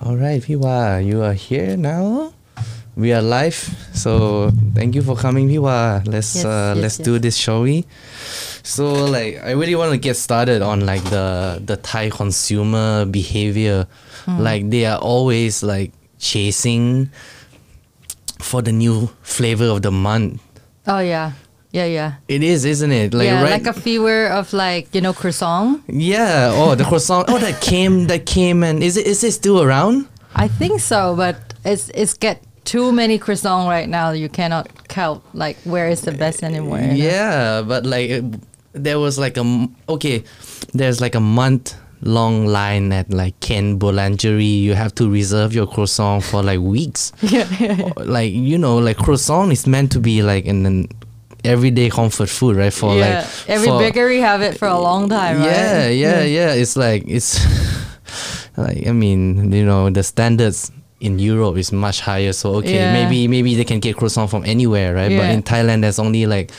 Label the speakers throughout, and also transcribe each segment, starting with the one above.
Speaker 1: Alright, Piwa, you are here now. We are live, so thank you for coming, Piwa. Let's
Speaker 2: Yes,
Speaker 1: uh,
Speaker 2: yes,
Speaker 1: let's
Speaker 2: yes.
Speaker 1: do this, shall we? So, like, I really want to get started on like the the Thai consumer behavior.
Speaker 2: Hmm.
Speaker 1: Like, they are always like chasing for the new flavor of the month.
Speaker 2: Oh yeah, yeah, yeah.
Speaker 1: It is, isn't it? Like,
Speaker 2: yeah,
Speaker 1: right?
Speaker 2: like a fever of like you know croissant.
Speaker 1: yeah. Oh, the croissant. Oh, that came. That came, and is it is it still around?
Speaker 2: I think so, but it's it's get too many croissant right now. You cannot count like where is the best anymore. you know?
Speaker 1: Yeah, but like it- there was like a m- okay, there's like a month long line at like Ken Boulangerie. You have to reserve your croissant for like weeks. Or, like you know, like croissant is meant to be like an, an everyday comfort food, right? For
Speaker 2: yeah.
Speaker 1: like
Speaker 2: Every
Speaker 1: for-
Speaker 2: bakery have it for a long time,
Speaker 1: yeah,
Speaker 2: right?
Speaker 1: yeah, yeah. It's like it's like I mean, you know, the standards in Europe is much higher. So okay,
Speaker 2: Yeah.
Speaker 1: maybe maybe they can get croissant from anywhere, right? But
Speaker 2: Yeah.
Speaker 1: in Thailand, there's only like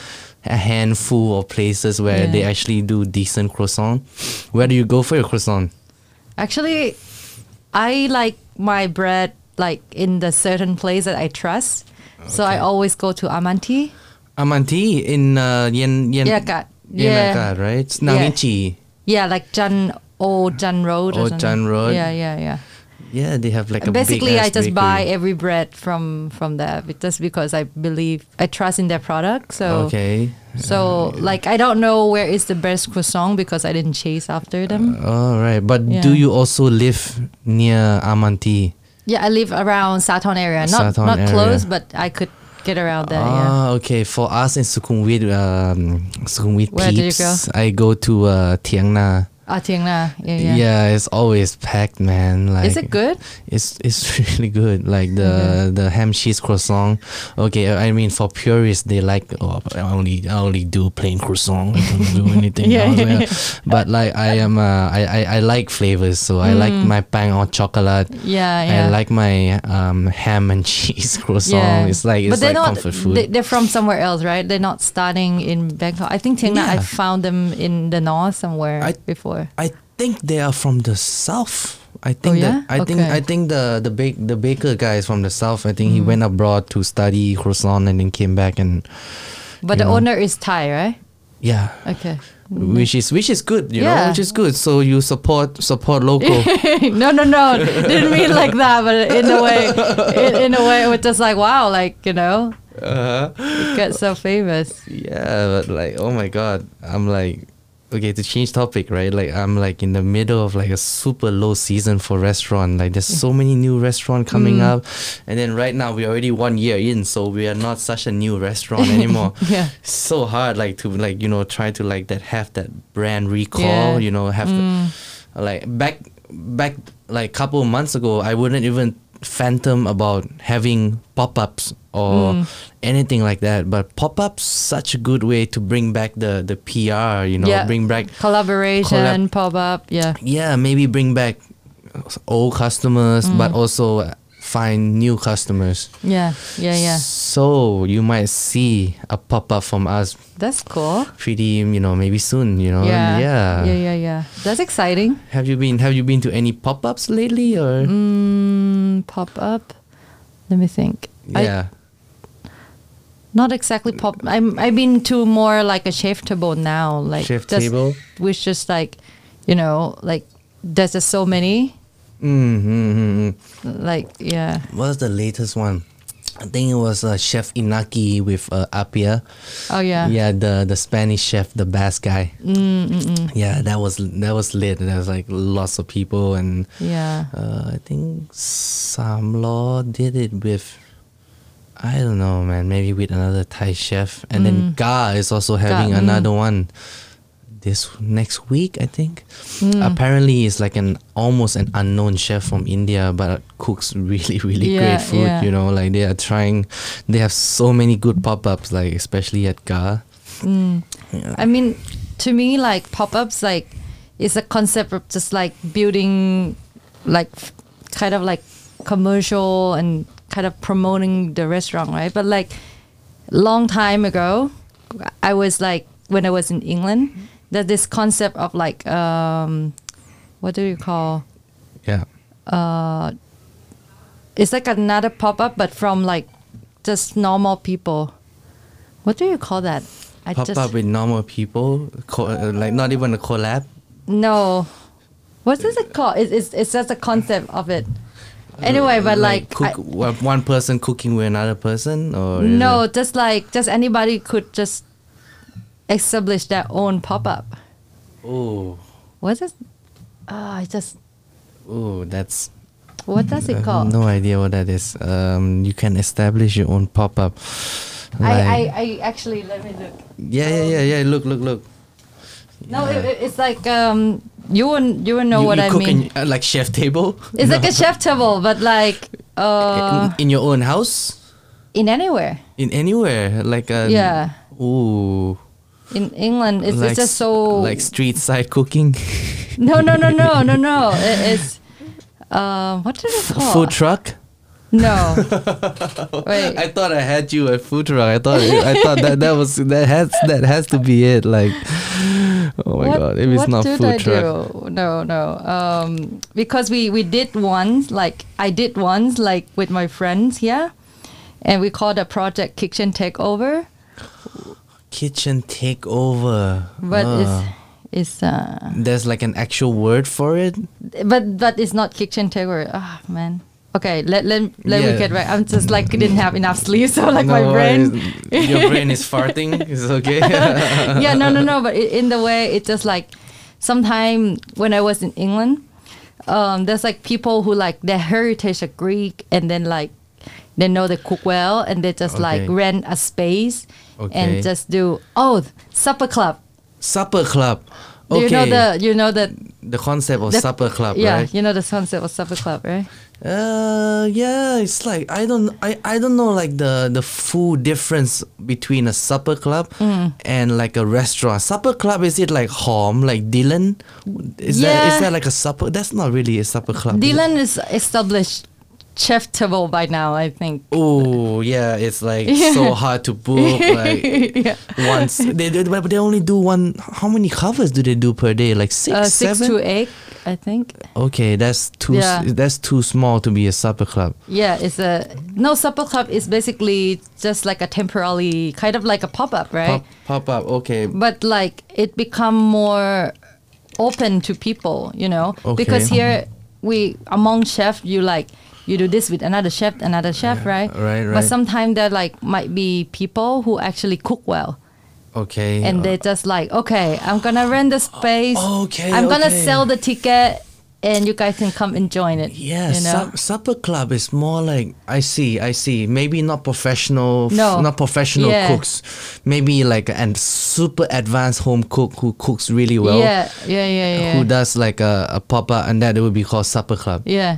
Speaker 1: a handful of places where
Speaker 2: Yeah.
Speaker 1: they actually do decent croissant. Where do you go for your croissant?
Speaker 2: Actually, I like my bread like in the certain place that I trust. So I
Speaker 1: Okay.
Speaker 2: always go to Amanti.
Speaker 1: Amanti
Speaker 2: Amanti?
Speaker 1: in uh, Yen Yen
Speaker 2: Yerakat.
Speaker 1: Yenakad, right? It's Nangichi.
Speaker 2: Yeah, like Jan Old Jan Road. or
Speaker 1: Old Jan
Speaker 2: something.
Speaker 1: Road.
Speaker 2: Yeah, yeah, yeah.
Speaker 1: Yeah, they have like a
Speaker 2: basically
Speaker 1: big
Speaker 2: i just buy every bread from from there be- just because i believe i trust in their product so
Speaker 1: Okay.
Speaker 2: so like i don't know where is the best croissant because i didn't chase after them
Speaker 1: All right, but do
Speaker 2: Yeah.
Speaker 1: you also live near Amanti?
Speaker 2: yeah i live around saton area not
Speaker 1: Sathon
Speaker 2: not
Speaker 1: area.
Speaker 2: close but i could get around there yeah
Speaker 1: Ah, okay. For us in Sukhumvit, um, Sukhumvit
Speaker 2: Where do you
Speaker 1: peeps, I go to uh, Tiang Na.
Speaker 2: Ah, Tieng Na,
Speaker 1: Yeah.
Speaker 2: yeah, yeah.
Speaker 1: it's always packed, man. Like
Speaker 2: is it good
Speaker 1: It's it's really good. Like the the ham cheese croissant. Okay, I mean for purists, they like oh, I only I only do plain croissant. I don't do anything else.
Speaker 2: Yeah,
Speaker 1: yeah.
Speaker 2: yeah,
Speaker 1: But like I am, uh, I, I I like flavors, so I like my pan or chocolate.
Speaker 2: yeah Mm.
Speaker 1: I
Speaker 2: yeah
Speaker 1: like my um, ham and cheese croissant.
Speaker 2: yeah.
Speaker 1: It's like it's
Speaker 2: but they're
Speaker 1: like
Speaker 2: not
Speaker 1: comfort food.
Speaker 2: They, they're from somewhere else right they're not starting in bangkok i think Tieng Na, i
Speaker 1: Yeah.
Speaker 2: found them in the north somewhere
Speaker 1: I-
Speaker 2: before
Speaker 1: I think they are from the south. I think
Speaker 2: Oh, yeah?
Speaker 1: that I think
Speaker 2: Okay. Mm.
Speaker 1: I think the the bake the baker guy is from the south. I think he went abroad to study croissant and then came back and you
Speaker 2: but the
Speaker 1: know.
Speaker 2: owner is thai right
Speaker 1: yeah.
Speaker 2: okay
Speaker 1: Which is which is good, you know,
Speaker 2: Mm. Yeah.
Speaker 1: which is good. So you support support local.
Speaker 2: no, no, no. Didn't mean like that, but in a way, in, in a way, it was just like, wow, like, you know,
Speaker 1: uh,
Speaker 2: it got so famous.
Speaker 1: yeah, but like oh my god, I'm like okay to change topic, right? Like I'm like in the middle of like a super low season for restaurant. Like there's so many new restaurant coming
Speaker 2: Mm.
Speaker 1: up, and then right now we're already one year in, so we are not such a new restaurant anymore.
Speaker 2: Yeah.
Speaker 1: so hard like to like you know try to like that have that brand recall
Speaker 2: Yeah. Mm.
Speaker 1: you know have the, like back back like couple of months ago i wouldn't even phantom about having pop-ups or
Speaker 2: Mm.
Speaker 1: anything like that but pop-ups such a good way to bring back the the pr you know
Speaker 2: yeah.
Speaker 1: bring back
Speaker 2: collaboration, pop up. Yeah.
Speaker 1: yeah maybe bring back old customers
Speaker 2: Mm.
Speaker 1: but also find new customers
Speaker 2: Yeah. Yeah. Yeah.
Speaker 1: so you might see a pop-up from us
Speaker 2: That's cool.
Speaker 1: pretty you know maybe soon you know
Speaker 2: Yeah.
Speaker 1: Oh, yeah,
Speaker 2: Yeah. Yeah. yeah. That's exciting.
Speaker 1: have you been have you been to any pop-ups lately or
Speaker 2: Mm, pop up. Let me think. I-
Speaker 1: yeah
Speaker 2: not exactly pop. I'm. I've been to more like a chef table now. Like
Speaker 1: Chef
Speaker 2: just,
Speaker 1: table?
Speaker 2: which just like, you know, like there's just so many.
Speaker 1: mm mm, mm, mm.
Speaker 2: Like yeah.
Speaker 1: what's the latest one i think it was uh, chef inaki with uh, apia
Speaker 2: Oh yeah. Mm,
Speaker 1: yeah the the spanish chef the basque guy Mm-mm-mm. yeah that was that was lit there was like lots of people and
Speaker 2: Yeah.
Speaker 1: uh, i think samlaw did it with I don't know, man. Maybe with another Thai chef, and then Ga is also having
Speaker 2: mm.
Speaker 1: another one this next week, I think.
Speaker 2: Mm.
Speaker 1: Apparently, it's like an almost an unknown chef from India, but cooks really, really
Speaker 2: Yeah,
Speaker 1: great food.
Speaker 2: yeah.
Speaker 1: You know, like they are trying. They have so many good pop ups, like especially at Ga.
Speaker 2: I mean, to me, like pop ups, like it's a concept of just like building, like f- kind of like commercial and kind of promoting the restaurant, right? But like long time ago, I was like when I was in England, that this concept of like um, what do you call
Speaker 1: Yeah.
Speaker 2: uh, it's like another pop up, but from like just normal people. What do you call that? I
Speaker 1: Pop up with normal people, co- uh, like not even a collab.
Speaker 2: No. What is it called? It, it's, it's just the concept of it. Anyway, but like,
Speaker 1: cook,
Speaker 2: I-
Speaker 1: one- one person cooking with another person, or is
Speaker 2: no,
Speaker 1: it-
Speaker 2: just like just anybody could just establish their own pop up.
Speaker 1: oh,
Speaker 2: What is? Ah, I just
Speaker 1: oh, that's
Speaker 2: what does
Speaker 1: I
Speaker 2: it
Speaker 1: have
Speaker 2: called?
Speaker 1: Uh, no idea what that is. Um, you can establish your own pop up.
Speaker 2: I, I, I actually let me look.
Speaker 1: yeah, yeah, yeah, yeah. Look, look, look.
Speaker 2: No, it, it- it's like um, you wouldn't you wouldn't know
Speaker 1: you,
Speaker 2: what
Speaker 1: you
Speaker 2: I
Speaker 1: cook
Speaker 2: mean.
Speaker 1: in, uh, like chef table
Speaker 2: It's like a chef table, but like uh,
Speaker 1: in, in your own house,
Speaker 2: in anywhere
Speaker 1: in anywhere, like a
Speaker 2: Yeah.
Speaker 1: Ooh,
Speaker 2: in England, it's,
Speaker 1: like
Speaker 2: it's just
Speaker 1: s-
Speaker 2: so
Speaker 1: like street side cooking,
Speaker 2: no no no no no no. It, it's um, what did it call?
Speaker 1: food truck.
Speaker 2: No, wait.
Speaker 1: I thought I had you at food truck. I thought I thought that that was that has that has to be it. Like, oh my god, if it's
Speaker 2: what
Speaker 1: not
Speaker 2: did
Speaker 1: food
Speaker 2: I
Speaker 1: truck,
Speaker 2: do? No, no. Um, because we we did once, like I did once, like with my friends here, and we called the project kitchen takeover.
Speaker 1: kitchen takeover.
Speaker 2: But
Speaker 1: Ah.
Speaker 2: it's it's uh,
Speaker 1: there's like an actual word for it.
Speaker 2: but but it's not kitchen takeover. Ah man. Okay, let let let
Speaker 1: Yeah.
Speaker 2: me get back. I'm just like didn't have enough sleep, so like
Speaker 1: No
Speaker 2: my
Speaker 1: worries.
Speaker 2: brain.
Speaker 1: your brain is farting. It's okay.
Speaker 2: yeah, no, no, no. But i in the way, it's just like sometime when I was in England, um, there's like people who like their heritage are Greek, and then like they know they cook well, and they just
Speaker 1: Okay.
Speaker 2: like rent a space
Speaker 1: Okay.
Speaker 2: and just do oh supper club.
Speaker 1: supper club.
Speaker 2: Do
Speaker 1: Okay.
Speaker 2: You know the you know the,
Speaker 1: the concept of
Speaker 2: the
Speaker 1: supper club,
Speaker 2: Yeah,
Speaker 1: right?
Speaker 2: you know the concept of supper club, right?
Speaker 1: Uh, yeah, it's like I don't, I, I don't know like the the full difference between a supper club
Speaker 2: Mm.
Speaker 1: and like a restaurant. Supper club is it like home, like Dylan? Is that is
Speaker 2: Yeah.
Speaker 1: that like a supper? That's not really a supper club. is it?
Speaker 2: Dylan is established chef table by now, I think.
Speaker 1: Oh yeah, it's like so hard to book. Like
Speaker 2: yeah.
Speaker 1: once they, they but they only do one. How many covers do they do per day? Like six,
Speaker 2: Uh,
Speaker 1: seven.
Speaker 2: six to eight, I think.
Speaker 1: okay, that's too s-
Speaker 2: Yeah.
Speaker 1: that's too small to be a supper club.
Speaker 2: Yeah, it's a no supper club is basically just like a temporarily kind of like a pop up, right?
Speaker 1: Pop pop up. Okay,
Speaker 2: But like it become more open to people, you know, because
Speaker 1: Okay. Mm-hmm.
Speaker 2: here we among chef you like you do this with another chef, another chef, right?
Speaker 1: right,
Speaker 2: But
Speaker 1: right.
Speaker 2: sometimes there like might be people who actually cook well,
Speaker 1: okay.
Speaker 2: and they're just like, okay, I'm gonna rent the space.
Speaker 1: Okay,
Speaker 2: I'm gonna
Speaker 1: okay.
Speaker 2: sell the ticket, and you guys can come and join it.
Speaker 1: Yeah,
Speaker 2: you know?
Speaker 1: sup- supper club is more like I see, I see. Maybe not professional, f-
Speaker 2: No.
Speaker 1: not professional
Speaker 2: Yeah.
Speaker 1: cooks. Maybe like and super advanced home cook who cooks really well.
Speaker 2: yeah, yeah, yeah, yeah.
Speaker 1: Who does like a, a pop up and that it would be called supper club.
Speaker 2: Yeah.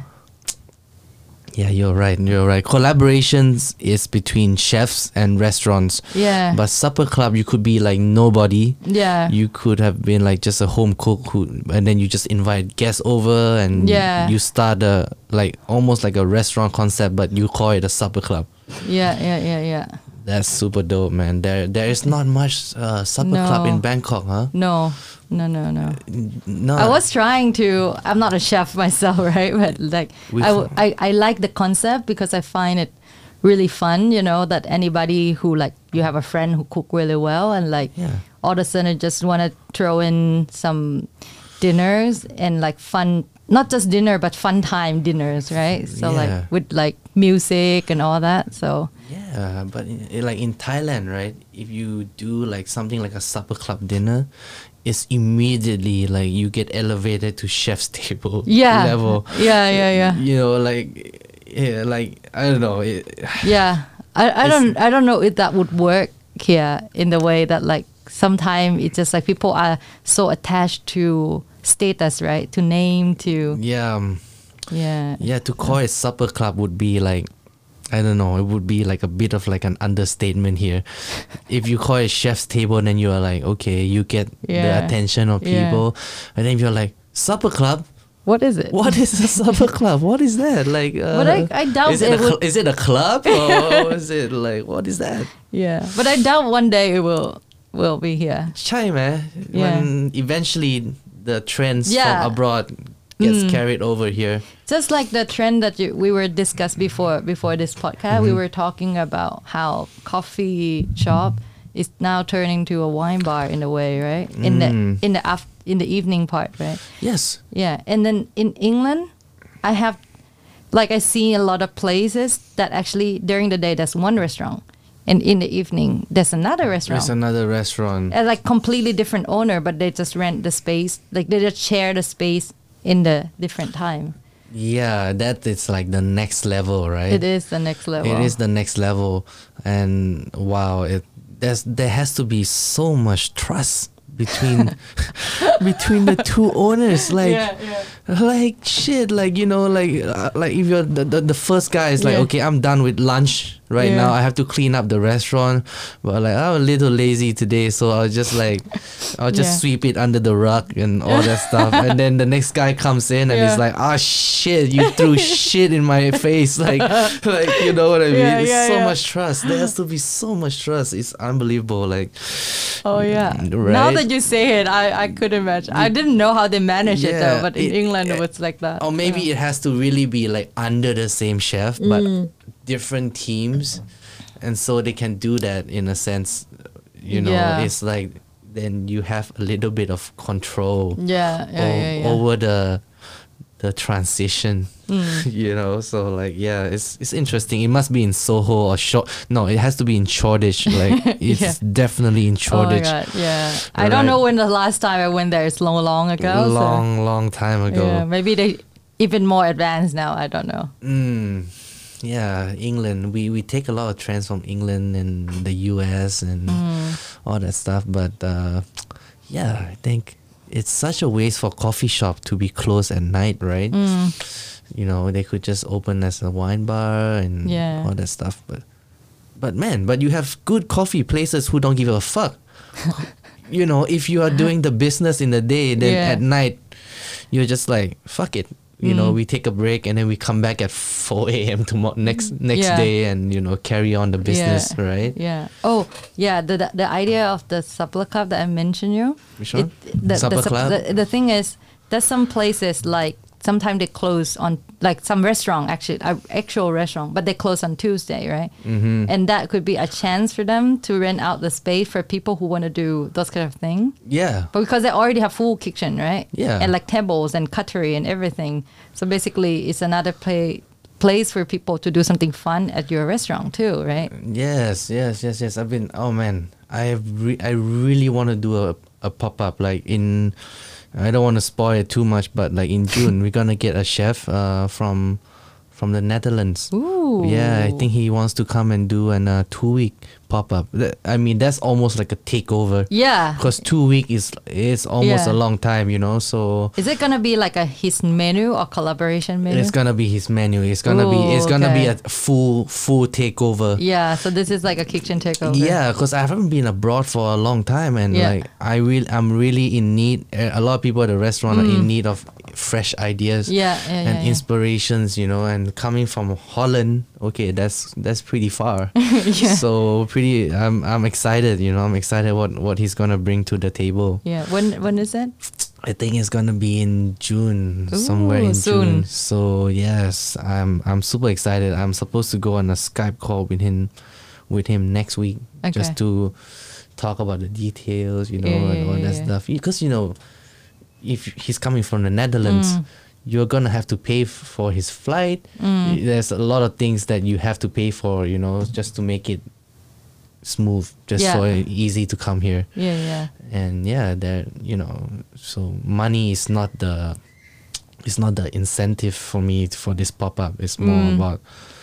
Speaker 1: Yeah, you're right. You're right. Collaborations is between chefs and restaurants.
Speaker 2: Yeah.
Speaker 1: But supper club, you could be like nobody.
Speaker 2: Yeah.
Speaker 1: You could have been like just a home cook who, and then you just invite guests over and
Speaker 2: Yeah.
Speaker 1: you start a like almost like a restaurant concept, but you call it a supper club.
Speaker 2: yeah, yeah, yeah, yeah.
Speaker 1: That's super dope, man. There, there is not much uh, supper club in
Speaker 2: No.
Speaker 1: Bangkok, huh?
Speaker 2: No, no, no, no.
Speaker 1: N- No.
Speaker 2: I was trying to. I'm not a chef myself, right? But like,
Speaker 1: We
Speaker 2: I, w- I, I like the concept because I find it really fun. You know that anybody who like you have a friend who cook really well and like
Speaker 1: Yeah.
Speaker 2: all of a sudden just want to throw in some dinners and like fun, not just dinner but fun time dinners, right? So
Speaker 1: Yeah.
Speaker 2: like with like music and all that. So
Speaker 1: Yeah, but in, in- like in Thailand, right? If you do like something like a supper club dinner, it's immediately like you get elevated to chef's table
Speaker 2: yeah,
Speaker 1: level.
Speaker 2: yeah, yeah, yeah.
Speaker 1: You know, like yeah, like I don't know. It,
Speaker 2: Yeah, I, I
Speaker 1: It's-
Speaker 2: don't I don't know if that would work here in the way that like sometimes it's just like people are so attached to status, right? To name, to
Speaker 1: yeah, um,
Speaker 2: yeah,
Speaker 1: yeah. To call it supper club would be like. I don't know. It would be like a bit of like an understatement here. If you call it chef's table, then you are like, okay, you get the
Speaker 2: Yeah.
Speaker 1: attention of
Speaker 2: Yeah.
Speaker 1: people, and then you're like, supper club.
Speaker 2: What is it?
Speaker 1: What is a supper club? What is that? Like, uh,
Speaker 2: But I- I doubt
Speaker 1: is it.
Speaker 2: it
Speaker 1: a cl-
Speaker 2: would-
Speaker 1: is it a club or is it like what is that?
Speaker 2: Yeah, but I doubt one day it will will be here.
Speaker 1: Chai man.
Speaker 2: Yeah.
Speaker 1: When eventually the trends
Speaker 2: Yeah. Mm.
Speaker 1: from abroad gets carried over here.
Speaker 2: just like the trend that you, we were discussed before before this podcast we were talking about how coffee shop is now turning to a wine bar in a way right in the in the af- in the evening part right
Speaker 1: Yes.
Speaker 2: yeah and then in england i have like i see a lot of places that actually during the day there's one restaurant and in the evening there's another restaurant
Speaker 1: There's another restaurant.
Speaker 2: a, like completely different owner, but they just rent the space. Like they just share the space in the different time.
Speaker 1: Yeah, that is like the next level, right?
Speaker 2: It is the next level.
Speaker 1: It is the next level, and wow, it there's there has to be so much trust between between the two owners. Like, like shit, like you know, like uh, like if you're the, the, the first guy is like,
Speaker 2: Yeah.
Speaker 1: okay, I'm done with lunch right
Speaker 2: Yeah.
Speaker 1: now. I have to clean up the restaurant, but like I'm a little lazy today, so I'll just like I'll just
Speaker 2: Yeah.
Speaker 1: sweep it under the rug and all that stuff. And then the next guy comes in and
Speaker 2: Yeah.
Speaker 1: he's like, ah shit, you threw shit in my face, like like you know what I mean?
Speaker 2: Yeah,
Speaker 1: it's
Speaker 2: yeah,
Speaker 1: so
Speaker 2: yeah.
Speaker 1: much trust. There has to be so much trust. It's unbelievable. Like
Speaker 2: Oh yeah. Now
Speaker 1: Right.
Speaker 2: that you say it, I, I could imagine. I didn't know how they manage it
Speaker 1: Yeah,
Speaker 2: though, but in
Speaker 1: it-
Speaker 2: England
Speaker 1: it-
Speaker 2: it was like that.
Speaker 1: or maybe it has to really be like under the same chef but
Speaker 2: Mm.
Speaker 1: different teams and so they can do that in a sense you know
Speaker 2: Yeah.
Speaker 1: it's like then you have a little bit of control
Speaker 2: yeah, yeah,
Speaker 1: o-
Speaker 2: yeah, yeah.
Speaker 1: over the the transition
Speaker 2: Hmm.
Speaker 1: you know so like yeah it's it's interesting it must be in soho or short no it has to be in shoreditch like it's definitely in
Speaker 2: Oh my
Speaker 1: shoreditch
Speaker 2: god, yeah. I don't
Speaker 1: Right.
Speaker 2: know when the last time I went there. It's long, long ago. so-
Speaker 1: long long time ago
Speaker 2: Yeah, maybe they even more advanced now. I don't know.
Speaker 1: Mm, yeah, England. We we take a lot of trends from England and the US and
Speaker 2: Mm.
Speaker 1: all that stuff. But uh, yeah, I think it's such a waste for coffee shop to be closed at night, right?
Speaker 2: Mm.
Speaker 1: You know, they could just open as a wine bar and
Speaker 2: Yeah.
Speaker 1: all that stuff. But but man, but you have good coffee places who don't give a fuck. you know, if you are doing the business in the day, then
Speaker 2: Yeah.
Speaker 1: at night you're just like fuck it. You
Speaker 2: Mm.
Speaker 1: know, we take a break and then we come back at four a.m. tomorrow next next
Speaker 2: Mm. Yeah.
Speaker 1: day and you know carry on the business,
Speaker 2: yeah.
Speaker 1: right?
Speaker 2: Yeah. Oh, yeah. The the, the idea of the supper club that I mentioned you.
Speaker 1: Which one?
Speaker 2: the,
Speaker 1: Supper
Speaker 2: the, sup-
Speaker 1: club?
Speaker 2: The, the thing is, there's some places like sometimes they close on like some restaurant actually uh, actual restaurant, but they close on Tuesday, right? Mm-hmm. And that could be a chance for them to rent out the space for people who want to do those kind of thing.
Speaker 1: Yeah,
Speaker 2: But because they already have full kitchen, right?
Speaker 1: Yeah.
Speaker 2: And like tables and cutlery and everything. So basically, it's another play place for people to do something fun at your restaurant too, right?
Speaker 1: Yes, yes, yes, yes. I've been. Oh man, I have. Re- I really want to do a a pop up like in. I don't want to spoil it too much, but like in June, we're gonna get a chef uh, from from the Netherlands.
Speaker 2: Ooh.
Speaker 1: Yeah, I think he wants to come and do an uh, two week pop up. I mean, that's almost like a takeover.
Speaker 2: Yeah.
Speaker 1: Because two week is is almost
Speaker 2: Yeah.
Speaker 1: a long time, you know. So
Speaker 2: Is it gonna be like a his menu or collaboration menu?
Speaker 1: it's gonna be his menu. It's gonna be it's
Speaker 2: Ooh,
Speaker 1: gonna be
Speaker 2: okay.
Speaker 1: a full full takeover.
Speaker 2: Yeah, so this is like a kitchen takeover.
Speaker 1: Yeah, because I haven't been abroad for a long time, and
Speaker 2: Yeah.
Speaker 1: like I really, I'm really in need. uh, A lot of people at the restaurant are in need of fresh ideas,
Speaker 2: Mm. Yeah, yeah,
Speaker 1: and
Speaker 2: yeah, yeah.
Speaker 1: inspirations. You know, and coming from Holland, okay, that's that's pretty far.
Speaker 2: Yeah.
Speaker 1: So pretty, I'm I'm excited. You know, I'm excited what what he's gonna bring to the table.
Speaker 2: Yeah. When when is it?
Speaker 1: I think it's gonna be in June, somewhere
Speaker 2: Ooh,
Speaker 1: in
Speaker 2: soon.
Speaker 1: June. So yes, I'm I'm super excited. I'm supposed to go on a Skype call with him, with him next week,
Speaker 2: Okay.
Speaker 1: just to talk about the details, you know,
Speaker 2: Yeah,
Speaker 1: and
Speaker 2: yeah,
Speaker 1: all
Speaker 2: yeah,
Speaker 1: that
Speaker 2: yeah.
Speaker 1: stuff. Because you know, if he's coming from the Netherlands,
Speaker 2: Mm.
Speaker 1: you're gonna have to pay f- for his flight.
Speaker 2: Mm.
Speaker 1: There's a lot of things that you have to pay for, you know, just to make it smooth, just
Speaker 2: Yeah.
Speaker 1: so easy to come here
Speaker 2: Yeah, yeah.
Speaker 1: and yeah that you know so money is not the it's not the incentive for me t- for this pop-up it's more about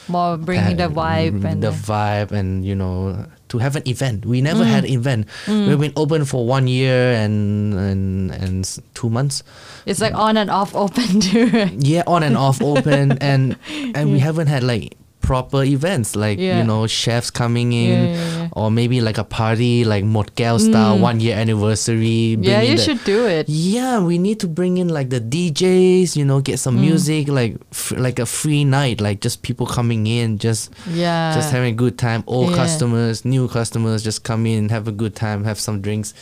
Speaker 2: More bringing Mm, the
Speaker 1: uh,
Speaker 2: vibe and
Speaker 1: the
Speaker 2: the- Mm.
Speaker 1: vibe and you know to have an event we never had an event we've been open for one year and and and s- two months
Speaker 2: it's like on and off open too. right?
Speaker 1: yeah on and off open and and we haven't had like proper events like
Speaker 2: Yeah.
Speaker 1: you know chefs coming in
Speaker 2: Yeah, yeah, yeah. Mm.
Speaker 1: or maybe like a party like Motgel style one year anniversary bring in
Speaker 2: Yeah, you
Speaker 1: the-
Speaker 2: should do it.
Speaker 1: yeah, we need to bring in like the DJs, you know, get some
Speaker 2: Mm.
Speaker 1: music, like f- like a free night, like just people coming in, just
Speaker 2: Yeah.
Speaker 1: just having a good time. Old
Speaker 2: Uh, yeah.
Speaker 1: customers, new customers, just come in, have a good time, have some drinks.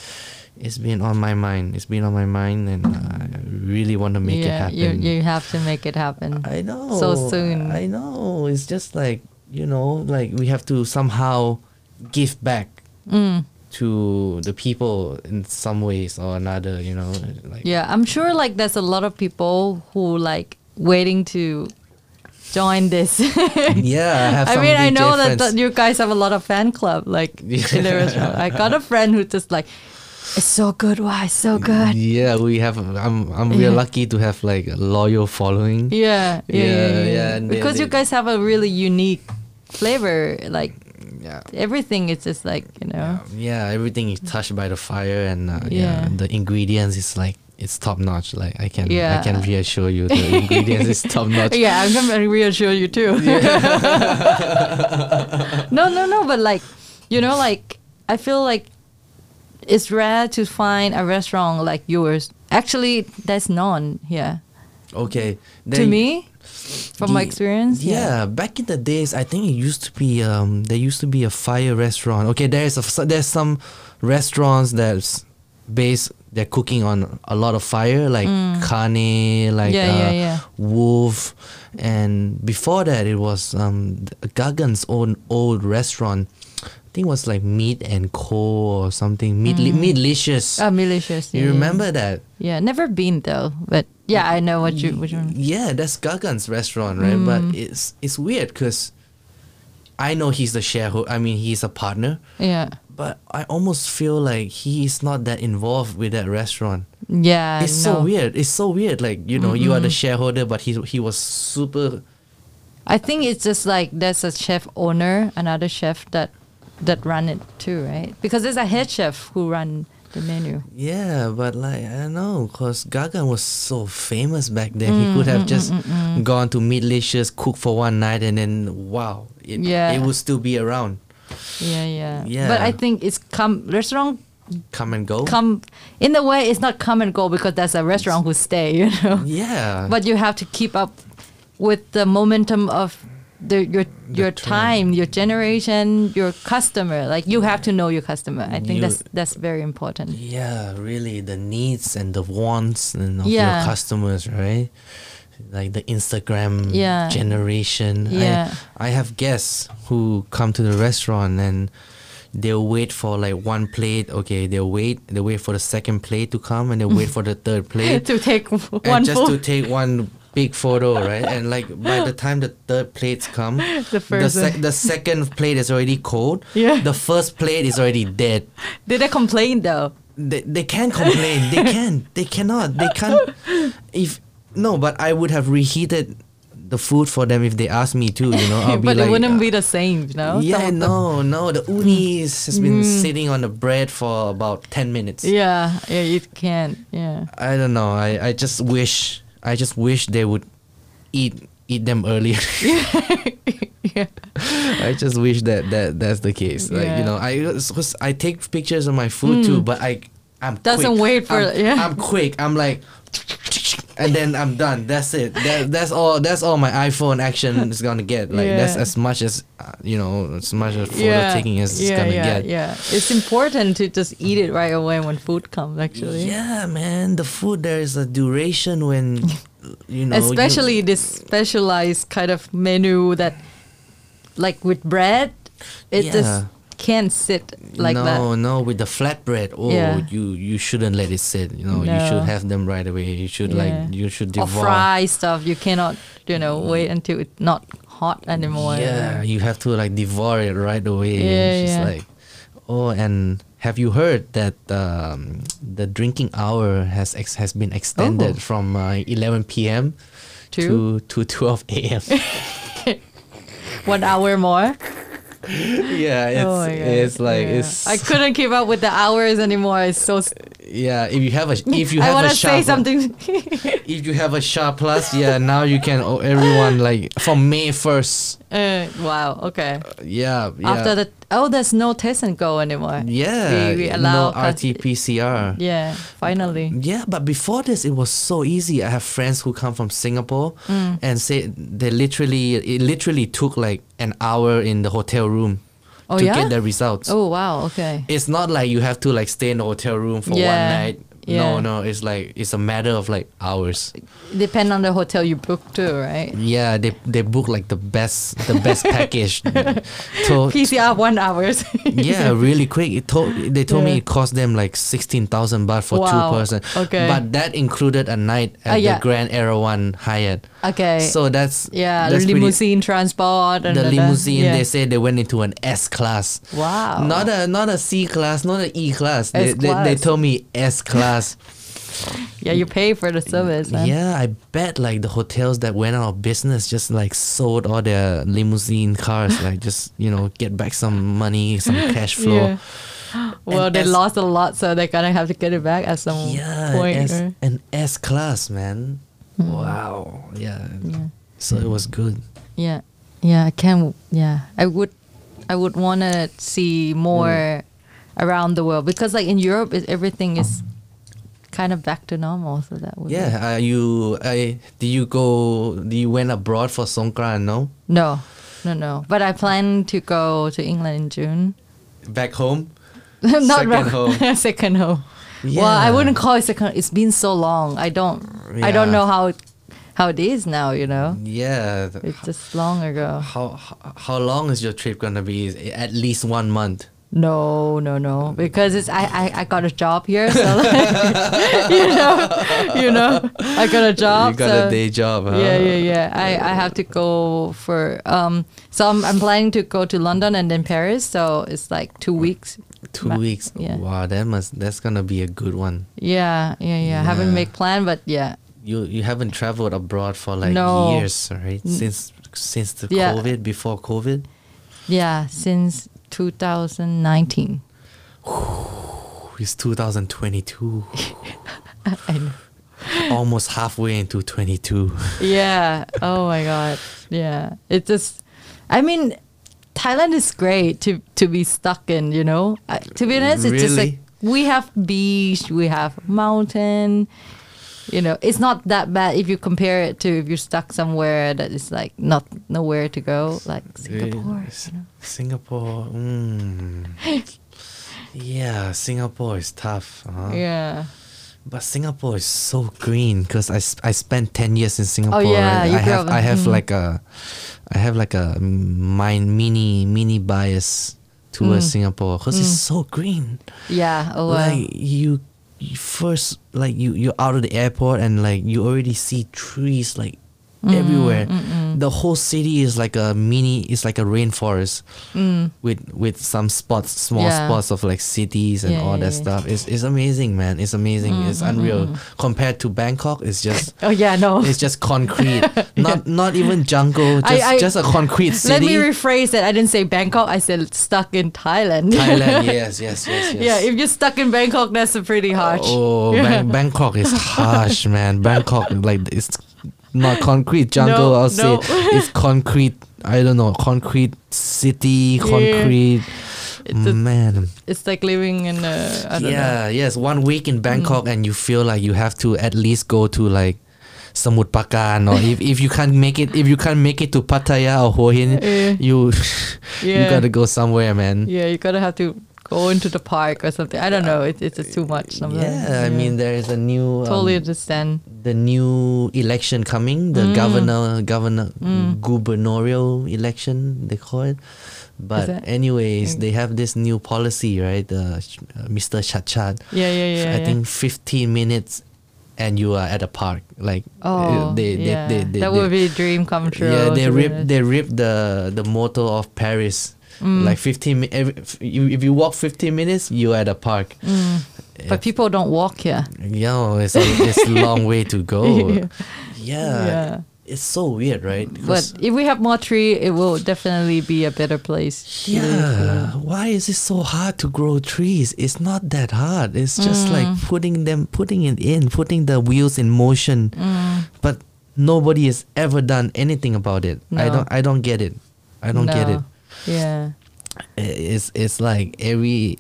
Speaker 1: it's been on my mind. It's been on my mind, and I really want to make it
Speaker 2: yeah,
Speaker 1: happen.
Speaker 2: you you have to make it happen.
Speaker 1: I know.
Speaker 2: So soon.
Speaker 1: I know. It's just like, you know, like we have to somehow give back
Speaker 2: Mm.
Speaker 1: to the people in some ways or another, you know. Like
Speaker 2: Yeah, I'm sure like there's a lot of people who like waiting to join this.
Speaker 1: Yeah, I have
Speaker 2: I
Speaker 1: some
Speaker 2: mean, I
Speaker 1: DJ
Speaker 2: know that,
Speaker 1: friends.
Speaker 2: that you guys have a lot of fan club like in the restaurant. I got a friend who just like it's so good, why it's so good.
Speaker 1: Yeah, we have I'm I'm we're
Speaker 2: Yeah.
Speaker 1: lucky to have like a loyal following.
Speaker 2: Yeah, yeah, yeah.
Speaker 1: Yeah,
Speaker 2: yeah,
Speaker 1: yeah, and they-
Speaker 2: because you
Speaker 1: they-
Speaker 2: guys have a really unique flavor. Like
Speaker 1: Yeah.
Speaker 2: everything is just like you know.
Speaker 1: Yeah, everything is touched by the fire and uh, yeah.
Speaker 2: Yeah.
Speaker 1: the ingredients is like it's top notch. Like I can I can
Speaker 2: Yeah.
Speaker 1: reassure you the ingredients is top notch.
Speaker 2: Yeah, I'm gonna reassure you too. no, no, no, but like, you know, like I feel like it's rare to find a restaurant like yours. Actually, there's none here.
Speaker 1: Okay.
Speaker 2: to
Speaker 1: then-
Speaker 2: me, from my
Speaker 1: Ye-
Speaker 2: experience,
Speaker 1: Yeah, back in the days, I think it used to be um there used to be a fire restaurant. Okay, there's a so there's some restaurants that's based they're cooking on a lot of fire like carne, like
Speaker 2: Mm. Yeah,
Speaker 1: uh,
Speaker 2: yeah, yeah.
Speaker 1: wolf, and before that it was um th- Gagan's own old restaurant. I think it was like meat and co or something meat
Speaker 2: Mm.
Speaker 1: li- meatlicious.
Speaker 2: Ah, malicious. yeah,
Speaker 1: you
Speaker 2: yeah.
Speaker 1: remember that?
Speaker 2: Yeah, never been though, but yeah, I know what you what you mean.
Speaker 1: Yeah, that's Gagan's restaurant, right?
Speaker 2: Mm.
Speaker 1: But it's it's weird because I know he's the shareholder. I mean, he's a partner,
Speaker 2: Yeah,
Speaker 1: but I almost feel like he is not that involved with that restaurant.
Speaker 2: yeah.
Speaker 1: it's
Speaker 2: no.
Speaker 1: so weird. It's so weird. Like you know, you are the shareholder, but he he was super.
Speaker 2: I think it's just like there's a chef owner, another chef that that run it too, right? Because there's a head chef who run the menu.
Speaker 1: Yeah, but like I don't know, cause Gagan was so famous back then. he could have just gone to Meatlicious, cook for one night, and then wow, it,
Speaker 2: Yeah.
Speaker 1: it would still be around.
Speaker 2: Yeah, yeah.
Speaker 1: Yeah.
Speaker 2: But I think it's come restaurant
Speaker 1: Come and go.
Speaker 2: come in a way it's not come and go because there's a restaurant who stay, you know.
Speaker 1: Yeah.
Speaker 2: But you have to keep up with the momentum of the your your
Speaker 1: trend.
Speaker 2: time, your generation, your customer. Like you have to know your customer. I think
Speaker 1: You-
Speaker 2: that's that's very important.
Speaker 1: Yeah, really, the needs and the wants and of
Speaker 2: Yeah.
Speaker 1: your customers, right? Like the Instagram
Speaker 2: Yeah.
Speaker 1: generation.
Speaker 2: Yeah.
Speaker 1: I, I have guests who come to the restaurant and they'll wait for like one plate. Okay, they'll wait. They wait for the second plate to come and they'll wait for the third plate
Speaker 2: to take
Speaker 1: and
Speaker 2: one
Speaker 1: just to
Speaker 2: food.
Speaker 1: take one big photo, right? And like by the time the third plates come, the,
Speaker 2: first
Speaker 1: sec- the second plate is already cold.
Speaker 2: Yeah.
Speaker 1: The first plate is already dead
Speaker 2: Did they complain though?
Speaker 1: they, they can complain. they can. They cannot. They can't. If no, but I would have reheated the food for them if they asked me to. You know, I'll be
Speaker 2: but
Speaker 1: like,
Speaker 2: it wouldn't
Speaker 1: uh,
Speaker 2: be the same, you know?
Speaker 1: Yeah,
Speaker 2: Some of them-
Speaker 1: no, no. The uni is- has been sitting on the bread for about ten minutes.
Speaker 2: Yeah, yeah, it can't. Yeah.
Speaker 1: I don't know. I, I just wish. I just wish they would eat eat them earlier.
Speaker 2: yeah.
Speaker 1: I just wish that that that's the case. Like you
Speaker 2: Yeah.
Speaker 1: know, I uh, 'cause I take pictures of my food too, but I I'm
Speaker 2: Hmm. Doesn't
Speaker 1: quick.
Speaker 2: wait for-
Speaker 1: I'm,
Speaker 2: yeah.
Speaker 1: I'm quick. I'm like, and then I'm done. That's it. That, that's all. That's all my iPhone action is gonna get. Like that's
Speaker 2: Yeah.
Speaker 1: as much as uh, you know, as much as photo
Speaker 2: yeah.
Speaker 1: taking as it's
Speaker 2: yeah,
Speaker 1: gonna
Speaker 2: yeah,
Speaker 1: get.
Speaker 2: Yeah. It's important to just eat it right away when food comes actually.
Speaker 1: Yeah, man. The food there is a duration when you know, you-
Speaker 2: Especially this specialized kind of menu that like with bread, it just
Speaker 1: Yeah.
Speaker 2: can't sit like
Speaker 1: no,
Speaker 2: that.
Speaker 1: no, with the flatbread, oh,
Speaker 2: Yeah.
Speaker 1: you you shouldn't let it sit. You know, you should
Speaker 2: No.
Speaker 1: have them right away. You should
Speaker 2: Yeah.
Speaker 1: like you should
Speaker 2: Or
Speaker 1: devour.
Speaker 2: fry stuff, you cannot, you know, wait until it's not hot anymore.
Speaker 1: Yeah, you have to like devour it right away.
Speaker 2: Yeah,
Speaker 1: She's
Speaker 2: yeah.
Speaker 1: like, oh, and have you heard that um, the drinking hour has ex- has been extended
Speaker 2: Oh.
Speaker 1: from uh, 11 p.m.
Speaker 2: To?
Speaker 1: to to 12 a.m.
Speaker 2: One hour more.
Speaker 1: yeah, it's
Speaker 2: Oh my God,
Speaker 1: it's like
Speaker 2: yeah.
Speaker 1: it's
Speaker 2: I couldn't keep up with the hours anymore. It's so. s-
Speaker 1: yeah. If you have a if you
Speaker 2: I
Speaker 1: have
Speaker 2: want
Speaker 1: a
Speaker 2: to say
Speaker 1: sharp
Speaker 2: something.
Speaker 1: if you have a sharp plus, yeah, now you can oh, everyone like from May 1st.
Speaker 2: uh, wow. Okay.
Speaker 1: Yeah, yeah.
Speaker 2: After the oh, there's no test and go anymore.
Speaker 1: yeah,
Speaker 2: we, we
Speaker 1: no
Speaker 2: allow
Speaker 1: Mm.
Speaker 2: cus-
Speaker 1: RT PCR.
Speaker 2: Yeah. Finally.
Speaker 1: Yeah, but before this, it was so easy. I have friends who come from Singapore
Speaker 2: Mm.
Speaker 1: and say they literally, it literally took like an hour in the hotel room
Speaker 2: Oh,
Speaker 1: to
Speaker 2: yeah?
Speaker 1: get the results.
Speaker 2: Oh wow. Okay.
Speaker 1: It's not like you have to like stay in a hotel room for
Speaker 2: Yeah,
Speaker 1: one night.
Speaker 2: yeah.
Speaker 1: No, no, it's like it's a matter of like hours.
Speaker 2: Depend on the hotel you book too, right?
Speaker 1: Yeah, they they book like the best the best package. to,
Speaker 2: PCR one hours.
Speaker 1: yeah, really quick. It told they told
Speaker 2: Yeah.
Speaker 1: me it cost them like sixteen thousand baht for
Speaker 2: Wow,
Speaker 1: two person.
Speaker 2: okay.
Speaker 1: but that included a night at
Speaker 2: Ah, yeah.
Speaker 1: the Grand Era One Hyatt.
Speaker 2: okay.
Speaker 1: So that's
Speaker 2: yeah,
Speaker 1: that's pretty-
Speaker 2: limousine transport and
Speaker 1: the
Speaker 2: da- da-
Speaker 1: limousine.
Speaker 2: yeah.
Speaker 1: They said they went into an S class.
Speaker 2: Wow.
Speaker 1: Not a not a C class, not an E class. They,
Speaker 2: S
Speaker 1: they, they
Speaker 2: class.
Speaker 1: told me S class.
Speaker 2: yeah, you pay for the service. Man.
Speaker 1: yeah, I bet like the hotels that went out of business just like sold all their limousine cars, like just you know get back some money, some cash flow.
Speaker 2: Yeah. Well, they
Speaker 1: as-
Speaker 2: lost a lot, so they're gonna have to get it back at some
Speaker 1: Yeah, an
Speaker 2: point.
Speaker 1: S,
Speaker 2: or-
Speaker 1: an S class, man. Wow. Yeah.
Speaker 2: Yeah.
Speaker 1: So it was good.
Speaker 2: Yeah, yeah, I can. Yeah, I would, I would want to see more around the world because, like in Europe, it, everything is kind of back to normal. So that would be-
Speaker 1: Yeah. Uh, you, I, did you go? Did you went abroad for Songkran? No.
Speaker 2: No, no, no. But I plan to go to England in June.
Speaker 1: Back home.
Speaker 2: Not
Speaker 1: Second
Speaker 2: back-
Speaker 1: home.
Speaker 2: second home. Well, I
Speaker 1: Yeah.
Speaker 2: wouldn't call it second. It's been so long. I don't. I don't
Speaker 1: Yeah.
Speaker 2: know how, it- how it is now. You know,
Speaker 1: Yeah. th-
Speaker 2: it's just long ago.
Speaker 1: How how- how long is your trip gonna be? Is it At least one month.
Speaker 2: No, no, no. Because it's I, I, I got a job here, so like, you know, you know, I got a job.
Speaker 1: you got
Speaker 2: so
Speaker 1: a day job, huh?
Speaker 2: Yeah, yeah, yeah. I, I have to go for um. So I'm, I'm planning to go to London and then Paris. So it's like two weeks.
Speaker 1: Two
Speaker 2: Ma-
Speaker 1: weeks.
Speaker 2: Yeah.
Speaker 1: Wow, that must that's gonna be a good one.
Speaker 2: Yeah, yeah, yeah. I haven't
Speaker 1: Yeah.
Speaker 2: made plan, but yeah,
Speaker 1: You you haven't traveled abroad for like
Speaker 2: No.
Speaker 1: years, right? Since since the
Speaker 2: Yeah.
Speaker 1: COVID, before COVID.
Speaker 2: yeah. Since 2019.
Speaker 1: It's 2022.
Speaker 2: I know.
Speaker 1: Almost halfway into 22.
Speaker 2: yeah. Oh my god. Yeah. It just. I mean, Thailand is great to to be stuck in. You know, I, to be honest, it's just like
Speaker 1: Really?
Speaker 2: we have beach, we have mountain. You know, it's not that bad if you compare it to if you're stuck somewhere that is like not nowhere to go, like Singapore.
Speaker 1: S-
Speaker 2: you know?
Speaker 1: Singapore. Mm. yeah, Singapore is tough. Huh?
Speaker 2: Yeah.
Speaker 1: But Singapore is so green because I, s- I spent 10 years in Singapore.
Speaker 2: Oh, yeah,
Speaker 1: right?
Speaker 2: you
Speaker 1: I
Speaker 2: grew
Speaker 1: have
Speaker 2: up in-
Speaker 1: I have
Speaker 2: mm.
Speaker 1: like a I have like a mind mini mini bias towards
Speaker 2: Mm.
Speaker 1: Singapore because it's so green.
Speaker 2: Yeah. Oh wow.
Speaker 1: Like you, you first like you you're out of the airport and like you already see trees like
Speaker 2: Mm,
Speaker 1: everywhere. The whole city is like a mini it's like a rainforest with with some spots small
Speaker 2: Mm. Yeah.
Speaker 1: spots of like cities and
Speaker 2: Yeah,
Speaker 1: all
Speaker 2: yeah,
Speaker 1: that
Speaker 2: yeah. Mm,
Speaker 1: stuff. It's it's amazing, man. It's amazing. It's unreal. Compared to Bangkok, it's just
Speaker 2: oh yeah. No.
Speaker 1: it's just concrete. Not not even jungle, just
Speaker 2: I- I-
Speaker 1: just a concrete city.
Speaker 2: Let me rephrase it. I didn't say Bangkok. I said stuck in Thailand.
Speaker 1: Thailand, yes, yes, yes, yes.
Speaker 2: Yeah, if you're stuck in Bangkok, that's a pretty harsh.
Speaker 1: Oh, Ban- Bangkok is harsh, man. Bangkok, like it's not concrete jungle.
Speaker 2: No,
Speaker 1: I'll say
Speaker 2: no.
Speaker 1: it's concrete. I don't know, concrete city, concrete.
Speaker 2: a-
Speaker 1: man,
Speaker 2: It's like living in a I don't know. Mm.
Speaker 1: yeah, yes. One week in Bangkok, and you feel like you have to at least go to like. Samut Pakan, or if, if you can't make it, if you can't make it to Pattaya or Hua Hin,
Speaker 2: Yeah.
Speaker 1: you you
Speaker 2: Yeah.
Speaker 1: gotta go somewhere, man.
Speaker 2: Yeah, you gotta have to go into the park or something. I don't know. It, it's just too much. Sometimes.
Speaker 1: Yeah, I mean there is a new um,
Speaker 2: totally understand.
Speaker 1: the new election coming,
Speaker 2: Mm.
Speaker 1: the governor governor gubernatorial election they call it. But
Speaker 2: that-
Speaker 1: anyways,
Speaker 2: Mm.
Speaker 1: they have this new policy, right? The sh- uh, Mr. Chachat.
Speaker 2: Yeah, yeah, yeah.
Speaker 1: I
Speaker 2: yeah.
Speaker 1: think 15 minutes and you are at a park like uh,
Speaker 2: Oh,
Speaker 1: they, they,
Speaker 2: yeah.
Speaker 1: they, they,
Speaker 2: that
Speaker 1: they-
Speaker 2: would be a dream come true.
Speaker 1: yeah, they
Speaker 2: to be
Speaker 1: rip
Speaker 2: honest.
Speaker 1: they rip the the motto of Paris.
Speaker 2: Mm.
Speaker 1: Like 15 mi- every, f- you, if you walk 15 minutes, you're at a park.
Speaker 2: Mm. But people don't walk here.
Speaker 1: Yo, it's a, it's a long way to go.
Speaker 2: Yeah.
Speaker 1: Yeah.
Speaker 2: Yeah.
Speaker 1: It's so weird, right?
Speaker 2: But
Speaker 1: 'Cause-
Speaker 2: if we have more tree, it will definitely be a better place. to live, you know.
Speaker 1: yeah, why is it so hard to grow trees? It's not that hard. It's
Speaker 2: Mm.
Speaker 1: just like putting them, putting it in, putting the wheels in motion.
Speaker 2: Mm.
Speaker 1: But nobody has ever done anything about it. I
Speaker 2: No.
Speaker 1: don't. I don't get it. I don't get it.
Speaker 2: No. Yeah.
Speaker 1: it's it's like every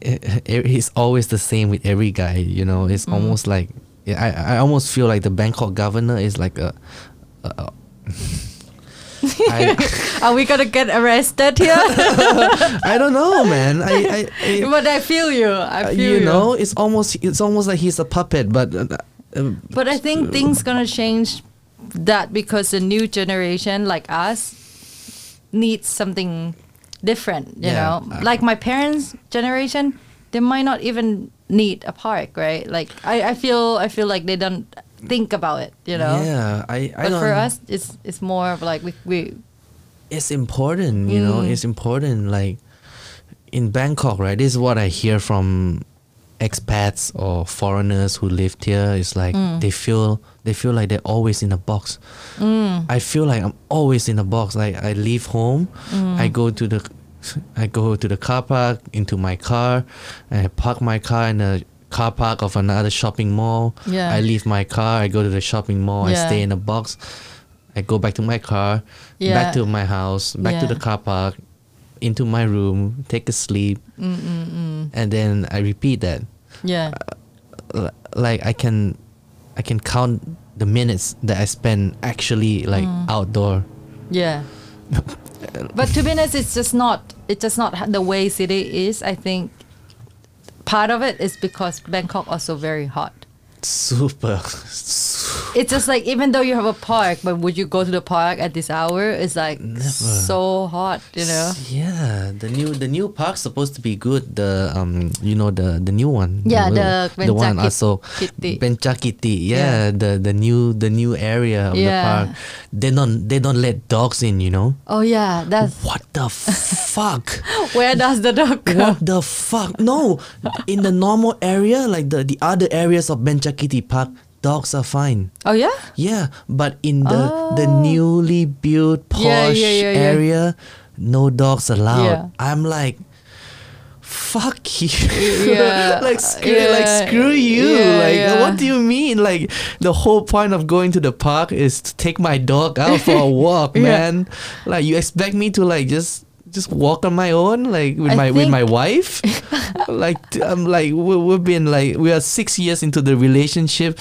Speaker 1: it's always the same with every guy you know
Speaker 2: Mm.
Speaker 1: it's almost like I, I almost feel like the bangkok governor is like a, a, a I,
Speaker 2: Are Oh, we gonna get arrested here?
Speaker 1: I don't know, man. I, I, I
Speaker 2: but I feel you. I feel
Speaker 1: Uh, you know, it's almost it's almost like he's a puppet, but uh, uh,
Speaker 2: But I think things gonna change that because the new generation like us needs something different, you
Speaker 1: Yeah,
Speaker 2: know.
Speaker 1: uh,
Speaker 2: like my parents' generation, they might not even need a park, right? Like I, I feel I feel like they don't think about it, you know.
Speaker 1: yeah, I, I
Speaker 2: but
Speaker 1: don't.
Speaker 2: for us it's it's more of like we, we
Speaker 1: it's important you
Speaker 2: Mm.
Speaker 1: know it's important like in bangkok right this is what i hear from expats or foreigners who lived here it's like
Speaker 2: Mm.
Speaker 1: they feel they feel like they're always in a box
Speaker 2: Mm.
Speaker 1: i feel like i'm always in a box like i leave home
Speaker 2: Mm.
Speaker 1: i go to the i go to the car park into my car and i park my car in the car park of another shopping mall
Speaker 2: Yeah.
Speaker 1: i leave my car i go to the shopping mall i
Speaker 2: Yeah.
Speaker 1: stay in a box i go back to my car
Speaker 2: Yeah.
Speaker 1: back to my house, back to the
Speaker 2: Yeah.
Speaker 1: car park, into my room, take a sleep,
Speaker 2: Mm,
Speaker 1: and then I repeat that.
Speaker 2: yeah.
Speaker 1: Uh, L- Like I can, I can count the minutes that I spend actually like
Speaker 2: Mm.
Speaker 1: outdoor.
Speaker 2: Yeah. but to be honest, it's just not. It's just not h- the way city is. I think part of it is because Bangkok also very hot.
Speaker 1: Super.
Speaker 2: It's just like even though you have a park, but would you go to the park at this hour? It's like so hot, you know.
Speaker 1: Yeah, the new the new park's supposed to be good. The um, you know the the new one.
Speaker 2: Yeah,
Speaker 1: little-
Speaker 2: the
Speaker 1: the one
Speaker 2: Benchakit-
Speaker 1: also
Speaker 2: Kitti.
Speaker 1: Benchakiti. Yeah, the the new the new area of the
Speaker 2: Yeah.
Speaker 1: park. They don't they don't let dogs in. You know.
Speaker 2: Oh yeah, that's
Speaker 1: What the fuck?
Speaker 2: where does the dog go?
Speaker 1: What the fuck? No, in the normal area, like the, the other areas of Benchakiti Park, dogs are fine.
Speaker 2: Oh yeah,
Speaker 1: Yeah, but in the the newly built posh
Speaker 2: Oh. Yeah, yeah, yeah, yeah.
Speaker 1: area, no dogs allowed.
Speaker 2: Yeah.
Speaker 1: I'm like, fuck you.
Speaker 2: Yeah, Uh,
Speaker 1: like screw, like
Speaker 2: yeah,
Speaker 1: screw you.
Speaker 2: yeah,
Speaker 1: like
Speaker 2: yeah.
Speaker 1: what do you mean? Like the whole point of going to the park is to take my dog out for a walk,
Speaker 2: Yeah.
Speaker 1: man. Like you expect me to like just just walk on my own, like with
Speaker 2: I
Speaker 1: my with
Speaker 2: think-
Speaker 1: my wife. like t- I'm like we- we've been like we are six years into the relationship.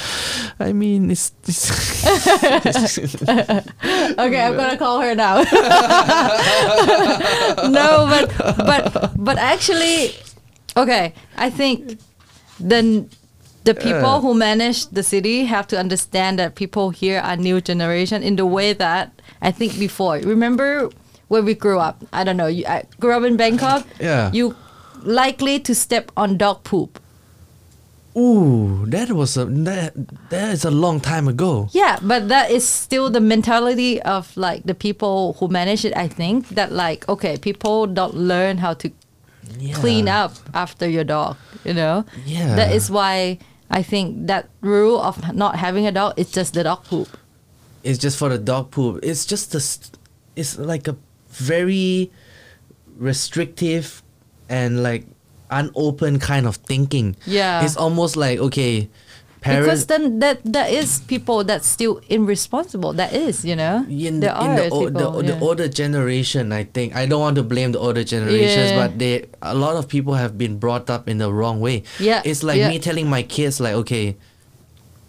Speaker 1: I mean, it's, it's
Speaker 2: okay, I'm gonna call her now. no, but but but actually, okay, I think the the people who manage the city have to understand that people here are new generation in the way that I think before. Remember when we grew up? I don't know. You I grew up in Bangkok.
Speaker 1: Yeah.
Speaker 2: You likely to step on dog poop.
Speaker 1: ooh, that was a that that is a long time ago.
Speaker 2: Yeah, but that is still the mentality of like the people who manage it. I think that like okay, people don't learn how to clean
Speaker 1: Yeah.
Speaker 2: up after your dog. You know,
Speaker 1: Yeah.
Speaker 2: that is why I think that rule of not having a dog is just the dog poop.
Speaker 1: It's just for the dog poop. It's just a, s- it's like a very restrictive and like unopen kind of thinking.
Speaker 2: Yeah.
Speaker 1: it's almost like okay, parents.
Speaker 2: Because then that that is people that's still irresponsible. That is, you know,
Speaker 1: in,
Speaker 2: there
Speaker 1: in
Speaker 2: are
Speaker 1: the, o- the,
Speaker 2: people,
Speaker 1: the
Speaker 2: yeah.
Speaker 1: older generation i think i don't want to blame the older generations
Speaker 2: Yeah.
Speaker 1: but they a lot of people have been brought up in the wrong way
Speaker 2: Yeah,
Speaker 1: it's like
Speaker 2: yeah.
Speaker 1: me telling my kids like okay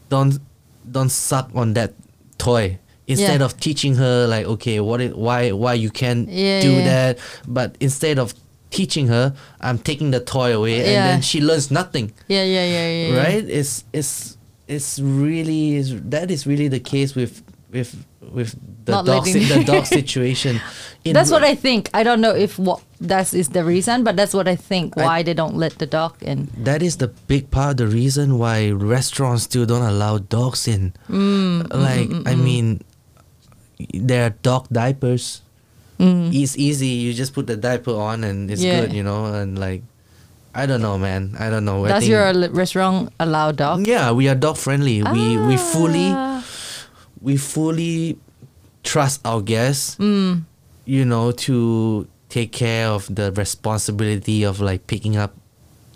Speaker 1: don't don't suck on that toy instead of teaching her like okay what it, why why you can't
Speaker 2: Yeah,
Speaker 1: do
Speaker 2: yeah.
Speaker 1: that but instead of teaching her i'm taking the toy away and
Speaker 2: Yeah.
Speaker 1: then she learns nothing
Speaker 2: yeah, yeah, yeah, yeah, yeah.
Speaker 1: right it's it's it's really is that is really the case with with with the
Speaker 2: Not
Speaker 1: dog si-
Speaker 2: letting-
Speaker 1: the dog situation In
Speaker 2: that's what
Speaker 1: re-
Speaker 2: I think. I don't know if what that is the reason, but that's what I think
Speaker 1: I-
Speaker 2: why they don't let the dog in.
Speaker 1: that is the big part of the reason why restaurants still don't allow dogs in
Speaker 2: Mm,
Speaker 1: like i mean there are dog diapers it's easy you just put the diaper on and it's
Speaker 2: Mm. Yeah.
Speaker 1: good you know and like i don't know man i don't know I
Speaker 2: Does
Speaker 1: think-
Speaker 2: your li- restaurant allow dog?
Speaker 1: yeah we are dog friendly we we fully
Speaker 2: Ah.
Speaker 1: we fully trust our guests,
Speaker 2: Mm.
Speaker 1: you know, to take care of the responsibility of like picking up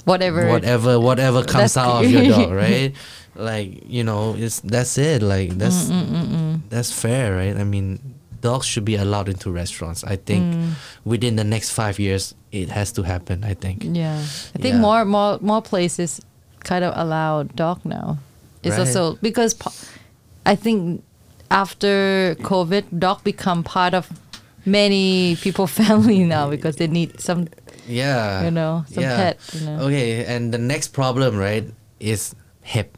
Speaker 2: whatever.
Speaker 1: whatever whatever comes
Speaker 2: That's-
Speaker 1: out of your dog, right? Like you know, it's that's it. Like that's
Speaker 2: Mm,
Speaker 1: that's fair, right? I mean, dogs should be allowed into restaurants. I think
Speaker 2: Mm.
Speaker 1: within the next five years, it has to happen. I think.
Speaker 2: Yeah, I think
Speaker 1: Yeah.
Speaker 2: more more more places kind of allow dog now. It's
Speaker 1: Right.
Speaker 2: also because po- I think after COVID, dog become part of many people family now because they need some.
Speaker 1: Yeah.
Speaker 2: You know, some pet, you know.
Speaker 1: Okay, and the next problem, right, is hip.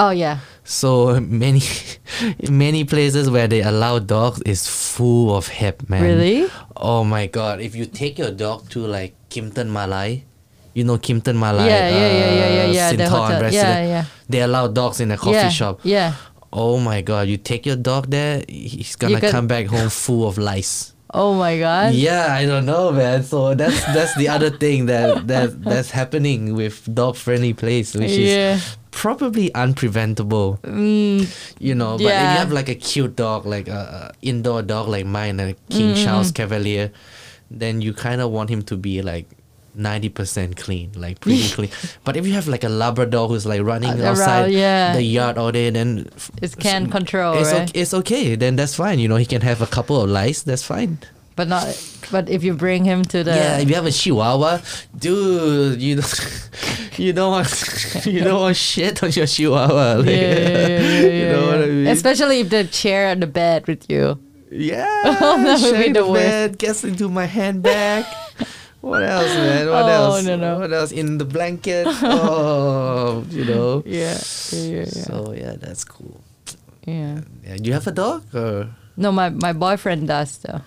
Speaker 2: Oh yeah,
Speaker 1: So many, many places where they allow dogs is full of hip, man.
Speaker 2: Really?
Speaker 1: Oh my god! If you take your dog to like Kimpton Malai, you know Kimpton Malai,
Speaker 2: Yeah, yeah, yeah, yeah, yeah,
Speaker 1: uh,
Speaker 2: yeah, the
Speaker 1: Sinton
Speaker 2: hotel. Yeah,
Speaker 1: resident,
Speaker 2: yeah.
Speaker 1: They allow dogs in a coffee
Speaker 2: yeah,
Speaker 1: shop.
Speaker 2: Yeah.
Speaker 1: Oh my god! You take your dog there, he's gonna
Speaker 2: got-
Speaker 1: come back home full of lice.
Speaker 2: Oh my god.
Speaker 1: Yeah, I don't know, man. So that's that's the other thing that that that's happening with dog friendly place, which
Speaker 2: Yeah.
Speaker 1: is probably unpreventable.
Speaker 2: Mm,
Speaker 1: You know, but if you
Speaker 2: Yeah.
Speaker 1: have like a cute dog, like a, a indoor dog like mine, a King
Speaker 2: Mm-hmm.
Speaker 1: Charles Cavalier, then you kind of want him to be like. 90% clean, like pretty clean. But if you have like a Labrador who's like running
Speaker 2: Uh, Around,
Speaker 1: outside
Speaker 2: yeah.
Speaker 1: the yard all day, then f-
Speaker 2: It can control,
Speaker 1: it's,
Speaker 2: right?
Speaker 1: okay, it's okay. Then that's fine. You know, he can have a couple of lice. That's fine.
Speaker 2: But not. But if you bring him to the
Speaker 1: Yeah, if you have a chihuahua, dude, you don't, you don't want you don't want shit on your chihuahua. Like,
Speaker 2: Yeah, yeah, yeah, yeah,
Speaker 1: you
Speaker 2: yeah,
Speaker 1: know what I
Speaker 2: yeah.
Speaker 1: mean?
Speaker 2: Especially if the chair and the bed with you.
Speaker 1: yeah,
Speaker 2: that would be
Speaker 1: sharing
Speaker 2: the
Speaker 1: the
Speaker 2: worst.
Speaker 1: bed gets into my handbag. what else, man? What
Speaker 2: Oh,
Speaker 1: else?
Speaker 2: no, no.
Speaker 1: What else in the blanket? Oh, you know.
Speaker 2: Yeah, yeah, yeah, yeah.
Speaker 1: So yeah, that's cool.
Speaker 2: yeah.
Speaker 1: Yeah, you have a dog, or
Speaker 2: No, my, my boyfriend does though.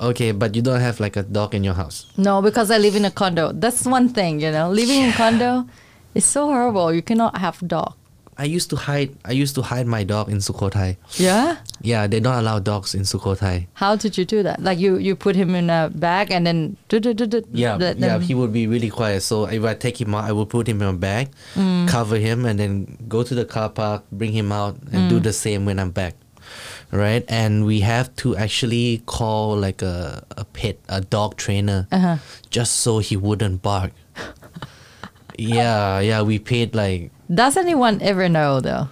Speaker 1: okay, but you don't have like a dog in your house.
Speaker 2: No, because I live in a condo. That's one thing, you know. Living in condo is so horrible. You cannot have dog.
Speaker 1: I used to hide. I used to hide my dog in Sukhothai.
Speaker 2: Yeah.
Speaker 1: Yeah, they don't allow dogs in Sukhothai.
Speaker 2: How did you do that? Like you, you put him in a bag and then do do do do.
Speaker 1: Yeah,
Speaker 2: let
Speaker 1: yeah,
Speaker 2: them-
Speaker 1: he would be really quiet. So if I take him out, I would put him in a bag,
Speaker 2: Mm.
Speaker 1: cover him, and then go to the car park, bring him out, and
Speaker 2: Mm.
Speaker 1: do the same when I'm back. Right, and we have to actually call like a a pet a dog trainer,
Speaker 2: Uh-huh.
Speaker 1: just so he wouldn't bark. yeah, yeah, we paid like
Speaker 2: Does anyone ever know though?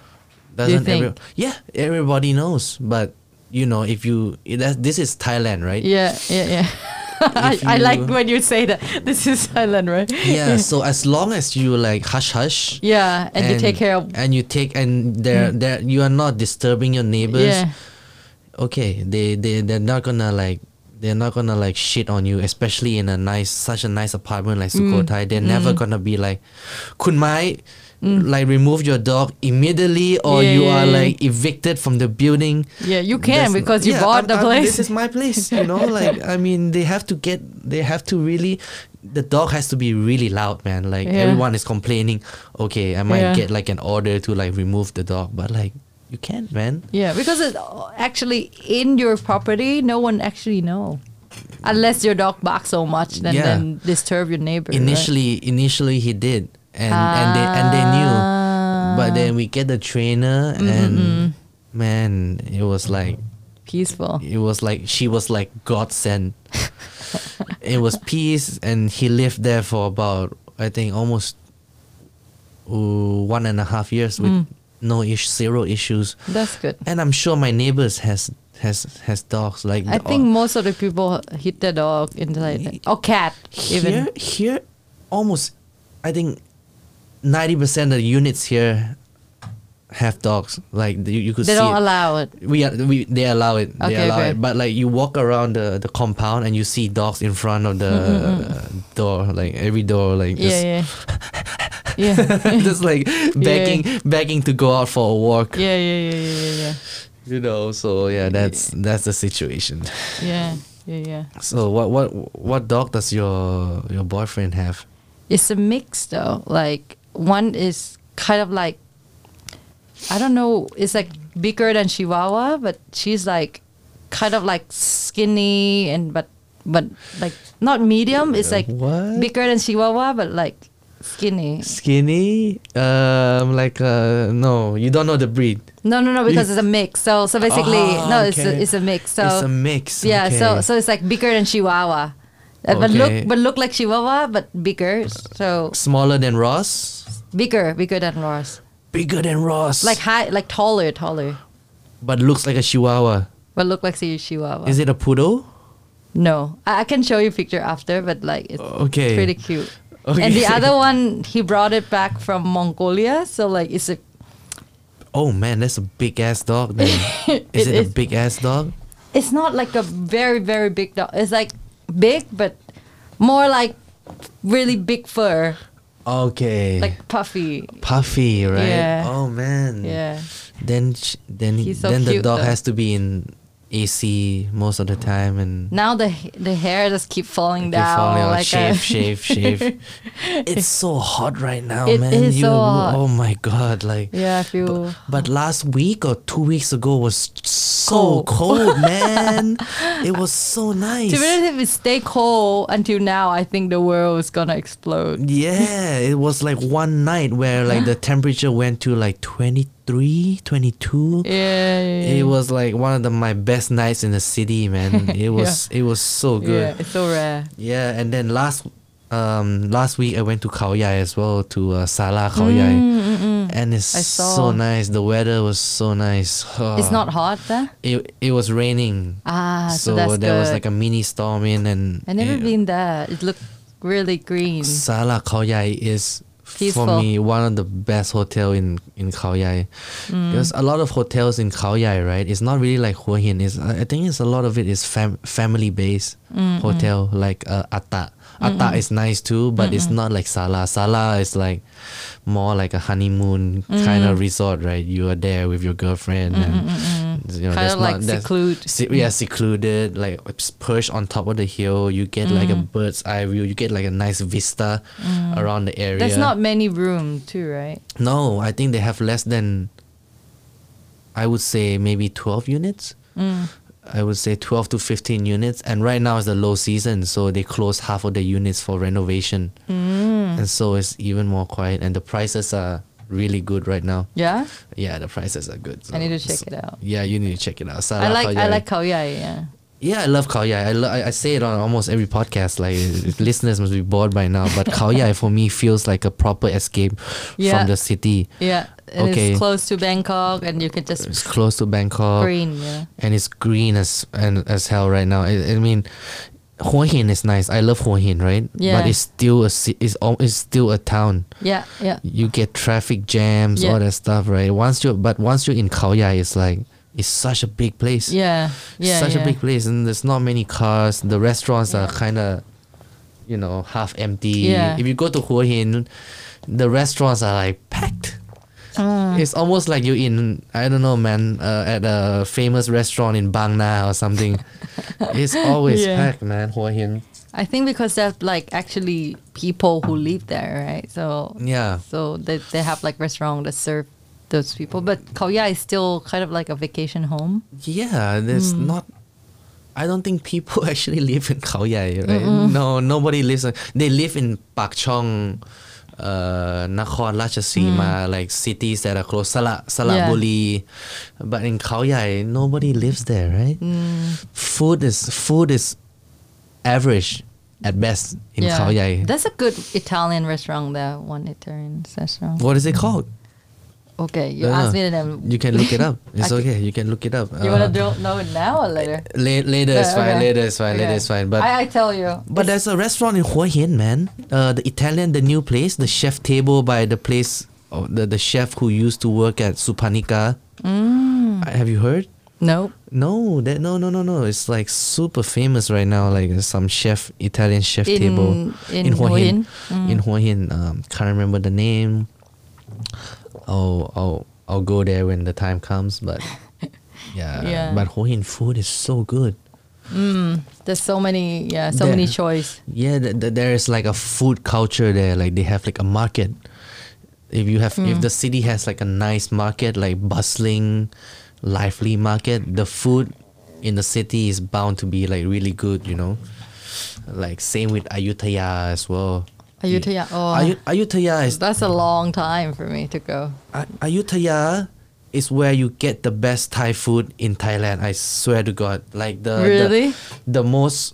Speaker 1: doesn't every,
Speaker 2: think?
Speaker 1: yeah everybody knows, but you know if you that this is Thailand, right?
Speaker 2: Yeah, yeah, yeah. I,
Speaker 1: If
Speaker 2: I like
Speaker 1: you-
Speaker 2: when you say that. This is Thailand, right?
Speaker 1: yeah so as long as you like hush hush
Speaker 2: Yeah, and, you take care of. Hmm.
Speaker 1: and you take and they're, they're you are not disturbing your neighbors
Speaker 2: Yeah.
Speaker 1: okay they, they they're not gonna like they're not gonna like shit on you especially in a nice such a nice apartment like
Speaker 2: Hmm.
Speaker 1: Sukhothai they're never gonna be like kun mai like remove your dog immediately or
Speaker 2: Hmm. Yeah,
Speaker 1: you
Speaker 2: yeah,
Speaker 1: are
Speaker 2: yeah.
Speaker 1: like evicted from the building
Speaker 2: Yeah, you can
Speaker 1: That's-
Speaker 2: because you
Speaker 1: yeah,
Speaker 2: bought
Speaker 1: I'm-
Speaker 2: the
Speaker 1: I'm-
Speaker 2: place.
Speaker 1: This is my place, you know. Like I mean, they have to get, they have to really, the dog has to be really loud, man. Like
Speaker 2: Yeah.
Speaker 1: everyone is complaining. Okay, I might
Speaker 2: Yeah.
Speaker 1: get like an order to like remove the dog, but like you can't, man.
Speaker 2: Yeah, because it's actually in your property, no one actually know. Unless your dog barks so much, then,
Speaker 1: Yeah.
Speaker 2: then disturb your neighbor. right?
Speaker 1: Initially, initially he did, and and they and they knew,
Speaker 2: Ah,
Speaker 1: but then we get the trainer
Speaker 2: Mm-hmm,
Speaker 1: and man, it was like
Speaker 2: peaceful.
Speaker 1: it was like she was like godsend. it was peace, and he lived there for about I think almost ooh, one and a half years with no ish zero issues.
Speaker 2: Mm. That's good.
Speaker 1: And I'm sure my neighbors has has has dogs like uh,
Speaker 2: I
Speaker 1: the-
Speaker 2: think most of the people hit the dog inside or cat
Speaker 1: here
Speaker 2: even.
Speaker 1: here almost I think ninety percent of the units here have dogs like you, you could
Speaker 2: They
Speaker 1: see
Speaker 2: don't
Speaker 1: it.
Speaker 2: allow it.
Speaker 1: we are we they allow it they
Speaker 2: Okay,
Speaker 1: allow
Speaker 2: okay.
Speaker 1: it but like you walk around the, the compound and you see dogs in front of the uh, door like every door like just,
Speaker 2: Yeah, yeah. yeah.
Speaker 1: just like begging begging to go out for a walk
Speaker 2: Yeah, yeah, yeah, yeah, yeah, yeah.
Speaker 1: you know so yeah that's that's the situation
Speaker 2: Yeah, yeah, yeah.
Speaker 1: so what what what dog does your your boyfriend have
Speaker 2: It's a mix though. Like one is kind of like I don't know, it's like bigger than Chihuahua, but she's like kind of like skinny and but but like not medium, it's like
Speaker 1: What?
Speaker 2: bigger than Chihuahua but like skinny.
Speaker 1: skinny um like uh no you don't know the breed
Speaker 2: No no no because it's a mix. So so basically
Speaker 1: Ah,
Speaker 2: no it's a,
Speaker 1: okay.
Speaker 2: it's a mix. So
Speaker 1: it's a mix
Speaker 2: Yeah, so
Speaker 1: okay.
Speaker 2: so it's like bigger than Chihuahua. Uh, But
Speaker 1: Okay.
Speaker 2: look but look like Chihuahua but bigger. So
Speaker 1: smaller than ross
Speaker 2: bigger, bigger than Ross.
Speaker 1: bigger than ross
Speaker 2: like high, like taller, taller,
Speaker 1: but looks like a chihuahua
Speaker 2: but look like a chihuahua.
Speaker 1: Is it a poodle?
Speaker 2: no, I, I can show you picture after, but like it's
Speaker 1: Okay.
Speaker 2: pretty cute.
Speaker 1: Okay.
Speaker 2: And the other one, he brought it back from Mongolia, so like it's a
Speaker 1: oh man, that's a big ass dog. Then is
Speaker 2: It
Speaker 1: it,
Speaker 2: is.
Speaker 1: a big ass dog?
Speaker 2: It's not like a very very big dog. It's like big, but more like really big fur,
Speaker 1: Okay,
Speaker 2: like puffy.
Speaker 1: puffy, right?
Speaker 2: Yeah.
Speaker 1: Oh man.
Speaker 2: Yeah.
Speaker 1: Then sh- then
Speaker 2: He's so
Speaker 1: then the
Speaker 2: cute,
Speaker 1: dog
Speaker 2: though.
Speaker 1: has to be in AC most of the time and
Speaker 2: Now the the hair just keep falling
Speaker 1: keep
Speaker 2: down.
Speaker 1: falling out.
Speaker 2: like uh,
Speaker 1: shave,
Speaker 2: a-
Speaker 1: shave, shave, It's so hot right now,
Speaker 2: It
Speaker 1: man.
Speaker 2: is
Speaker 1: you,
Speaker 2: so hot.
Speaker 1: oh my god, like
Speaker 2: Yeah, I feel.
Speaker 1: But, but last week or two weeks ago was so
Speaker 2: Cold.
Speaker 1: cold, man. It was so nice.
Speaker 2: To be honest, if it stay cold until now, I think the world is gonna explode.
Speaker 1: Yeah, it was like one night where like the temperature went to like 23, 22.
Speaker 2: Yeah, yeah, yeah.
Speaker 1: It was like one of the, my best nights in the city, man. It was it was so
Speaker 2: yeah,
Speaker 1: good.
Speaker 2: it's so rare.
Speaker 1: Yeah, and then last um last week I went to Khao Yai as well to uh, Sala Khao
Speaker 2: Mm,
Speaker 1: Yai. And it's
Speaker 2: I
Speaker 1: so
Speaker 2: saw.
Speaker 1: nice. The weather was so nice.
Speaker 2: It's not hot there.
Speaker 1: it it was raining.
Speaker 2: Ah, so,
Speaker 1: so
Speaker 2: that's
Speaker 1: there
Speaker 2: good.
Speaker 1: was like a mini storm in and
Speaker 2: I never
Speaker 1: it-
Speaker 2: been there. It looked really green.
Speaker 1: Sala Khao Yai is for
Speaker 2: Peaceful.
Speaker 1: me one of the best hotel in in Khao Yai.
Speaker 2: Mm.
Speaker 1: There's a lot of hotels in Khao Yai, right? It's not really like Hua Hin. It's I I think it's a lot of it is fam- family based hotel like uh, Atta. Atta is nice too, but it's not like Sala. Sala is like more like a honeymoon kind
Speaker 2: Mm-hmm.
Speaker 1: of resort, right? You are there with your girlfriend and you know,
Speaker 2: Kind
Speaker 1: there's
Speaker 2: of like
Speaker 1: not, there's-
Speaker 2: seclude.
Speaker 1: Se- yeah, secluded, like it's perched on top of the hill. You get like a
Speaker 2: Mm.
Speaker 1: bird's eye view. You get like a nice vista around the area.
Speaker 2: There's Mm. not many room too, right?
Speaker 1: No, I think they have less than. I would say maybe twelve units.
Speaker 2: Mm.
Speaker 1: I would say twelve to fifteen units, and right now is the low season, so they close half of the units for renovation,
Speaker 2: Mm.
Speaker 1: and so it's even more quiet. And the prices are really good right now.
Speaker 2: Yeah,
Speaker 1: Yeah, the prices are good.
Speaker 2: I need to
Speaker 1: so-
Speaker 2: check it out.
Speaker 1: Yeah, you need to check it out.
Speaker 2: I
Speaker 1: Salah
Speaker 2: like I
Speaker 1: Khao Yai.
Speaker 2: like Khao Yai. Yeah,
Speaker 1: Yeah, I love Khao Yai. I, lo- I I say it on almost every podcast. Like listeners must be bored by now, but Khao Yai for me feels like a proper escape
Speaker 2: Yeah.
Speaker 1: from the city.
Speaker 2: yeah. And
Speaker 1: Okay.
Speaker 2: It's close to Bangkok, and you can just
Speaker 1: It's close to Bangkok,
Speaker 2: green. Yeah,
Speaker 1: and it's green as and as hell right now. I, I mean, Hua Hin is nice. I love Hua Hin, right?
Speaker 2: Yeah.
Speaker 1: But it's still a ci- it's al- it's still a town.
Speaker 2: yeah, yeah.
Speaker 1: You get traffic jams,
Speaker 2: Yeah.
Speaker 1: all that stuff, right? Once you but once you're in Khao Yai, it's like it's such a big place.
Speaker 2: Yeah, yeah,
Speaker 1: such
Speaker 2: yeah.
Speaker 1: a big place and there's not many cars the restaurants are kind of you know half empty
Speaker 2: Yeah.
Speaker 1: if you go to Hua Hin the restaurants are like packed
Speaker 2: Mm.
Speaker 1: it's almost like you're in I don't know man uh, at a famous restaurant in Bang Na or something it's always
Speaker 2: Yeah.
Speaker 1: packed man Hua Hin
Speaker 2: I think because there's like actually people who live there, right? So
Speaker 1: yeah
Speaker 2: so they, they have like restaurant that serve those people. But Khao Yai is still kind of like a vacation home.
Speaker 1: yeah there's
Speaker 2: Hmm.
Speaker 1: not I don't think people actually live in Khao Yai right no nobody lives in, they live in Pak Chong uh, Nakhon Ratchasima
Speaker 2: Hmm.
Speaker 1: like cities that are close Sala, Salaburi but in Khao Yai nobody lives there right
Speaker 2: Hmm.
Speaker 1: food is food is average at best in Khao Yai
Speaker 2: That's a good Italian restaurant there, one Italian restaurant.
Speaker 1: what is it called
Speaker 2: Okay, you
Speaker 1: No, no.
Speaker 2: asked me the name.
Speaker 1: you can look it up it's
Speaker 2: Okay.
Speaker 1: okay you can look it up
Speaker 2: You
Speaker 1: Uh,
Speaker 2: wanna do, know it now or later?
Speaker 1: la- later is
Speaker 2: Uh,
Speaker 1: fine
Speaker 2: okay.
Speaker 1: later is fine later
Speaker 2: Okay.
Speaker 1: is fine but
Speaker 2: I, I tell you.
Speaker 1: But
Speaker 2: It's-
Speaker 1: there's a restaurant in Hua Hin, man. Uh, the Italian, the new place, the chef table by the place, oh, the, the chef who used to work at Supanika. Mm. Have you heard?
Speaker 2: no.
Speaker 1: No, that no no no no. It's like super famous right now. Like there's some chef Italian chef
Speaker 2: In-
Speaker 1: table
Speaker 2: in Mm.
Speaker 1: Hua
Speaker 2: Hua
Speaker 1: Hin. In Hua Hin, um, can't remember the name. Oh oh, I'll go there when the time comes. But yeah,
Speaker 2: Yeah.
Speaker 1: but Hua Hin food is so good.
Speaker 2: There's so many yeah, so
Speaker 1: There.
Speaker 2: many choice.
Speaker 1: Yeah, th- th- there is like a food culture there. Like they have like a market. If you have,
Speaker 2: Hmm.
Speaker 1: if the city has like a nice market, like bustling, lively market, the food in the city is bound to be like really good. You know, like same with Ayutthaya as well.
Speaker 2: Ayutthaya, oh.
Speaker 1: Ayu- Ayutthaya is
Speaker 2: That's a long time for me to go.
Speaker 1: Ay- Ayutthaya is where you get the best Thai food in Thailand. I swear to God, like the the-
Speaker 2: Really?
Speaker 1: the, most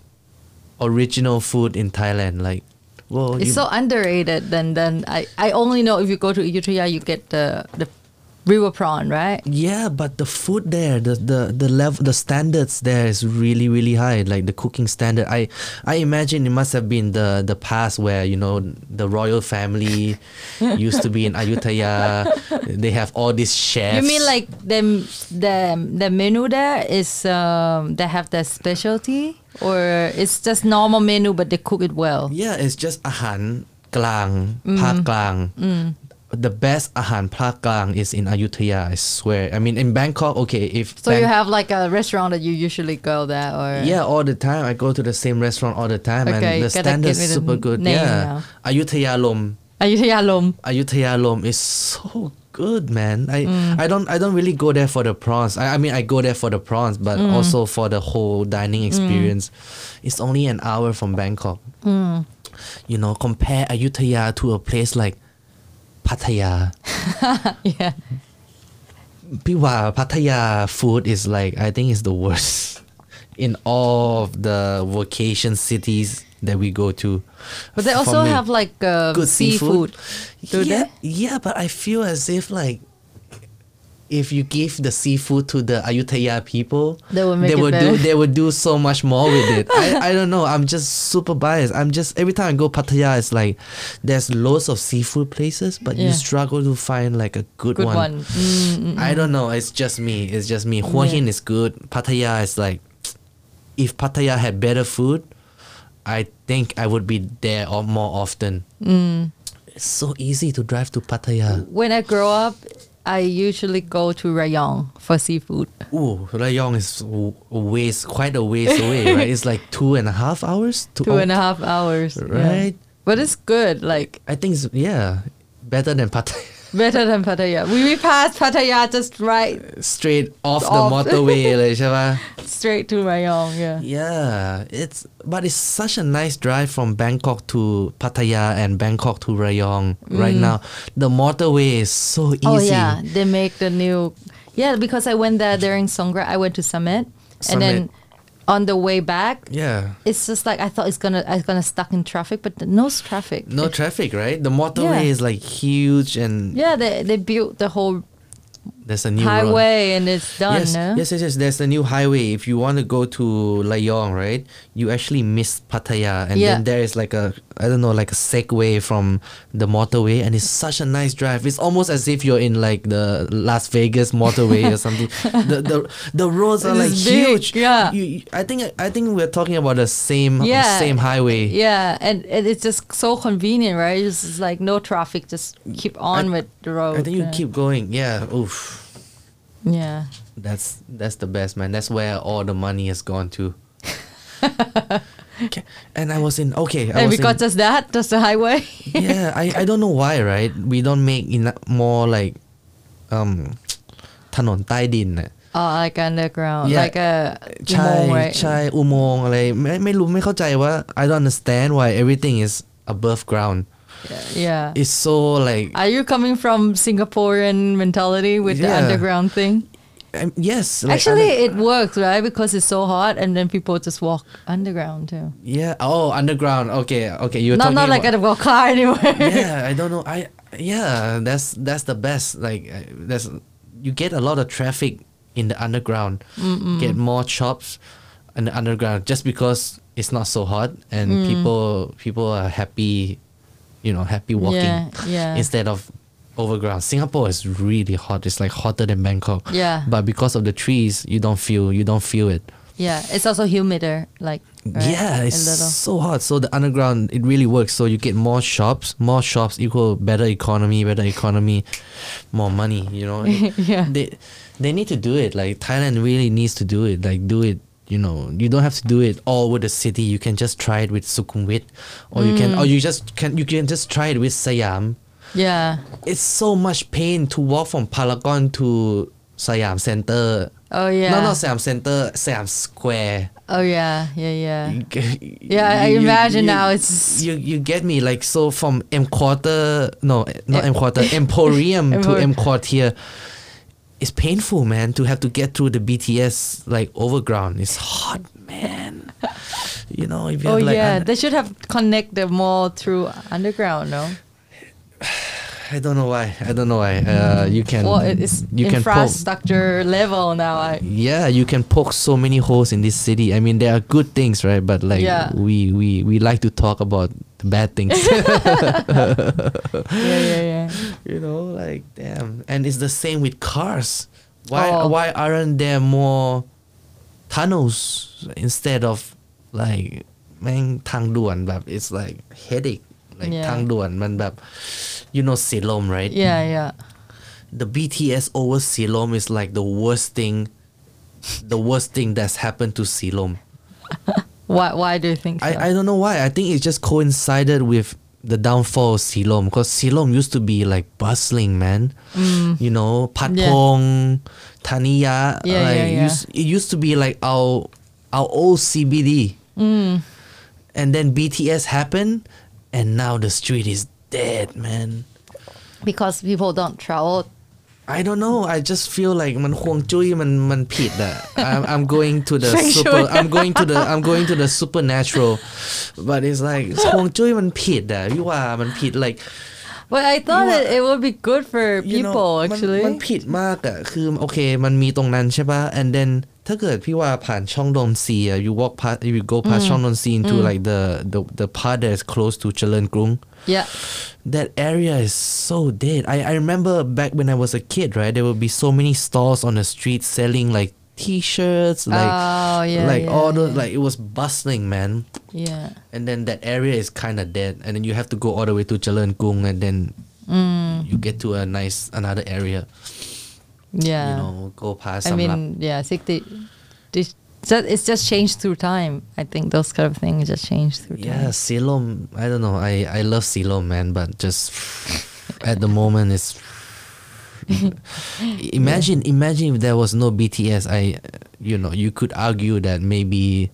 Speaker 1: original food in Thailand. Like, well,
Speaker 2: It's so underrated. Then then I, I only know if you go to Ayutthaya, you get the the river prawn, right?
Speaker 1: Yeah, but the food there, the the the level, the standards there is really really high. Like the cooking standard, I I imagine it must have been the the past where you know the royal family used to be in Ayutthaya. They have all these chefs.
Speaker 2: You mean like them the the menu there is um, they have their specialty or it's just normal menu but they cook it well.
Speaker 1: Yeah, it's just อาหารกลางภาค
Speaker 2: Mm.
Speaker 1: กลาง The best อาหารภาคกลาง is in Ayutthaya. I swear. I mean, in Bangkok, okay, if
Speaker 2: So you
Speaker 1: Bang-
Speaker 2: have like a restaurant that you usually go there or
Speaker 1: Yeah, all the time. I go to the same restaurant all the time,
Speaker 2: Okay,
Speaker 1: and the
Speaker 2: gotta give
Speaker 1: standard's
Speaker 2: me the
Speaker 1: super good.
Speaker 2: name
Speaker 1: yeah, Ayutthaya Lom.
Speaker 2: Ayutthaya Ah, Lom.
Speaker 1: Ayutthaya Lom is so good, man. I
Speaker 2: Mm.
Speaker 1: I don't I don't really go there for the prawns. I, I mean I go there for the prawns, but
Speaker 2: Mm.
Speaker 1: also for the whole dining experience. It's only an hour from Bangkok.
Speaker 2: Mm.
Speaker 1: You know, compare Ayutthaya to a place like Pattaya.
Speaker 2: Yeah.
Speaker 1: Piwa Pattaya food is like I think it's the worst in all of the vacation cities that we go to.
Speaker 2: But they
Speaker 1: For
Speaker 2: also
Speaker 1: me.
Speaker 2: have like uh,
Speaker 1: good seafood.
Speaker 2: seafood. Do
Speaker 1: yeah,
Speaker 2: they?
Speaker 1: yeah, but I feel as if like if you give the seafood to the Ayutthaya people,
Speaker 2: They will make it
Speaker 1: do
Speaker 2: better.
Speaker 1: they would do so much more with it. I, I don't know. I'm just super biased. I'm just every time I go Pattaya, it's like there's loads of seafood places, but you
Speaker 2: Yeah.
Speaker 1: struggle to find like a good,
Speaker 2: Good one. Mm,
Speaker 1: I don't know. It's just me. It's just me. Hua Hin is good. Pattaya is like, if Pattaya had better food, I think I would be there or more often.
Speaker 2: Mm.
Speaker 1: It's so easy to drive to Pattaya.
Speaker 2: When I grow up, I usually go to Rayong for seafood.
Speaker 1: Ooh, Rayong is w- a ways, quite a ways away, right? It's like two and a half hours. To,
Speaker 2: Two and a half hours. yeah.
Speaker 1: Oh. Right.
Speaker 2: But it's good, like
Speaker 1: I think it's yeah, better than Pattaya.
Speaker 2: better than Pattaya. We, we passed Pattaya just right
Speaker 1: Straight off,
Speaker 2: Off.
Speaker 1: the motorway, like, ใช่ปะ?
Speaker 2: straight to Rayong, yeah.
Speaker 1: Yeah, it's but it's such a nice drive from Bangkok to Pattaya and Bangkok to Rayong right now. The motorway is so easy.
Speaker 2: Mm. Oh yeah, they make the new. Yeah, because I went there during Songkran. I went to Summit, and then
Speaker 1: Summit.
Speaker 2: on the way back,
Speaker 1: Yeah.
Speaker 2: it's just like I thought it's gonna I was gonna stuck in traffic, but no traffic.
Speaker 1: No traffic, right? The motorway
Speaker 2: Yeah.
Speaker 1: is like huge and
Speaker 2: Yeah, they they built the whole
Speaker 1: there's a new road.
Speaker 2: highway and it's done.
Speaker 1: Yes,
Speaker 2: no?
Speaker 1: yes, yes, yes. There's a new highway. If you want to go to Layong, right, you actually miss Pattaya, and
Speaker 2: Yeah.
Speaker 1: then there is like a I don't know, like a segue from the motorway, and it's such a nice drive. It's almost as if you're in like the Las Vegas motorway or something. The the the roads are
Speaker 2: It
Speaker 1: like
Speaker 2: is big,
Speaker 1: huge.
Speaker 2: yeah.
Speaker 1: You, you- I think I think we're talking about the same
Speaker 2: Yeah.
Speaker 1: same highway.
Speaker 2: Yeah, and, and it's just so convenient, right? It's just like no traffic, just keep on with the road.
Speaker 1: I think you
Speaker 2: yeah.
Speaker 1: keep going. Yeah. Oof.
Speaker 2: Yeah.
Speaker 1: That's that's the best, man. That's where all the money has gone to. Okay, and I was in okay. I
Speaker 2: and
Speaker 1: was
Speaker 2: we got
Speaker 1: in,
Speaker 2: just that, just the highway.
Speaker 1: yeah. I, I don't know why, right? We don't make enough more like, um, ถนนใต้ดินน่ะ
Speaker 2: oh, like underground,
Speaker 1: Yeah.
Speaker 2: like a
Speaker 1: ใช่
Speaker 2: umo, right?
Speaker 1: ใช่อุโมงค์อะไรไม่ไม่รู้ไม่เข้าใจว่า I don't understand why everything is above ground.
Speaker 2: Yeah.
Speaker 1: It's so like
Speaker 2: Are you coming from Singaporean mentality with the
Speaker 1: Yeah.
Speaker 2: underground thing?
Speaker 1: um, yes. like
Speaker 2: Actually,
Speaker 1: under-
Speaker 2: it works, right? Because it's so hot, and then people just walk underground too.
Speaker 1: yeah. Oh, underground. Okay, okay. You're
Speaker 2: Not
Speaker 1: talking
Speaker 2: not like
Speaker 1: about-
Speaker 2: at a walk car anywhere.
Speaker 1: yeah, I don't know. I yeah, that's that's the best. Like uh, that's you get a lot of traffic in the underground. Get more shops in the underground just because it's not so hot and
Speaker 2: Mm.
Speaker 1: people people are happy, you know, happy walking
Speaker 2: Yeah, yeah.
Speaker 1: instead of overground. Singapore is really hot. It's like hotter than Bangkok.
Speaker 2: Yeah.
Speaker 1: But because of the trees, you don't feel you don't feel it.
Speaker 2: yeah, it's also humider, like right?
Speaker 1: Yeah, it's
Speaker 2: a little.
Speaker 1: so hot. So the underground, it really works. So you get more shops, more shops equal better economy, better economy, more money. You know,
Speaker 2: Yeah.
Speaker 1: They they need to do it. Like Thailand really needs to do it. Like do it. You know, you don't have to do it all with the city. You can just try it with Sukhumvit, or you
Speaker 2: Mm.
Speaker 1: can, or you just can, you can just try it with Siam.
Speaker 2: Yeah.
Speaker 1: It's so much pain to walk from Paragon to Siam Center.
Speaker 2: Oh yeah.
Speaker 1: No, not Siam Center, Siam Square.
Speaker 2: Oh yeah, yeah, yeah.
Speaker 1: yeah,
Speaker 2: I imagine now it's-
Speaker 1: you. You get me like so from M quarter, no, not
Speaker 2: Em-
Speaker 1: M quarter, Emporium to
Speaker 2: Empor-
Speaker 1: M quartier. It's painful, man, to have to get through the BTS like overground. It's hot, man. you know, if you
Speaker 2: oh
Speaker 1: have, like,
Speaker 2: yeah,
Speaker 1: un-
Speaker 2: they should have connect the mall through underground, no?
Speaker 1: I don't know why. I don't know why. Uh, you can.
Speaker 2: Well, it is
Speaker 1: you can poke.
Speaker 2: infrastructure level now. I,
Speaker 1: Yeah, you can poke so many holes in this city. I mean, there are good things, right? But like
Speaker 2: Yeah.
Speaker 1: we we we like to talk about the bad things.
Speaker 2: yeah, yeah, yeah.
Speaker 1: you know, like damn. And it's the same with cars. Why
Speaker 2: Oh.
Speaker 1: why aren't there more tunnels instead of like แม่งทางด่วนแบบ it's like headache like
Speaker 2: Yeah.
Speaker 1: ทางด่วนมันแบบ you know สีลม right
Speaker 2: Yeah, yeah.
Speaker 1: the BTS over Silom is like the worst thing, the worst thing that's happened to Silom.
Speaker 2: Why, why do you think so?
Speaker 1: I, I don't know why. I think it just coincided with the downfall of Silom because Silom used to be like bustling, man. You know, Patpong, Taniya.
Speaker 2: Mm. Yeah,
Speaker 1: like,
Speaker 2: yeah, yeah.
Speaker 1: Used, it used to be like our our old CBD.
Speaker 2: Mm.
Speaker 1: And then BTS happened, and now the street is dead, man.
Speaker 2: because people don't travel.
Speaker 1: I don't know. I just feel like มันควงจุ้ยมันมันผิดอะ I'm I'm going to the
Speaker 2: เชิงจุ้ย
Speaker 1: super I'm going to the I'm going to the supernatural but it's like ควงจุ้ยมันผิดอะพี่ว่ามันผิด like
Speaker 2: But I thought
Speaker 1: You are-
Speaker 2: that it would be good for
Speaker 1: you know,
Speaker 2: people
Speaker 1: มัน
Speaker 2: actually.
Speaker 1: มันผิดมากอะคือโอเค มันมีตรงนั้นใช่ป่ะ and then ถ้าเกิดพี่ว่าผ่านช่องดมซีอะ you walk past you go past ช่องดมซี into like the the the part that is close to เจริญกรุง
Speaker 2: yeah.
Speaker 1: That area is so dead. I, I remember back when I was a kid, right? There would be so many stalls on the street selling like t-shirts, like
Speaker 2: Oh, yeah,
Speaker 1: like
Speaker 2: yeah,
Speaker 1: all those
Speaker 2: yeah.
Speaker 1: like it was bustling, man.
Speaker 2: Yeah.
Speaker 1: And then that area is kind of dead, and then you have to go all the way to Jalan Kung, and then
Speaker 2: Mm,
Speaker 1: you get to a nice another area.
Speaker 2: Yeah.
Speaker 1: You know, go past.
Speaker 2: I
Speaker 1: Samlak.
Speaker 2: mean, yeah, I think the, the just, it's just changed through time. I think those kind of things just change through
Speaker 1: yeah, Silom. I don't know. I I love Silom, man, but just at the moment it's. imagine, imagine if there was no BTS. I, you know, you could argue that maybe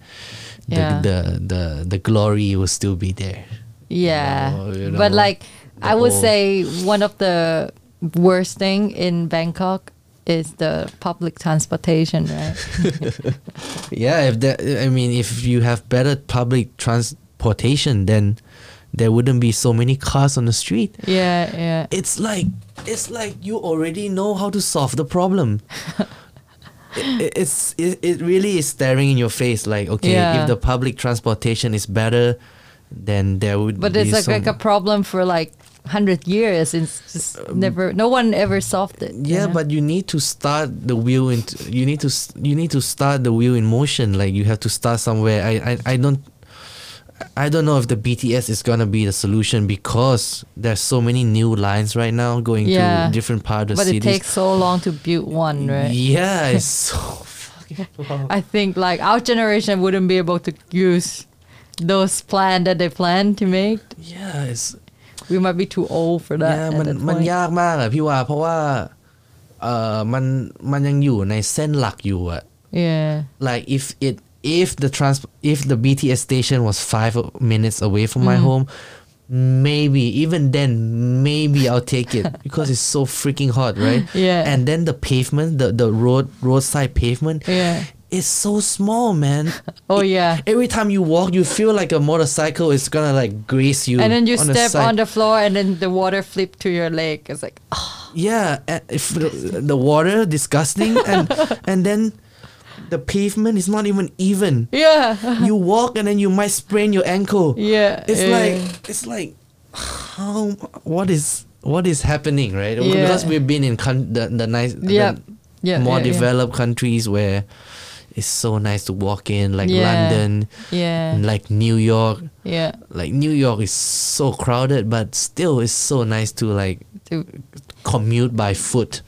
Speaker 1: the
Speaker 2: Yeah.
Speaker 1: the, the the glory will still be there.
Speaker 2: time. Yeah.
Speaker 1: know, you
Speaker 2: but
Speaker 1: know,
Speaker 2: like
Speaker 1: the
Speaker 2: I would
Speaker 1: whole-
Speaker 2: say one of the worst thing in Bangkok is the public transportation, right?
Speaker 1: Yeah, if that, I mean, if you have better public transportation, then there wouldn't be so many cars on the street.
Speaker 2: yeah, yeah.
Speaker 1: it's like it's like you already know how to solve the problem it, it's it, it really is staring in your face like okay
Speaker 2: Yeah.
Speaker 1: if the public transportation is better then there would
Speaker 2: But
Speaker 1: be
Speaker 2: it's like,
Speaker 1: some,
Speaker 2: like a problem for like 100 years. It's just never, no one ever solved it. you
Speaker 1: Um, yeah
Speaker 2: know?
Speaker 1: but you need to start the wheel in you need to s- you need to start the wheel in motion like you have to start somewhere i i, I don't I don't know if the BTS is gonna be the solution because there's so many new lines right now going
Speaker 2: Yeah.
Speaker 1: to different part of
Speaker 2: But it
Speaker 1: cities.
Speaker 2: takes so long to build one, right?
Speaker 1: Yeah, it's so fucking long.
Speaker 2: I think like our generation wouldn't be able to use those plan that they plan to make.
Speaker 1: Yeah, it's
Speaker 2: We might be too old for that.
Speaker 1: yeah,
Speaker 2: at
Speaker 1: มัน
Speaker 2: that
Speaker 1: มัน
Speaker 2: point.
Speaker 1: ยากมากอะพี่ว่าเพราะว่าเอ่อมันมันยังอยู่ในเส้นหลักอยู่อะ
Speaker 2: yeah.
Speaker 1: like if it if the trans if the BTS station was five minutes away from
Speaker 2: Mm.
Speaker 1: my home maybe even then maybe I'll take it because it's so freaking hot right
Speaker 2: Yeah.
Speaker 1: and then the pavement the the road roadside pavement
Speaker 2: Yeah.
Speaker 1: is so small man E,
Speaker 2: Oh yeah.
Speaker 1: Every time you walk, you feel like a motorcycle is gonna like graze you.
Speaker 2: And then you step
Speaker 1: side.
Speaker 2: on the floor, and then the water flip to your leg. It's like, oh,
Speaker 1: yeah, and if the, the water disgusting, and and then the pavement is not even even.
Speaker 2: yeah,
Speaker 1: You walk and then you might sprain your ankle.
Speaker 2: yeah.
Speaker 1: It's
Speaker 2: yeah.
Speaker 1: like it's like how what is what is happening right?
Speaker 2: Yeah.
Speaker 1: Because we've been in con- the the nice
Speaker 2: yeah,
Speaker 1: the
Speaker 2: yeah,
Speaker 1: more
Speaker 2: yeah, yeah.
Speaker 1: developed countries where it's so nice to walk in like
Speaker 2: Yeah.
Speaker 1: London,
Speaker 2: Yeah,
Speaker 1: like New York.
Speaker 2: yeah.
Speaker 1: like New York is so crowded, but still it's so nice to like
Speaker 2: To-
Speaker 1: commute by foot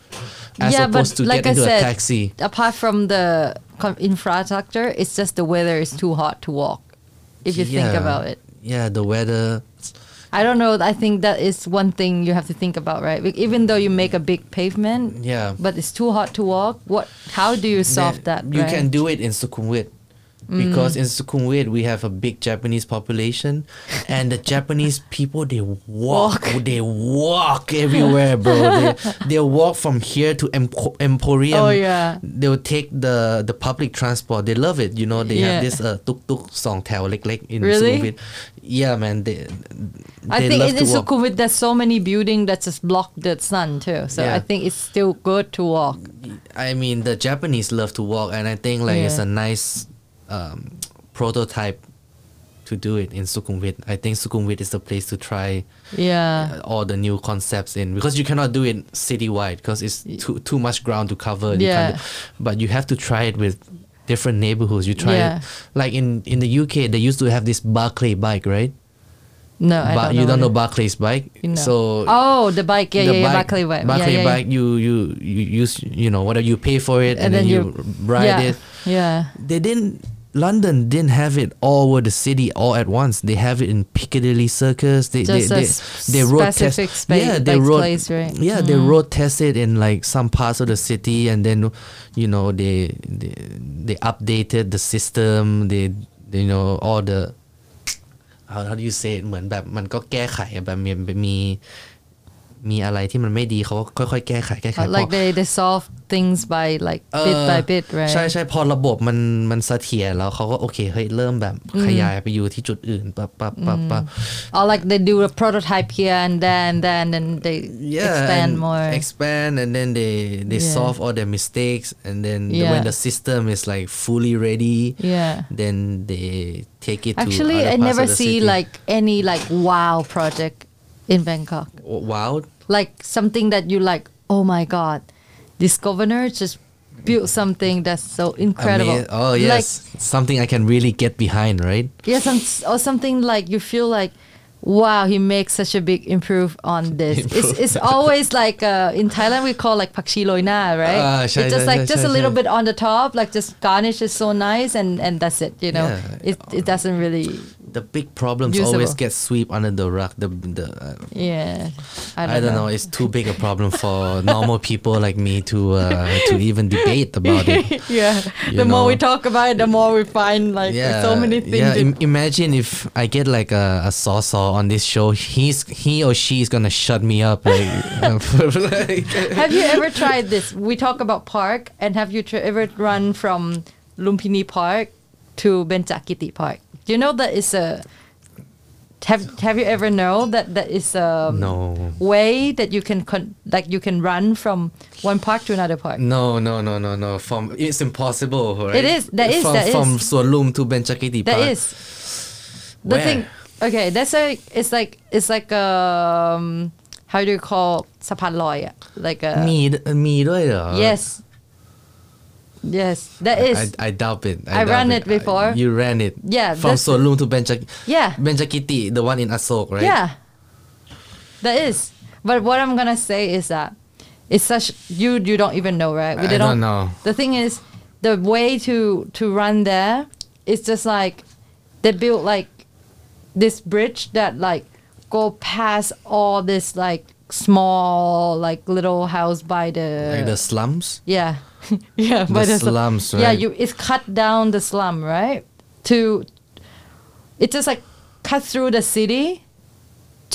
Speaker 1: as
Speaker 2: Yeah, but
Speaker 1: opposed to
Speaker 2: like
Speaker 1: get
Speaker 2: I
Speaker 1: into
Speaker 2: said-
Speaker 1: a taxi.
Speaker 2: Apart from the com- infrastructure, it's just the weather is too hot to walk. If you think
Speaker 1: Yeah.
Speaker 2: about it.
Speaker 1: Yeah, the weather.
Speaker 2: I don't know. I think that is one thing you have to think about, right? Like, even though you make a big pavement,
Speaker 1: Yeah.
Speaker 2: but it's too hot to walk. What? How do you solve
Speaker 1: Then
Speaker 2: that?
Speaker 1: You
Speaker 2: right?
Speaker 1: can do it in Sukhumvit. because in Sukhumvit we have a big Japanese population, and the Japanese people they walk, they walk everywhere, bro. they, they walk from here to Empo- Emporium.
Speaker 2: Oh, yeah.
Speaker 1: They'll take the the public transport. They love it. You know they have
Speaker 2: Yeah.
Speaker 1: this uh, tuk tuk song tail leg leg in
Speaker 2: Really?
Speaker 1: Sukhumvit. Yeah, man. They,
Speaker 2: I
Speaker 1: they
Speaker 2: think
Speaker 1: love to
Speaker 2: in
Speaker 1: walk.
Speaker 2: Sukhumvit there's so many buildings that just block the sun too. So
Speaker 1: Yeah.
Speaker 2: I think it's still good to walk.
Speaker 1: I mean, the Japanese love to walk, and I think like it's a
Speaker 2: Yeah.
Speaker 1: nice um, prototype to do it in Sukhumvit. I think Sukhumvit is the place to try
Speaker 2: Yeah.
Speaker 1: uh, all the new concepts in because you cannot do it citywide because it's too too much ground to cover. You can't
Speaker 2: Yeah.
Speaker 1: do- but you have to try it with different neighborhoods. You try
Speaker 2: Yeah.
Speaker 1: it like in in the UK, they used to have this Barclay bike, right?
Speaker 2: No, I
Speaker 1: but
Speaker 2: don't
Speaker 1: you don't know
Speaker 2: what
Speaker 1: Barclay's bike,
Speaker 2: it- no.
Speaker 1: so
Speaker 2: oh, the bike. Yeah,
Speaker 1: the
Speaker 2: yeah, yeah.
Speaker 1: bike,
Speaker 2: Barclay bike.
Speaker 1: Barclay
Speaker 2: yeah, yeah.
Speaker 1: bike, you you you use you know whatever you pay for it, and, then, you, ride
Speaker 2: yeah,
Speaker 1: it.
Speaker 2: Yeah.
Speaker 1: They didn't. London didn't have it all over the city all at once. They have it in Piccadilly Circus. They
Speaker 2: Just
Speaker 1: they,
Speaker 2: a
Speaker 1: they,
Speaker 2: s-
Speaker 1: they road test.
Speaker 2: specific spa-
Speaker 1: yeah, they
Speaker 2: like
Speaker 1: road.
Speaker 2: place, right? Hmm.
Speaker 1: Yeah, they road test it in like some parts of the city, and then you know they they, they updated the system. They, they you know all the how how do you say it เหมือนแบบมันก็แก้ไขอะแบบมีมีมีอะไรที่มันไม่ดีเขาก็ค่อยๆแก้ไขแก้ไข
Speaker 2: Uh, like they, they solve things by like bit
Speaker 1: Uh,
Speaker 2: by bit,
Speaker 1: ใช่
Speaker 2: right?
Speaker 1: ใช่พอระบบมันมันเสถียรแล้วเขาก็โอเคเฮ้ยเริ่มแบบขยายไปอยู่ที่จุดอื่นปั๊บปั๊บปั๊บปั๊บ
Speaker 2: Or like they do a prototype here and then then and they
Speaker 1: yeah
Speaker 2: expand
Speaker 1: and
Speaker 2: more.
Speaker 1: expand and then they they
Speaker 2: Yeah.
Speaker 1: solve all their mistakes and then the-
Speaker 2: Yeah.
Speaker 1: when the system is like fully ready
Speaker 2: Yeah.
Speaker 1: then they take it to
Speaker 2: Actually,
Speaker 1: other
Speaker 2: I
Speaker 1: parts
Speaker 2: never
Speaker 1: of the
Speaker 2: see
Speaker 1: city.
Speaker 2: like any like wow project in Bangkok.
Speaker 1: wow
Speaker 2: Like something that you like, oh my god, this governor just built something that's so incredible.
Speaker 1: Ama- oh yes something I can really get behind right
Speaker 2: Like yeah, some, or something like you feel like wow, he makes such a big improve on this. It's it's always like uh, in Thailand we call like pakchi loina, right?
Speaker 1: Ah,
Speaker 2: it's
Speaker 1: shy,
Speaker 2: just
Speaker 1: shy,
Speaker 2: like
Speaker 1: shy,
Speaker 2: just
Speaker 1: shy,
Speaker 2: a little
Speaker 1: shy.
Speaker 2: bit on the top, like just garnish is so nice and and that's it, you know.
Speaker 1: Yeah.
Speaker 2: It it doesn't really
Speaker 1: the big problems
Speaker 2: Usable.
Speaker 1: always get swept under the rug the the uh,
Speaker 2: yeah. I don't,
Speaker 1: I don't know. It's too big a problem for normal people like me to uh, to even debate about it.
Speaker 2: yeah.
Speaker 1: You
Speaker 2: the more we
Speaker 1: know.
Speaker 2: talk about it, the more we find like
Speaker 1: Yeah,
Speaker 2: so many things.
Speaker 1: Yeah,
Speaker 2: that-
Speaker 1: im- imagine if I get like a, a saw saw on this show. He's he or she is gonna shut me up. Like, uh, like
Speaker 2: have you ever tried this? We talk about park, and have you tr- ever run from Lumpini Park to Benchakiti Park? Do you know that is a have Have you ever know that that is a
Speaker 1: no,
Speaker 2: way that you can con- like you can run from one park to another park?
Speaker 1: no, no, no, no, no. From it's impossible. Right?
Speaker 2: It is, that is,
Speaker 1: from,
Speaker 2: that is.
Speaker 1: from Sualum to Benchakiti
Speaker 2: That
Speaker 1: Park.
Speaker 2: is the
Speaker 1: Where?
Speaker 2: thing. Okay, that's a. It's like it's like um. How do you call sapan loy? ah? Like a.
Speaker 1: มีมีด้วยเหรอ
Speaker 2: Yes. Yes, that is.
Speaker 1: I, I doubt it.
Speaker 2: I
Speaker 1: doubt
Speaker 2: ran it before.
Speaker 1: you ran it.
Speaker 2: Yeah,
Speaker 1: From
Speaker 2: that's-
Speaker 1: Solum to Benchak.
Speaker 2: Yeah.
Speaker 1: Benchakiti, the one in Asok, right?
Speaker 2: Yeah. That is. But what I'm gonna say is that it's such you you don't even know, right?
Speaker 1: I don't know.
Speaker 2: The thing is, the way to to run there is just like they built like this bridge that like go past all this like small like little house by the
Speaker 1: Like the slums.
Speaker 2: yeah yeah by
Speaker 1: The
Speaker 2: the sl-
Speaker 1: slums,
Speaker 2: yeah
Speaker 1: right?
Speaker 2: you it's cut down the slum right to it just like cut through the city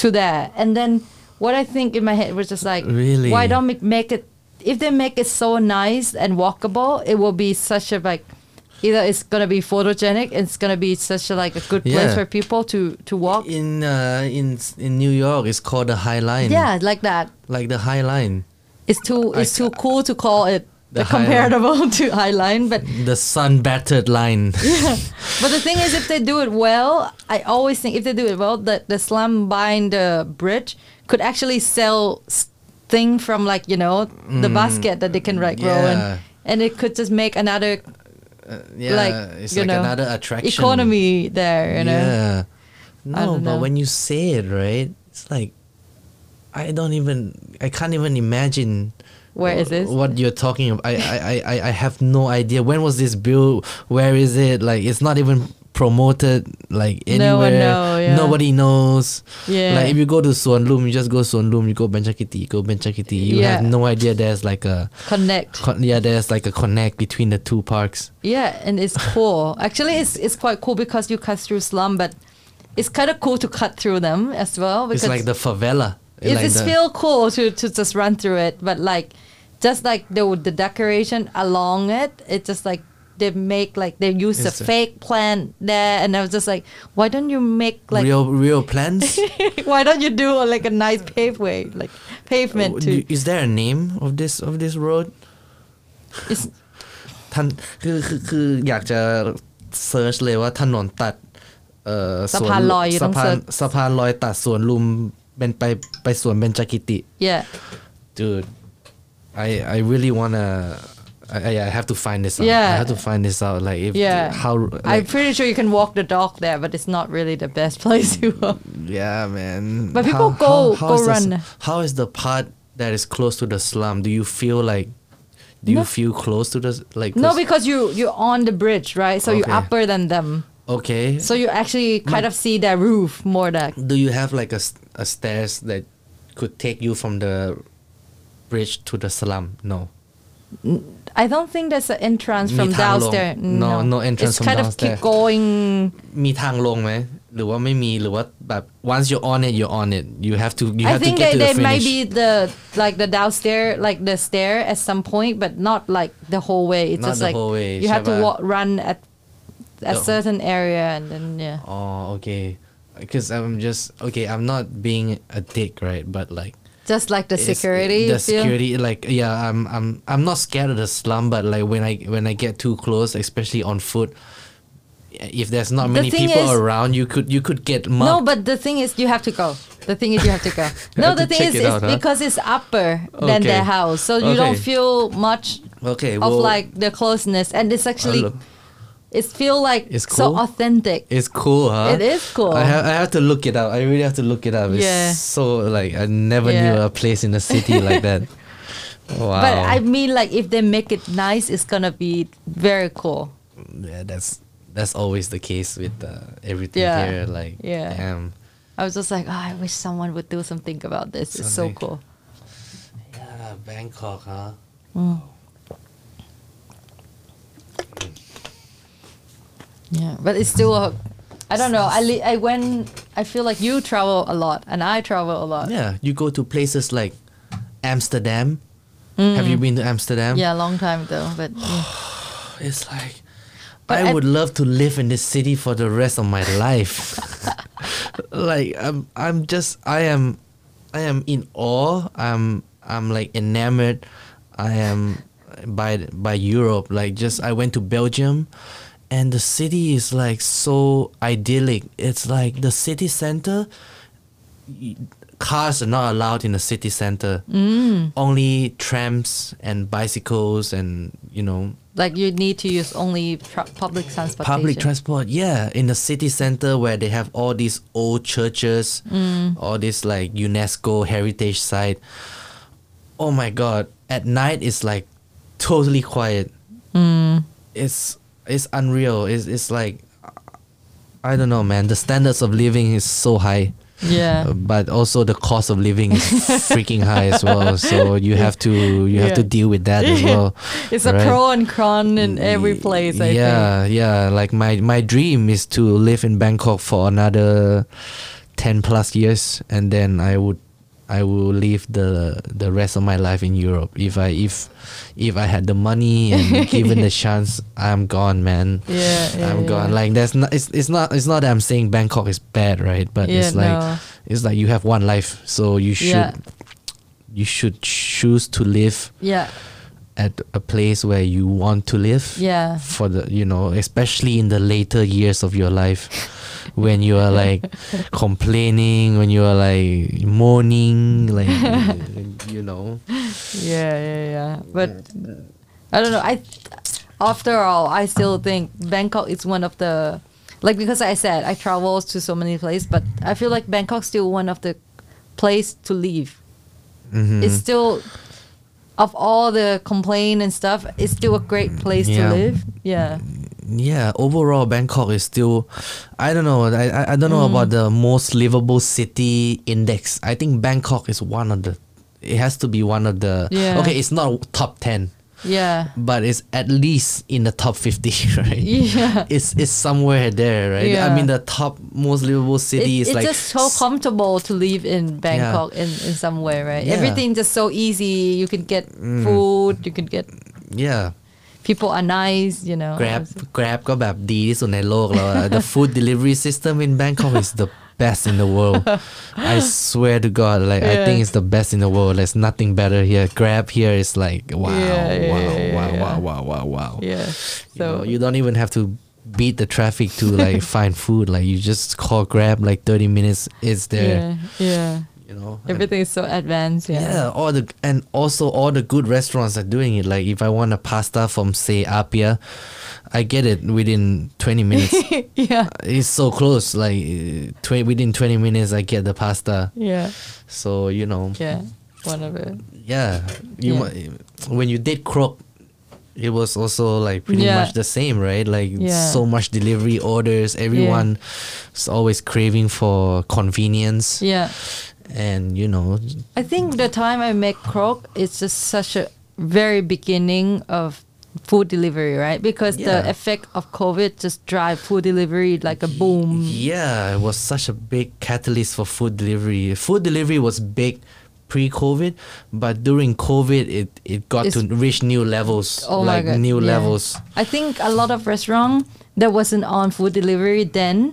Speaker 2: to there and then what i think in my head was just like
Speaker 1: Really?
Speaker 2: why don't we make it if they make it so nice and walkable it will be such a like either it's gonna be photogenic it's gonna be such a like a good place
Speaker 1: Yeah.
Speaker 2: for people to to walk
Speaker 1: In uh, in in New York, it's called the High Line.
Speaker 2: yeah like that
Speaker 1: Like the High Line,
Speaker 2: it's too
Speaker 1: I-
Speaker 2: it's too cool to call it
Speaker 1: The High Line.
Speaker 2: comparable to highline but
Speaker 1: the sun battered line.
Speaker 2: But the thing is, if they do it well, I always think if they do it well, the, the slum buying the bridge could actually sell s- thing from like you know the basket that they can like grow
Speaker 1: Mm. yeah.
Speaker 2: and and it could just make another
Speaker 1: yeah,
Speaker 2: like
Speaker 1: it's
Speaker 2: you
Speaker 1: like
Speaker 2: know
Speaker 1: another attraction.
Speaker 2: economy there. You know,
Speaker 1: Yeah. No,
Speaker 2: don't
Speaker 1: but
Speaker 2: know.
Speaker 1: when you say it, right, it's like I don't even I can't even imagine
Speaker 2: Where is
Speaker 1: wh-
Speaker 2: this?
Speaker 1: What you're talking about. I, I, I, I- I have no idea. When was this built? Where is it? Like it's not even promoted like
Speaker 2: No
Speaker 1: anywhere.
Speaker 2: one know, yeah.
Speaker 1: Nobody knows.
Speaker 2: Yeah.
Speaker 1: Like if you go to Suan Loom, you just go Suan Loom, you go Benchakiti, you go Benchakiti. You have
Speaker 2: Yeah.
Speaker 1: no idea there's like a
Speaker 2: Connect.
Speaker 1: con- yeah, there's like a connect between the two parks.
Speaker 2: Yeah, and it's cool. Actually, it's it's quite cool because you cut through slum, but it's kind of cool to cut through them as well. Because
Speaker 1: it's like the favela.
Speaker 2: it,
Speaker 1: like
Speaker 2: it's
Speaker 1: the-
Speaker 2: feel cool to, to just run through it, but like just like the the decoration along it, it's just like they make like they use a
Speaker 1: It's a-
Speaker 2: fake plant there, and I was just like, why don't you make like
Speaker 1: real real plants.
Speaker 2: why don't you do like a nice paveway like pavement to
Speaker 1: Oh, Is there a name of this of this road?
Speaker 2: it's,
Speaker 1: ท่านคือคือคืออยากจะเซิร์ชเลยว่าถนนตัดเอ่อ
Speaker 2: สะพานลอยอยู่ต้
Speaker 1: สะ
Speaker 2: อง
Speaker 1: พา
Speaker 2: เซิ
Speaker 1: น
Speaker 2: ร์ช
Speaker 1: สะพานลอยตัดสวนลุมเป็นไปไปสวนเบญจกิติ
Speaker 2: yeah
Speaker 1: dude I I really wanna I, I I have to find this out I
Speaker 2: Yeah.
Speaker 1: have to find this out like if
Speaker 2: yeah
Speaker 1: how
Speaker 2: I'm
Speaker 1: like,
Speaker 2: pretty sure you can walk the dog there, but it's not really the best place to walk.
Speaker 1: yeah man
Speaker 2: But people
Speaker 1: How-
Speaker 2: go-
Speaker 1: how- how
Speaker 2: go
Speaker 1: is the s-
Speaker 2: run.
Speaker 1: how is the part that is close to the slum do you feel like do you
Speaker 2: No.
Speaker 1: feel close to the s- like
Speaker 2: No,
Speaker 1: this-
Speaker 2: because you you're on the bridge, right? So
Speaker 1: Okay.
Speaker 2: you're upper than them.
Speaker 1: okay
Speaker 2: So you actually kind of see their roof more than
Speaker 1: do you have like a, st- a stairs that could take you from the bridge to the slum no
Speaker 2: I don't think there's an entrance from
Speaker 1: มีทางลง
Speaker 2: downstairs.
Speaker 1: No, no entrance
Speaker 2: it's
Speaker 1: from
Speaker 2: kind of
Speaker 1: downstairs.
Speaker 2: keep going.
Speaker 1: มีทางลงไหมหรือว่าไม่มีหรือว่าแบบ once you're on it you're on it you have to you
Speaker 2: I
Speaker 1: have
Speaker 2: think
Speaker 1: to get
Speaker 2: they,
Speaker 1: to the
Speaker 2: they
Speaker 1: finish
Speaker 2: might be the like the downstairs, like the stair at some point, but not like the whole way. It's
Speaker 1: Not
Speaker 2: just
Speaker 1: the
Speaker 2: like
Speaker 1: whole way,
Speaker 2: you have to
Speaker 1: Shaba.
Speaker 2: walk, run at a
Speaker 1: The-
Speaker 2: certain area, and then yeah.
Speaker 1: oh okay because I'm just okay I'm not being a dick right but like
Speaker 2: Just like the
Speaker 1: it's-
Speaker 2: security,
Speaker 1: the
Speaker 2: you feel?
Speaker 1: security like yeah I'm I'm I'm not scared of the slum but like when I when I get too close especially on foot if there's not
Speaker 2: The
Speaker 1: many
Speaker 2: thing
Speaker 1: people
Speaker 2: is-
Speaker 1: around you could you could get mugged
Speaker 2: No, but the thing is, you have to go. The thing is, you have to go. No,
Speaker 1: have
Speaker 2: the
Speaker 1: to
Speaker 2: thing
Speaker 1: check
Speaker 2: is,
Speaker 1: it
Speaker 2: it's
Speaker 1: out, huh?
Speaker 2: because it's upper than
Speaker 1: Okay.
Speaker 2: their house, so you don't
Speaker 1: Okay.
Speaker 2: feel much
Speaker 1: okay
Speaker 2: of
Speaker 1: well,
Speaker 2: like the closeness, and it's actually,
Speaker 1: look.
Speaker 2: it feel like
Speaker 1: It's
Speaker 2: so
Speaker 1: cool?
Speaker 2: authentic.
Speaker 1: It's cool, huh?
Speaker 2: It is cool.
Speaker 1: I have, I have to look it up. I really have to look it up. It's
Speaker 2: Yeah.
Speaker 1: so like I never knew
Speaker 2: Yeah.
Speaker 1: a place in a city like that. Wow.
Speaker 2: But I mean, like if they make it nice, it's gonna be very cool.
Speaker 1: yeah, that's that's always the case with uh, everything
Speaker 2: Yeah.
Speaker 1: here. Like
Speaker 2: Yeah.
Speaker 1: damn.
Speaker 2: I was just like, oh, I wish someone would do something about this. It's so
Speaker 1: Something.
Speaker 2: cool.
Speaker 1: Yeah, Bangkok, huh?
Speaker 2: Mm. Yeah, but it's still a. I don't know. I li- I went. I feel like you travel a lot, and I travel a lot.
Speaker 1: Yeah, you go to places like Amsterdam. Have you been to Amsterdam?
Speaker 2: Mm. Yeah, a long time though, but yeah.
Speaker 1: It's like
Speaker 2: But
Speaker 1: I
Speaker 2: I-
Speaker 1: would love to live in this city for the rest of my life. like I'm I'm just I am I am in awe. I'm I'm like enamored. I am by by Europe. Like just I went to Belgium and the city is like so idyllic. It's like the city center y- cars are not allowed in the city center. Only trams and bicycles and you know
Speaker 2: like you need to use only tra- public transportation.
Speaker 1: public transport yeah in the city center where they have all these old churches
Speaker 2: Mm.
Speaker 1: all this like unesco heritage site oh my god at night it's like totally quiet
Speaker 2: Mm.
Speaker 1: it's it's unreal it's, it's like i don't know man the standards of living is so high
Speaker 2: yeah.
Speaker 1: uh, but also the cost of living is freaking high as well so you have to you have to
Speaker 2: Yeah.
Speaker 1: deal with that as well
Speaker 2: It's a
Speaker 1: right?
Speaker 2: pro and con in every place. I think.
Speaker 1: yeah, yeah. Like my my dream is to live in Bangkok for another ten plus years, and then I would I will live the the rest of my life in Europe. If I if if I had the money and given the chance, I'm gone, man.
Speaker 2: Yeah, yeah,
Speaker 1: I'm gone.
Speaker 2: yeah.
Speaker 1: Like that's not it's it's not it's not that I'm saying Bangkok is bad, right? But
Speaker 2: Yeah,
Speaker 1: it's like
Speaker 2: no.
Speaker 1: it's like you have one life, so you should
Speaker 2: Yeah.
Speaker 1: you should choose to live
Speaker 2: Yeah.
Speaker 1: at a place where you want to live
Speaker 2: Yeah.
Speaker 1: for the you know especially in the later years of your life when you are like complaining when you are like moaning like you know
Speaker 2: Yeah, yeah, yeah. But I don't know. I after all, I still think Bangkok is one of the like because I said I travel to so many places, but I feel like Bangkok's still one of the place to leave.
Speaker 1: Mm-hmm.
Speaker 2: It's still of all the complain and stuff, it's still a great place
Speaker 1: Yeah.
Speaker 2: to live. Yeah.
Speaker 1: yeah, overall Bangkok is still, I don't know, I I, I don't
Speaker 2: Mm.
Speaker 1: know about the most livable city index. I think Bangkok is one of the, it has to be one of the.
Speaker 2: Yeah.
Speaker 1: Okay, it's not top ten,
Speaker 2: Yeah.
Speaker 1: but it's at least in the top fifty, right?
Speaker 2: Yeah.
Speaker 1: It's it's somewhere there, right? I
Speaker 2: Yeah.
Speaker 1: mean, the top most livable city is
Speaker 2: It- it's
Speaker 1: like
Speaker 2: just so comfortable to live in Bangkok in, in some way, right?
Speaker 1: Yeah. Mm.
Speaker 2: Everything just so easy. You can get food, you can get
Speaker 1: yeah.
Speaker 2: people are nice, you know.
Speaker 1: Grab Grab ก็แบบดีที่สุดในโลกแล้วอะ The food delivery system in Bangkok is the best in the world I swear to God like I think
Speaker 2: Yeah.
Speaker 1: it's the best in the world there's nothing better here Grab here is like wow
Speaker 2: Yeah, yeah,
Speaker 1: wow,
Speaker 2: yeah,
Speaker 1: wow,
Speaker 2: yeah.
Speaker 1: wow wow wow wow
Speaker 2: Yeah.
Speaker 1: you, know,
Speaker 2: So
Speaker 1: you don't even have to beat the traffic to like find food like you just call Grab like 30 minutes it's there
Speaker 2: yeah, yeah.
Speaker 1: you know and-
Speaker 2: Everything is so advanced. Yeah.
Speaker 1: yeah, all the and also all the good restaurants are doing it. Like if I want a pasta from say Apia, I get it within twenty minutes.
Speaker 2: yeah.
Speaker 1: it's so close. Like uh, tw- within twenty minutes, I get the pasta.
Speaker 2: Yeah.
Speaker 1: So you know,
Speaker 2: Yeah. One of it.
Speaker 1: yeah, you
Speaker 2: Yeah.
Speaker 1: mu- when you did croc, it was also like pretty
Speaker 2: Yeah.
Speaker 1: much the same, right? Like
Speaker 2: Yeah.
Speaker 1: so much delivery orders. Everyone is always craving for convenience,
Speaker 2: Yeah.
Speaker 1: and you know,
Speaker 2: I think the time I met Croc, it's just such a very beginning of food delivery, right? Because
Speaker 1: Yeah.
Speaker 2: the effect of COVID just drive food delivery like a boom.
Speaker 1: Yeah, it was such a big catalyst for food delivery. Food delivery was big pre-COVID, but during COVID, it it got to
Speaker 2: It's- Oh
Speaker 1: reach new levels, like new
Speaker 2: yeah.
Speaker 1: levels.
Speaker 2: I think a lot of restaurant that wasn't on food delivery then,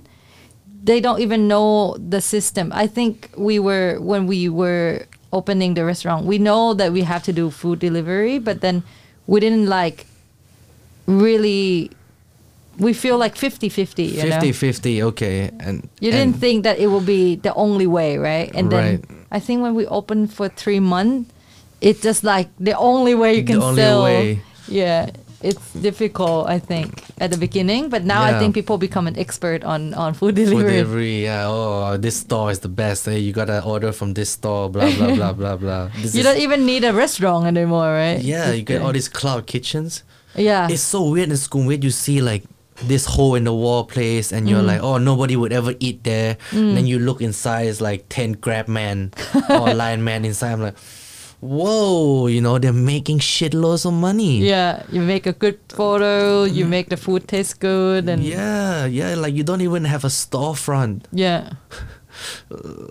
Speaker 2: they don't even know the system. I think we were when we were opening the restaurant, we know that we have to do food delivery, but then we didn't like really. We feel like 50-50, you know.
Speaker 1: 50-50, okay, and
Speaker 2: You didn't
Speaker 1: and-
Speaker 2: think that it will be the only way, right? And
Speaker 1: Right.
Speaker 2: then I think when we opened for three months, it's just like the only way you
Speaker 1: The
Speaker 2: can
Speaker 1: only
Speaker 2: sell.
Speaker 1: way.
Speaker 2: Yeah, it's difficult, I think, at the beginning. But now
Speaker 1: Yeah.
Speaker 2: I think people become an expert on, on food delivery.
Speaker 1: Food delivery, yeah. Oh, this store is the best. Hey, you gotta order from this store. Blah blah blah blah blah. This is-
Speaker 2: You don't even need a restaurant anymore, right?
Speaker 1: yeah, you get all
Speaker 2: the-
Speaker 1: these cloud kitchens.
Speaker 2: Yeah.
Speaker 1: it's so weird in Skumwit. You see like this hole in the wall place, and you're like, oh, nobody would ever eat there. And then you look inside, it's like ten grab man or lion man inside. I'm like, whoa, you know, they're making shitloads of money.
Speaker 2: yeah, you make a good photo, you make the food taste good, and
Speaker 1: Mm-hmm.
Speaker 2: yeah,
Speaker 1: Yeah, yeah, like you don't even have a storefront.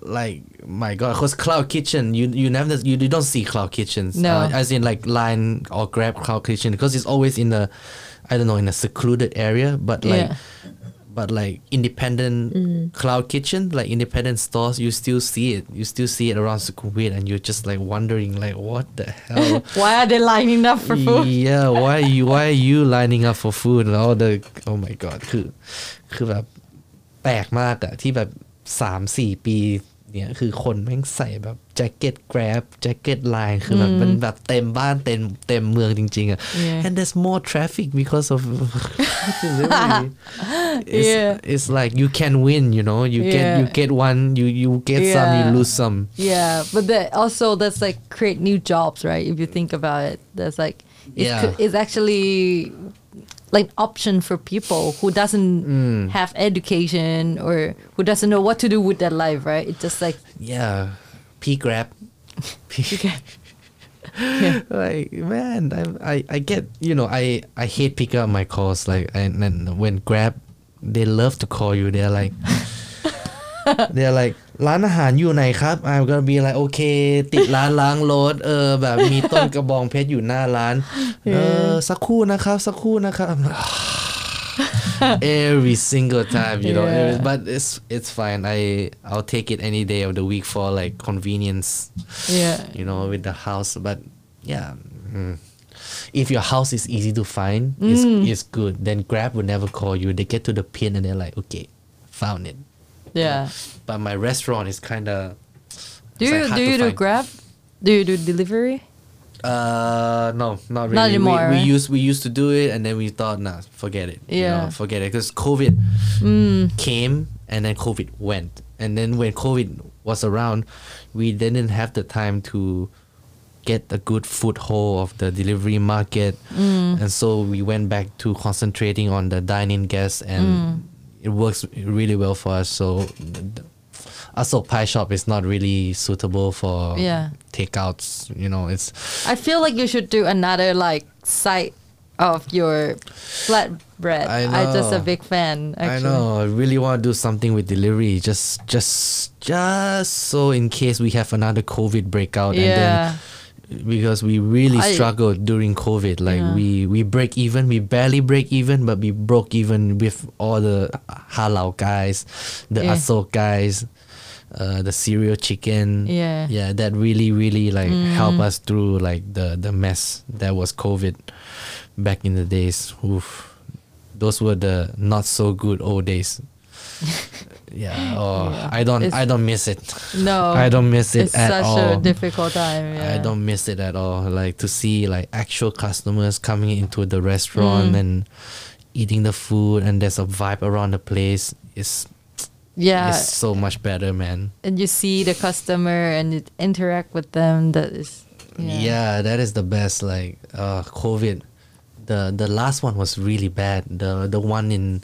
Speaker 1: Like my god, cause cloud kitchen, you you never you, you don't see cloud kitchens.
Speaker 2: No.
Speaker 1: Uh, as in like line or grab cloud kitchen because it's always in a, I don't know, in a secluded area. But like
Speaker 2: yeah, Mm.
Speaker 1: but like independent cloud kitchen, like independent stores, you still see it. You still see it around Sukhumvit, and you're just like wondering, like, what the hell?
Speaker 2: Why are they lining up for food?
Speaker 1: yeah, why are you why are you lining up for food and all the oh my god คือคือแบบแปลกมากอะที่แบบสามสี่ปีเนี่ยคือคนแม่งใส่แบบแจ็คเก็ตแกร็บแจ็คเก็ตไลน์คือแบบมันแบบเต็มบ้านเต็มเต็มเมืองจริงๆอะ
Speaker 2: Yeah.
Speaker 1: and there's more traffic because of delivery it's,
Speaker 2: Yeah.
Speaker 1: it's like you can win you know you get
Speaker 2: Yeah.
Speaker 1: you get one you you get some you
Speaker 2: Yeah.
Speaker 1: lose some
Speaker 2: Yeah, but that also that's like create new jobs, right? If you think about it, that's like it's,
Speaker 1: Yeah.
Speaker 2: cr- it's actually like option for people who doesn't
Speaker 1: Mm.
Speaker 2: have education or who doesn't know what to do with their life, right? It's just like
Speaker 1: yeah p grab like man I, I i get you know i i hate picking up my calls like and then when grab they love to call you they're like they're like ร้านอาหารอยู่ไหนครับ I'm gonna be like okay ติดร้านล้างรถ เออแบบมีต้นกระบองเพชรอยู่หน้าร้านเออสักครู่นะครับ สักครู่นะครับ I'm like, every single time you know
Speaker 2: Yeah.
Speaker 1: but it's it's fine I I'll take it any day of the week for like convenience
Speaker 2: yeah,
Speaker 1: you know, with the house. But yeah, mm. if your house is easy to find, it's,
Speaker 2: Mm.
Speaker 1: it's good. Then Grab will never call you. They get to the pin and they're like, okay, found it.
Speaker 2: yeah.
Speaker 1: But my restaurant is kind of.
Speaker 2: Do you do you do Grab? Do you do delivery?
Speaker 1: Uh, no, not really.
Speaker 2: Not anymore,
Speaker 1: We, we
Speaker 2: right?
Speaker 1: used we used to do it, and then we thought, nah, forget it. You know,
Speaker 2: Yeah. Mm.
Speaker 1: forget it, because COVID came and then COVID went, and then when COVID was around, we didn't have the time to get a good foothold of the delivery market.
Speaker 2: Mm.
Speaker 1: And so we went back to concentrating on the dine-in guests, and
Speaker 2: Mm.
Speaker 1: it works really well for us. So Asok Pie Shop is not really suitable for
Speaker 2: Yeah.
Speaker 1: takeouts. You know, it's
Speaker 2: I feel like you should do another like site of your flatbread.
Speaker 1: I
Speaker 2: I'm just a
Speaker 1: know.
Speaker 2: big fan. Actually.
Speaker 1: I know. I really want to do something with delivery. Just, just, just so in case we have another COVID breakout,
Speaker 2: Yeah.
Speaker 1: and then because we really
Speaker 2: I-
Speaker 1: struggled during COVID. Like
Speaker 2: Yeah.
Speaker 1: we we break even, we barely break even, but we broke even with all the halal guys, the
Speaker 2: Yeah.
Speaker 1: asok guys, uh, the cereal chicken.
Speaker 2: Yeah. Mm.
Speaker 1: yeah. That really, really like help us through like the the mess that was COVID back in the days. Oof those were the not so good old days. yeah, oh,
Speaker 2: Yeah.
Speaker 1: I don't,
Speaker 2: It's-
Speaker 1: I don't miss it.
Speaker 2: No.
Speaker 1: I don't miss it
Speaker 2: It's
Speaker 1: at
Speaker 2: such
Speaker 1: all.
Speaker 2: a difficult time. Yeah.
Speaker 1: I don't miss it at all. Like to see like actual customers coming into the
Speaker 2: Mm.
Speaker 1: restaurant and eating the food, and there's a vibe around the place. It's
Speaker 2: Yeah.
Speaker 1: it's so much better, man.
Speaker 2: And you see the customer and you interact with them. That is.
Speaker 1: Yeah.
Speaker 2: Yeah.
Speaker 1: that is the best. Like uh, COVID, the the last one was really bad. The the one in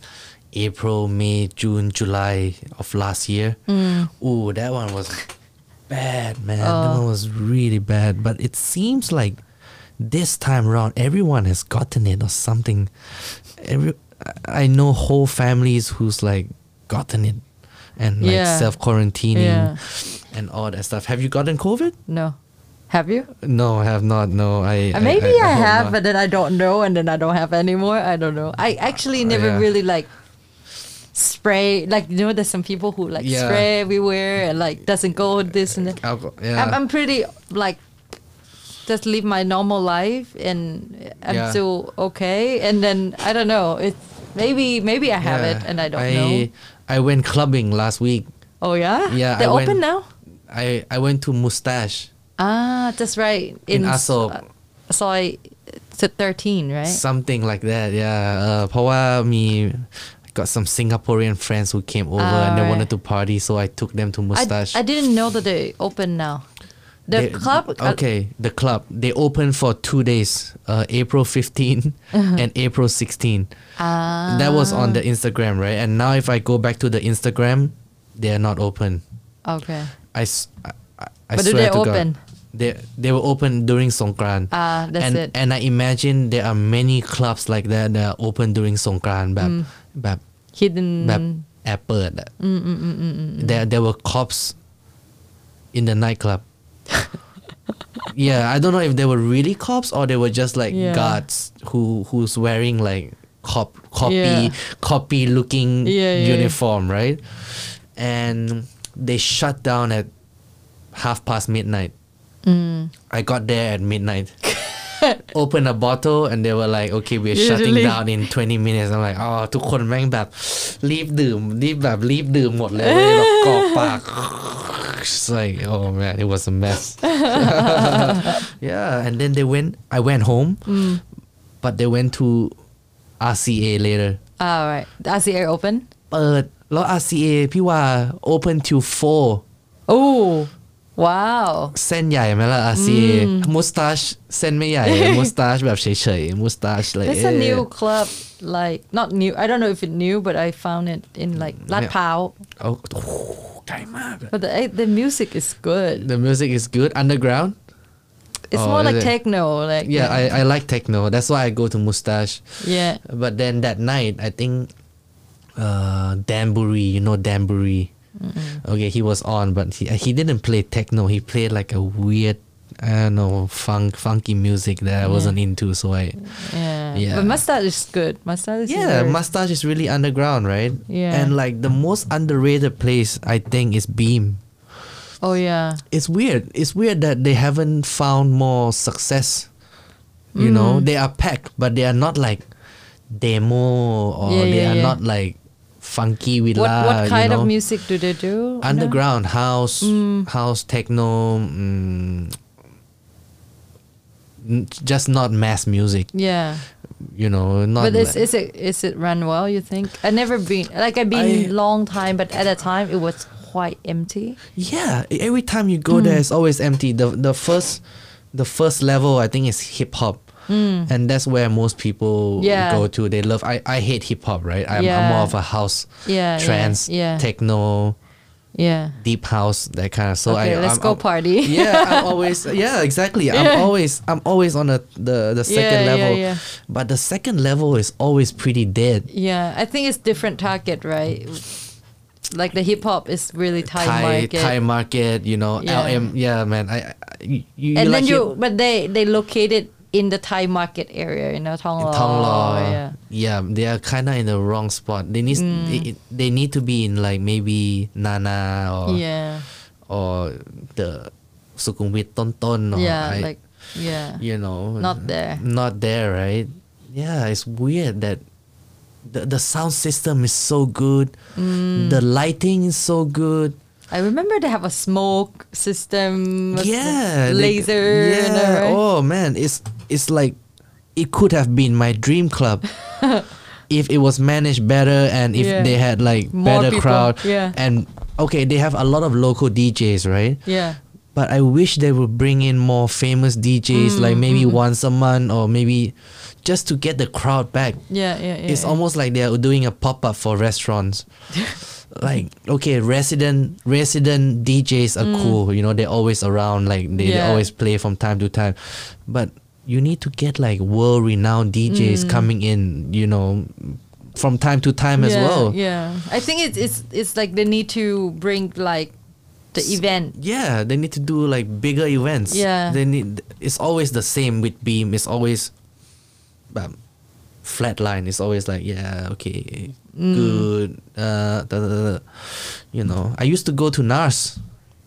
Speaker 1: April, May, June, July of last year. Ooh, that one was bad, man. That
Speaker 2: Hmm. Oh.
Speaker 1: one was really bad. But it seems like this time around, everyone has gotten it or something. Every I I know whole families who's like gotten it and like
Speaker 2: Yeah.
Speaker 1: self quarantining
Speaker 2: Yeah.
Speaker 1: and all that stuff. Have you gotten COVID?
Speaker 2: No. Have you?
Speaker 1: No, I have not. No, I.
Speaker 2: Uh, Maybe I,
Speaker 1: hope
Speaker 2: have,
Speaker 1: not.
Speaker 2: but then I don't know, and then I don't have anymore. I don't know. I actually never
Speaker 1: Oh, yeah.
Speaker 2: really like spray. Like you know, there's some people who like
Speaker 1: Yeah.
Speaker 2: spray everywhere and like doesn't go this and that.
Speaker 1: Alco- yeah.
Speaker 2: I'm, I'm pretty like just live my normal life, and I'm
Speaker 1: Yeah.
Speaker 2: still okay. And then I don't know. It's maybe maybe I have it,
Speaker 1: Yeah.
Speaker 2: and I don't
Speaker 1: I,
Speaker 2: know.
Speaker 1: I went clubbing last week.
Speaker 2: Oh yeah,
Speaker 1: Yeah,
Speaker 2: They're
Speaker 1: I went-
Speaker 2: open now.
Speaker 1: I I went to Mustache.
Speaker 2: Ah, that's right.
Speaker 1: In
Speaker 2: s-
Speaker 1: Aso.
Speaker 2: uh, so I it's at 13, right?
Speaker 1: something like that yeah uh, เพราะว่ามี got some Singaporean friends who came over
Speaker 2: Ah,
Speaker 1: and they
Speaker 2: right.
Speaker 1: wanted to party so I took them to
Speaker 2: I,
Speaker 1: Mustache
Speaker 2: I didn't know that they open now. The
Speaker 1: They-
Speaker 2: club. uh,
Speaker 1: okay the club they open for two days uh, April 15 and April 16
Speaker 2: Uh-huh. Ah,
Speaker 1: that was on the Instagram right and now if I go back to the Instagram they are not open
Speaker 2: okay.
Speaker 1: I, s- I, I- I
Speaker 2: But do
Speaker 1: swear
Speaker 2: they
Speaker 1: to
Speaker 2: open?
Speaker 1: God. They, they were open during Songkran.
Speaker 2: Ah, that's
Speaker 1: and,
Speaker 2: it.
Speaker 1: And I imagine there are many clubs like that that are open during Songkran. แบบ
Speaker 2: Mm.
Speaker 1: แบบ
Speaker 2: Hidden.
Speaker 1: แบบแอบเปิดอะ there there were cops in the nightclub yeah I don't know if they were really cops or they were just like
Speaker 2: Yeah.
Speaker 1: guards who who's wearing like cop copy
Speaker 2: Yeah.
Speaker 1: copy looking
Speaker 2: Yeah, yeah, yeah.
Speaker 1: uniform right and they shut down at half past midnight I got there at midnight open a bottle and they were like okay we're
Speaker 2: You
Speaker 1: shutting
Speaker 2: really-
Speaker 1: down in 20 minutes I'm like อ๋อทุกคนแม่งแบบรีบดื่มรีบแบบรีบดื่มหมด เลยเว้ยแบบกรอกปาก It's like oh man it was a mess yeah and then they went I went home but they went to RCA later
Speaker 2: All Ah, right. That's the air open.
Speaker 1: เปิดแล้ว RCA พี่ว่า open till 4
Speaker 2: Oh, wow.
Speaker 1: เส้นใหญ่ไหมล่ะ RCA mustache เส้นไม่ใหญ่ mustache แบบเฉยๆ mustache เลย
Speaker 2: It's a new club. Like not new. I don't know if it new, but I found it in like Lat
Speaker 1: Mm, Yeah.
Speaker 2: Pao.
Speaker 1: โอ้โห ไกลมาก
Speaker 2: But the eh, the music is good.
Speaker 1: Oh, The music is good underground
Speaker 2: It's
Speaker 1: Oh,
Speaker 2: more
Speaker 1: is
Speaker 2: like
Speaker 1: it?
Speaker 2: techno. Like
Speaker 1: yeah I, I like techno that's why I go to Mustache
Speaker 2: yeah.
Speaker 1: but then that night I think uh Danbury you know Danbury okay he was on but he, he didn't play techno he played like a weird I don't know funk funky music that I wasn't into so I
Speaker 2: Yeah.
Speaker 1: Yeah.
Speaker 2: But mustache is good. Mustache. is
Speaker 1: Yeah,
Speaker 2: very-
Speaker 1: Mustache is really underground, right?
Speaker 2: Yeah.
Speaker 1: And like the most underrated place I think is Beam.
Speaker 2: Oh yeah.
Speaker 1: It's weird. It's weird that they haven't found more success. You
Speaker 2: Hmm.
Speaker 1: know, they are packed, but they are not like demo or
Speaker 2: Yeah,
Speaker 1: they
Speaker 2: yeah,
Speaker 1: are
Speaker 2: yeah.
Speaker 1: not like funky villa.
Speaker 2: What what Hmm. kind
Speaker 1: you know?
Speaker 2: of music do they do? now?
Speaker 1: Underground house, house techno, mm, n- just not mass music.
Speaker 2: Yeah.
Speaker 1: You know, not.
Speaker 2: But is,
Speaker 1: like-
Speaker 2: is it is it run well? You think? I never been like I've been
Speaker 1: I-
Speaker 2: long time, but at that time it was quite empty. Mm.
Speaker 1: Yeah, e- every time you go there, it's always empty. The the first the first level I think is hip hop. And that's where most people
Speaker 2: Mm. Yeah.
Speaker 1: go to. They love. I, I hate hip hop, right? I'm, I'm
Speaker 2: Yeah.
Speaker 1: more of a house,
Speaker 2: Yeah, yeah,
Speaker 1: trance,
Speaker 2: yeah.
Speaker 1: techno,
Speaker 2: Yeah.
Speaker 1: deep house, that kind of. So
Speaker 2: Okay,
Speaker 1: I I'm-
Speaker 2: let's go
Speaker 1: I'm-
Speaker 2: party.
Speaker 1: yeah, I'm always yeah exactly. I'm
Speaker 2: Yeah.
Speaker 1: always I'm always on the the, the second
Speaker 2: Yeah, yeah,
Speaker 1: level,
Speaker 2: yeah.
Speaker 1: but the second level is always pretty dead.
Speaker 2: Yeah, I think it's different target, right? Like the hip hop is really Thai,
Speaker 1: Thai
Speaker 2: market.
Speaker 1: Thai market, you know,
Speaker 2: Yeah.
Speaker 1: LM. Yeah, man. I, I you, you
Speaker 2: and
Speaker 1: like
Speaker 2: then
Speaker 1: it
Speaker 2: you, but they they locate it in the Thai market area, you know, Thong
Speaker 1: in
Speaker 2: Lo.
Speaker 1: Tong Lo.
Speaker 2: Oh, Yeah. Mm.
Speaker 1: Yeah, they are kind of in the wrong spot. They need they, they need to be in like maybe Nana or
Speaker 2: Yeah.
Speaker 1: or the Sukhumvit Ton Ton. Or
Speaker 2: yeah,
Speaker 1: I-
Speaker 2: like yeah.
Speaker 1: you know
Speaker 2: Not there.
Speaker 1: not there right yeah it's weird that the, the sound system is so good
Speaker 2: Mm.
Speaker 1: the lighting is so good
Speaker 2: I remember they have a smoke system. with
Speaker 1: yeah like-
Speaker 2: Laser. you know,
Speaker 1: yeah
Speaker 2: right?
Speaker 1: oh man it's it's like it could have been my dream club if it was managed better and if
Speaker 2: Yeah.
Speaker 1: they had like
Speaker 2: More
Speaker 1: better
Speaker 2: people,
Speaker 1: crowd
Speaker 2: yeah.
Speaker 1: and okay they have a lot of local djs right
Speaker 2: Yeah.
Speaker 1: but I wish they would bring in more famous DJs, like maybe
Speaker 2: Mm,
Speaker 1: once a month or maybe just to get the crowd back.
Speaker 2: Yeah. Yeah. Yeah.
Speaker 1: It's
Speaker 2: yeah.
Speaker 1: almost like they are doing a pop up for restaurants. like okay, resident resident DJs are cool. You know they're always around. Like they, they
Speaker 2: Mm. Yeah.
Speaker 1: always play from time to time, but you need to get like world renowned DJs
Speaker 2: Mm.
Speaker 1: coming in. You know, from time to time as
Speaker 2: yeah,
Speaker 1: well.
Speaker 2: Yeah. I think it's it's it's like they need to bring like the event
Speaker 1: Yeah, they need to do like bigger events.
Speaker 2: Yeah.
Speaker 1: they need. It's always the same with Beam. It's always, um, flat line. It's always like yeah, okay,
Speaker 2: Mm.
Speaker 1: good. Uh, da, da, da, da. you know, I used to go to Nars,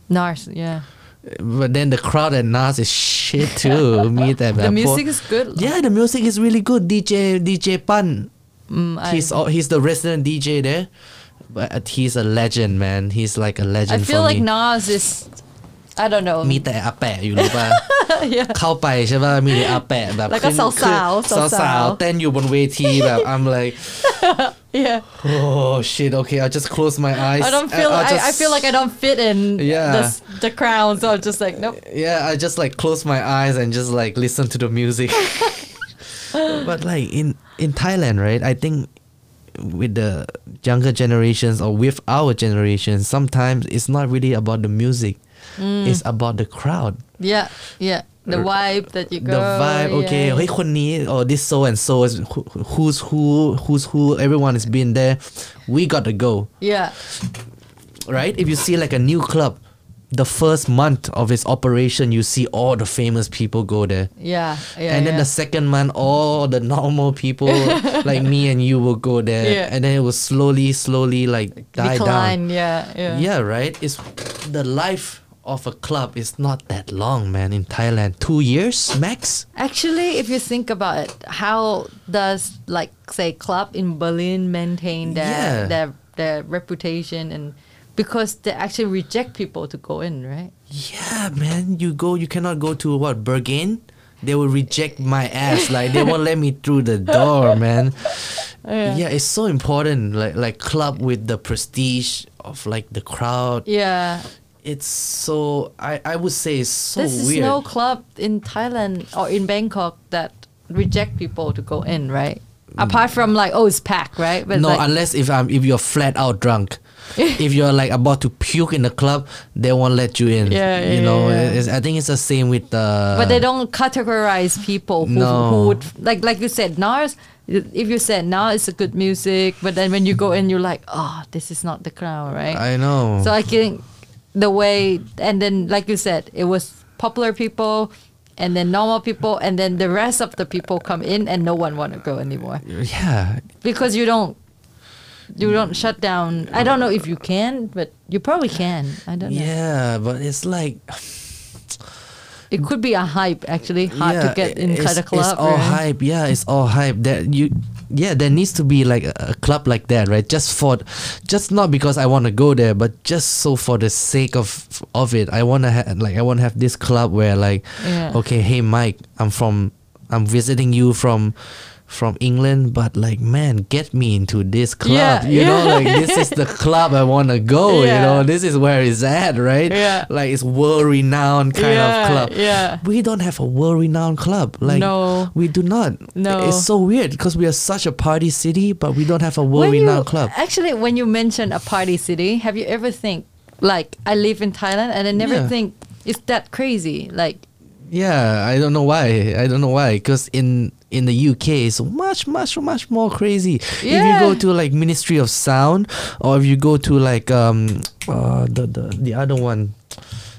Speaker 2: NARS, yeah.
Speaker 1: but then the crowd at Nars is shit too. Me that
Speaker 2: The
Speaker 1: that poor-
Speaker 2: music is good.
Speaker 1: Yeah, the music is really good. DJ DJ Pan,
Speaker 2: Mm, I,
Speaker 1: he's al- he's the resident DJ there, but he's a legend, man. He's like a
Speaker 2: I
Speaker 1: legend.
Speaker 2: feel
Speaker 1: for
Speaker 2: like
Speaker 1: me.
Speaker 2: Nas is I don't know.
Speaker 1: มีแต่อาแปะอยู่รู้ป่ะ
Speaker 2: yeah.
Speaker 1: เข้าไปใช่ป่ะ มีแต่อาแปะแบบ
Speaker 2: แล้วก็
Speaker 1: ขึ้น
Speaker 2: สาวๆ
Speaker 1: ขึ้น
Speaker 2: สาวๆ
Speaker 1: สาวๆเต้นอยู่บนเวทีแบบ I'm like
Speaker 2: Yeah.
Speaker 1: oh shit okay I'll just close my eyes
Speaker 2: I don't feel
Speaker 1: I'll
Speaker 2: I,
Speaker 1: uh, just-
Speaker 2: I feel like I don't fit in
Speaker 1: Yeah.
Speaker 2: the s- the crown, so I'm just like nope.
Speaker 1: yeah I just like close my eyes and just like listen to the music but like in in Thailand right I think with the younger generations or with our generation sometimes it's not really about the music
Speaker 2: Mm.
Speaker 1: it's about the crowd
Speaker 2: Yeah. Yeah. The vibe that you go.
Speaker 1: the vibe okay
Speaker 2: yeah.
Speaker 1: เฮ้ยคนนี้ or this so and so is who- who's who who's who everyone has been there we got to go
Speaker 2: Yeah.
Speaker 1: right if you see like a new club the first month of its operation you see all the famous people go there
Speaker 2: Yeah. Yeah.
Speaker 1: and then
Speaker 2: yeah.
Speaker 1: the second month all the normal people like me and you will go there
Speaker 2: Yeah.
Speaker 1: and then it will slowly slowly like die down
Speaker 2: decline. Yeah. Yeah.
Speaker 1: yeah right it's the life of a club is not that long man in thailand two years max
Speaker 2: Actually, if you think about it, how does like say club in Berlin maintain their
Speaker 1: Yeah.
Speaker 2: their their reputation and because they actually reject people to go in, right?
Speaker 1: Yeah, man, you go. You cannot go to what Bergen. They will reject my ass. Like they won't let me through the door, man. Yeah. it's so important. Like like club with the prestige of like the crowd.
Speaker 2: Yeah.
Speaker 1: It's so I I would say it's so
Speaker 2: This is
Speaker 1: Oh, weird.
Speaker 2: no club in Thailand or in Bangkok that reject people to go in, right? Apart from like oh it's packed, right? But
Speaker 1: Hmm. no,
Speaker 2: like,
Speaker 1: unless if I'm if you're flat out drunk. if you're like about to puke in the club, they won't let you in.
Speaker 2: Yeah, yeah,
Speaker 1: you know.
Speaker 2: yeah, yeah.
Speaker 1: It's, I think it's the same with uh,
Speaker 2: but they don't categorize people who,
Speaker 1: No.
Speaker 2: who would like like you said NARS. If you said NARS it's a good music, but then when you go in, you're like, oh, this is not the crowd, right?
Speaker 1: I know.
Speaker 2: so I think the way and then like you said, it was popular people. And then normal people, and then the rest of the people come in, and no one want to go anymore
Speaker 1: yeah,
Speaker 2: because you don't, you don't shut down. I don't know if you can, but you probably can. I don't know.
Speaker 1: yeah, but it's like
Speaker 2: It could be a hype actually, hard to get
Speaker 1: i-
Speaker 2: inside
Speaker 1: it's,
Speaker 2: a club.
Speaker 1: It's all
Speaker 2: right?
Speaker 1: hype. Yeah, it's all hype. That you, yeah, there needs to be like a, a club like that, right? Just for, just not because I want to go there, but just so for the sake of of it, I wanna ha- like I wanna have this club where like,
Speaker 2: Yeah.
Speaker 1: okay, hey Mike, I'm from, I'm visiting you from. from England, but like, man, get me into this club.
Speaker 2: Yeah,
Speaker 1: you know,
Speaker 2: yeah.
Speaker 1: like this is the club I want to go. You
Speaker 2: Yeah.
Speaker 1: know, this is where it's at, right?
Speaker 2: Yeah.
Speaker 1: Like it's world renowned kind of
Speaker 2: Yeah,
Speaker 1: club.
Speaker 2: yeah.
Speaker 1: We don't have a world renowned club. Like
Speaker 2: No.
Speaker 1: we do not.
Speaker 2: No.
Speaker 1: It's so weird because we are such a party city, but we don't have a world
Speaker 2: When you-
Speaker 1: renowned club.
Speaker 2: Actually, when you mention a party city, have you ever think like I live in Thailand and I never
Speaker 1: Yeah.
Speaker 2: think it's that crazy? Like
Speaker 1: Yeah, I don't know why. I don't know why. Because in in the UK, it's much, much, much more crazy. If you go
Speaker 2: Yeah.
Speaker 1: to like Ministry of Sound, or if you go to like um uh, the the the other one,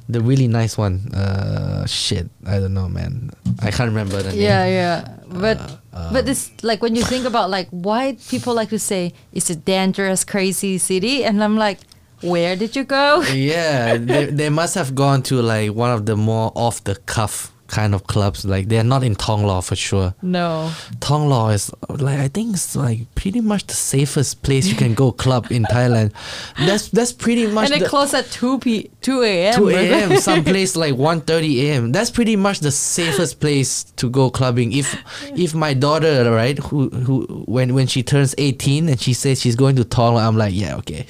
Speaker 1: the really nice one. Uh, shit, I don't know, man. I can't remember the
Speaker 2: yeah,
Speaker 1: name.
Speaker 2: yeah. But
Speaker 1: uh,
Speaker 2: but it's like when you think about like why people like to say it's a dangerous, crazy city, and I'm like, where did you go?
Speaker 1: Yeah, they, they must have gone to like one of the more off the cuff kind of clubs. Like they're not in Tonglo for sure.
Speaker 2: No.
Speaker 1: Tonglo is like I think it's like pretty much the safest place you can go club in Thailand. That's that's pretty much
Speaker 2: and
Speaker 1: the
Speaker 2: it closed at two p two a.m.
Speaker 1: 2 a.m. some place like 1:30 a.m. That's pretty much the safest place to go clubbing. If if my daughter right who who when when she turns 18 and she says she's going to Tonglo, I'm like yeah okay.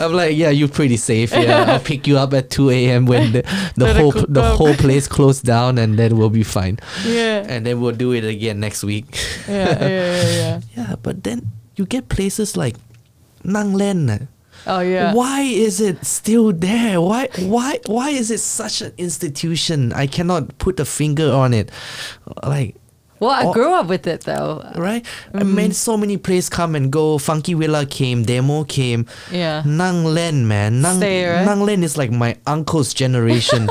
Speaker 1: I'm like yeah you're pretty safe. Yeah I'll pick you up at 2 a.m. when the, the
Speaker 2: Let her
Speaker 1: whole
Speaker 2: cook
Speaker 1: the
Speaker 2: up.
Speaker 1: whole place closed down and then we'll be fine.
Speaker 2: yeah.
Speaker 1: And then we'll do it again next week.
Speaker 2: Yeah, yeah, yeah, yeah.
Speaker 1: Yeah, but then you get places like Nang Len. eh.
Speaker 2: Oh yeah.
Speaker 1: Why is it still there? Why why why is it such an institution? I cannot put a finger on it. Like
Speaker 2: Well, I
Speaker 1: Oh.
Speaker 2: grew up with it though.
Speaker 1: right? I
Speaker 2: Mm-hmm.
Speaker 1: mean so many plays come and go. Funky Willa came, Demo came.
Speaker 2: Yeah.
Speaker 1: Nang Len man. Nang,
Speaker 2: Stay, right?
Speaker 1: Nang Len is like my uncle's generation.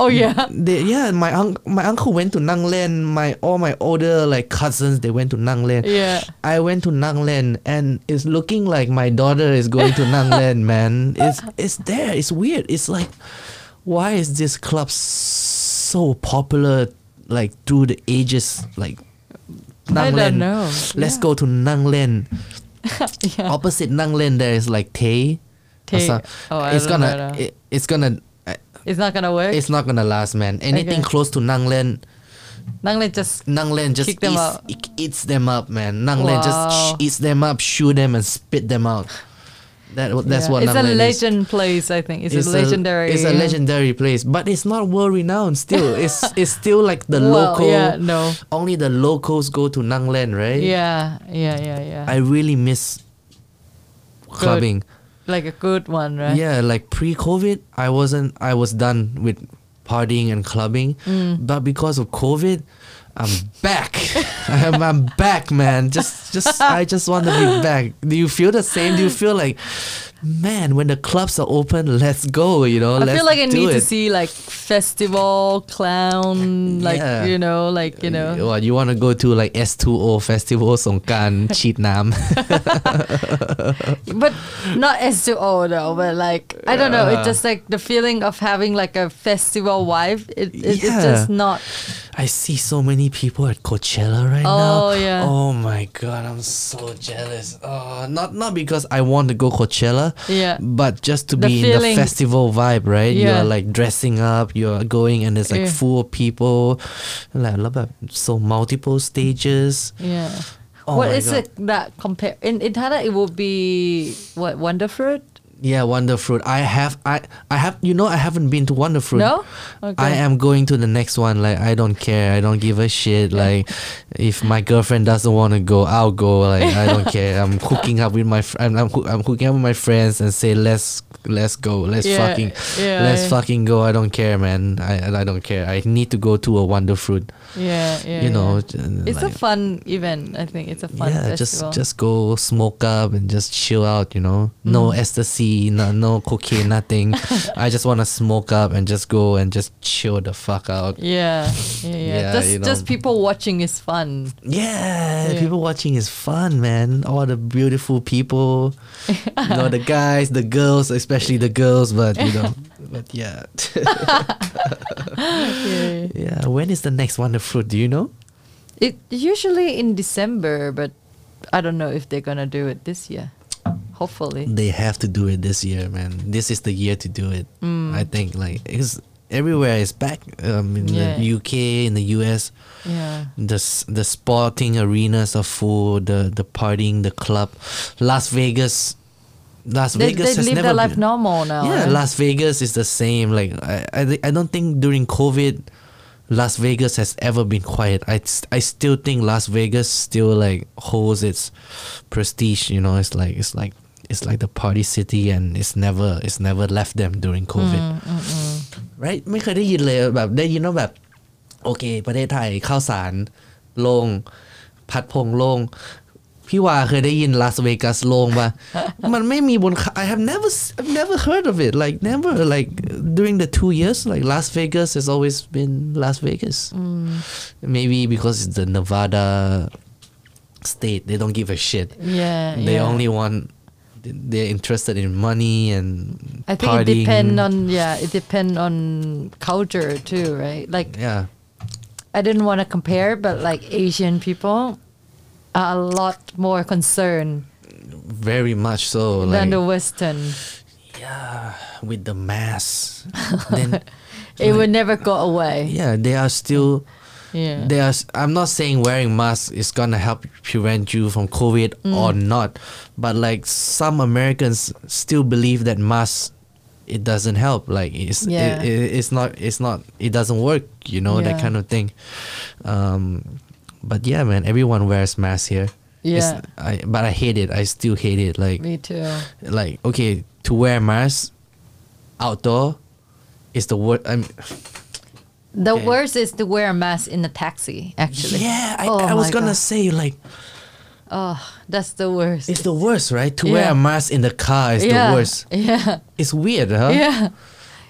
Speaker 2: Oh yeah.
Speaker 1: They, yeah, my unc my uncle went to Nang Len. My all my older like cousins they went to Nang Len.
Speaker 2: Yeah.
Speaker 1: I went to Nang Len, and it's looking like my daughter is going to Nang Len, man. It's it's there. It's weird. It's like, why is this club so popular? Like through the ages, like
Speaker 2: I
Speaker 1: Nang
Speaker 2: don't
Speaker 1: Len.
Speaker 2: know.
Speaker 1: Let's
Speaker 2: Yeah.
Speaker 1: go to Nang Len.
Speaker 2: yeah.
Speaker 1: Opposite Nang Len, there is like Tay.
Speaker 2: Tay. Oh, I
Speaker 1: it's
Speaker 2: don't
Speaker 1: gonna
Speaker 2: know.
Speaker 1: it- it's gonna uh,
Speaker 2: It's not gonna work.
Speaker 1: it's not gonna last, man. Anything
Speaker 2: Okay.
Speaker 1: close to Nang Len.
Speaker 2: Nanglet just
Speaker 1: Nang Len just
Speaker 2: Kick them
Speaker 1: eats,
Speaker 2: out.
Speaker 1: e- eats them up, man. Nang Len
Speaker 2: Wow.
Speaker 1: just sh- eats them up, shoot them, and spit them out. That that's
Speaker 2: yeah.
Speaker 1: what
Speaker 2: it's
Speaker 1: Nang
Speaker 2: a
Speaker 1: Len is.
Speaker 2: legend place. I think it's, a legendary.
Speaker 1: it's a legendary place, but it's not world renowned. Still, it's it's still like the
Speaker 2: Well,
Speaker 1: local.
Speaker 2: yeah, no.
Speaker 1: Only the locals go to Nang Len, right?
Speaker 2: Yeah, yeah, yeah, yeah.
Speaker 1: I really miss clubbing.
Speaker 2: like a good one, right?
Speaker 1: Yeah, like pre-COVID, I wasn't. I was done with partying and clubbing,
Speaker 2: Mm.
Speaker 1: but because of COVID, I'm back. I'm, I'm back, man. Just, just I just want to be back. Do you feel the same? Do you feel like, man, when the clubs are open, let's go. You know,
Speaker 2: I
Speaker 1: let's
Speaker 2: feel like I
Speaker 1: do
Speaker 2: need
Speaker 1: it.
Speaker 2: to see like festival clown, like
Speaker 1: Yeah.
Speaker 2: you know, like you know.
Speaker 1: What you want to go to like S2O festival, Songkan, Cheat Nam.
Speaker 2: but not as too old though but like i don't know
Speaker 1: Yeah.
Speaker 2: it's just like the feeling of having like a festival wife it, it, it's
Speaker 1: Yeah.
Speaker 2: just not
Speaker 1: I see so many people at Coachella right now.
Speaker 2: Oh, yeah.
Speaker 1: Oh my god, I'm so jealous. Oh, not not because I want to go Coachella.
Speaker 2: Yeah.
Speaker 1: But just to
Speaker 2: The
Speaker 1: be in the
Speaker 2: feeling.
Speaker 1: festival vibe, right?
Speaker 2: Yeah.
Speaker 1: You're like dressing up, you're going and there's like
Speaker 2: Yeah.
Speaker 1: full of people. Like, love that. so multiple stages.
Speaker 2: yeah
Speaker 1: Oh
Speaker 2: what
Speaker 1: my
Speaker 2: is
Speaker 1: God.
Speaker 2: it that compare in, in Thailand it would be what wonderfruit
Speaker 1: Yeah, Wonderfruit. I have I I have you know I haven't been to Wonderfruit.
Speaker 2: No?
Speaker 1: I
Speaker 2: Okay.
Speaker 1: am going to the next one. Like I don't care. I don't give a shit. Like if my girlfriend doesn't want to go, I'll go. Like I don't care. I'm hooking up with my fr- I'm I'm, hoo- I'm hooking up with my friends and say let's let's go. Let's
Speaker 2: Yeah,
Speaker 1: fucking
Speaker 2: yeah,
Speaker 1: let's
Speaker 2: yeah.
Speaker 1: fucking go. I don't care, man. I I don't care. I need to go to a Wonderfruit.
Speaker 2: yeah yeah
Speaker 1: you know,
Speaker 2: yeah.
Speaker 1: j-
Speaker 2: it's
Speaker 1: like-
Speaker 2: a fun event i think it's a fun
Speaker 1: yeah, just
Speaker 2: festival
Speaker 1: just go smoke up and just chill out, you know. No
Speaker 2: Mm.
Speaker 1: ecstasy, no, no cocaine, nothing. I just want to smoke up and just go and just chill the fuck out.
Speaker 2: yeah yeah, yeah.
Speaker 1: Yeah,
Speaker 2: just
Speaker 1: you know.
Speaker 2: just people watching is fun
Speaker 1: Yeah,
Speaker 2: Yeah.
Speaker 1: people watching is fun, man. All the beautiful people, you know, the guys, the girls, especially the girls, but you know, but yeah.
Speaker 2: yeah.
Speaker 1: yeah, when is the next one? The fruit, do you know?
Speaker 2: It usually in December, but I don't know if they're gonna do it this year. Hopefully. Mm.
Speaker 1: they have to do it this year, man. This is the year to do it. I think like it's everywhere is back um, in the
Speaker 2: Yeah.
Speaker 1: UK, in the US.
Speaker 2: Yeah.
Speaker 1: The s- the sporting arenas are full. The the partying, the club, Las Vegas. Las
Speaker 2: They,
Speaker 1: Vegas
Speaker 2: they
Speaker 1: has
Speaker 2: live
Speaker 1: never
Speaker 2: their life
Speaker 1: been-
Speaker 2: normal now.
Speaker 1: yeah,
Speaker 2: eh?
Speaker 1: Las Vegas is the same. Like I, I, thi- I don't think during COVID, Las Vegas has ever been quiet. I, s- I still think Las Vegas still like holds its prestige. You know, it's like it's like it's like the party city, and it's never it's never left them during COVID. right ไม่เคยได้ยินเลยแบบได้ยินว่าแบบ โอเค ประเทศไทยข้าวสารโลง่งผัดพงโลง่งพี่วาเคยได้ยินลาสเวกัสโล่ง ปะ มันไม่มีบนเขา I have never s- I've never heard of it like never like during the two years like Las Vegas has always been Las Vegas maybe because it's the Nevada state they don't give a shit
Speaker 2: Yeah.
Speaker 1: they
Speaker 2: yeah.
Speaker 1: only want they're interested in money and
Speaker 2: I think
Speaker 1: partying.
Speaker 2: it depend on yeah, it depend on culture too, right? Like
Speaker 1: yeah
Speaker 2: I didn't want to compare, but like Asian people are a lot more concerned
Speaker 1: very much so like
Speaker 2: than the Western.
Speaker 1: Yeah, with the mass, then
Speaker 2: It will never go away.
Speaker 1: yeah, they are still.
Speaker 2: Yeah.
Speaker 1: They are. s- I'm not saying wearing masks is gonna help prevent you from COVID
Speaker 2: Mm.
Speaker 1: or not, but like some Americans still believe that masks, it doesn't help. Like it's
Speaker 2: Yeah.
Speaker 1: it, it, it's not it's not it doesn't work. You know that
Speaker 2: Yeah.
Speaker 1: kind of thing. Um, but yeah, man, everyone wears masks here. It's-
Speaker 2: Yeah.
Speaker 1: I but I hate it. I still hate it. Like
Speaker 2: Me too.
Speaker 1: like okay to wear mask outdoor is the word i'm
Speaker 2: The
Speaker 1: Okay.
Speaker 2: worst is to wear a mask in a taxi, actually.
Speaker 1: yeah i,
Speaker 2: Oh
Speaker 1: I was
Speaker 2: my
Speaker 1: gonna
Speaker 2: God.
Speaker 1: say like
Speaker 2: Oh, that's the worst.
Speaker 1: it's the worst right to wear
Speaker 2: Yeah.
Speaker 1: a mask in the car is
Speaker 2: yeah.
Speaker 1: the worst
Speaker 2: Yeah.
Speaker 1: it's weird huh
Speaker 2: Yeah.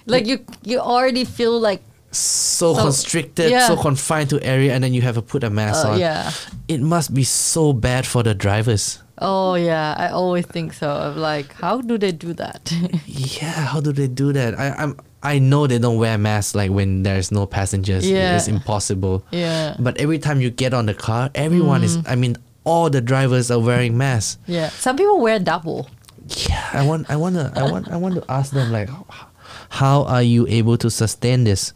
Speaker 2: Like you you already feel like
Speaker 1: so,
Speaker 2: So-
Speaker 1: constricted
Speaker 2: yeah.
Speaker 1: so confined to area and then you have to put a mask
Speaker 2: Oh,
Speaker 1: on
Speaker 2: yeah.
Speaker 1: it must be so bad for the drivers
Speaker 2: Oh yeah, I always think so. Of like, how do they do that?
Speaker 1: yeah how do they do that i i'm i know they don't wear masks like when there's no passengers
Speaker 2: Yeah.
Speaker 1: it's impossible
Speaker 2: yeah, Mm.
Speaker 1: But every time you get on the car, everyone is. I mean, all the drivers are wearing masks.
Speaker 2: yeah. Some people wear double.
Speaker 1: Yeah, I want, I want to, I want, I want to ask them like, how are you able to sustain this?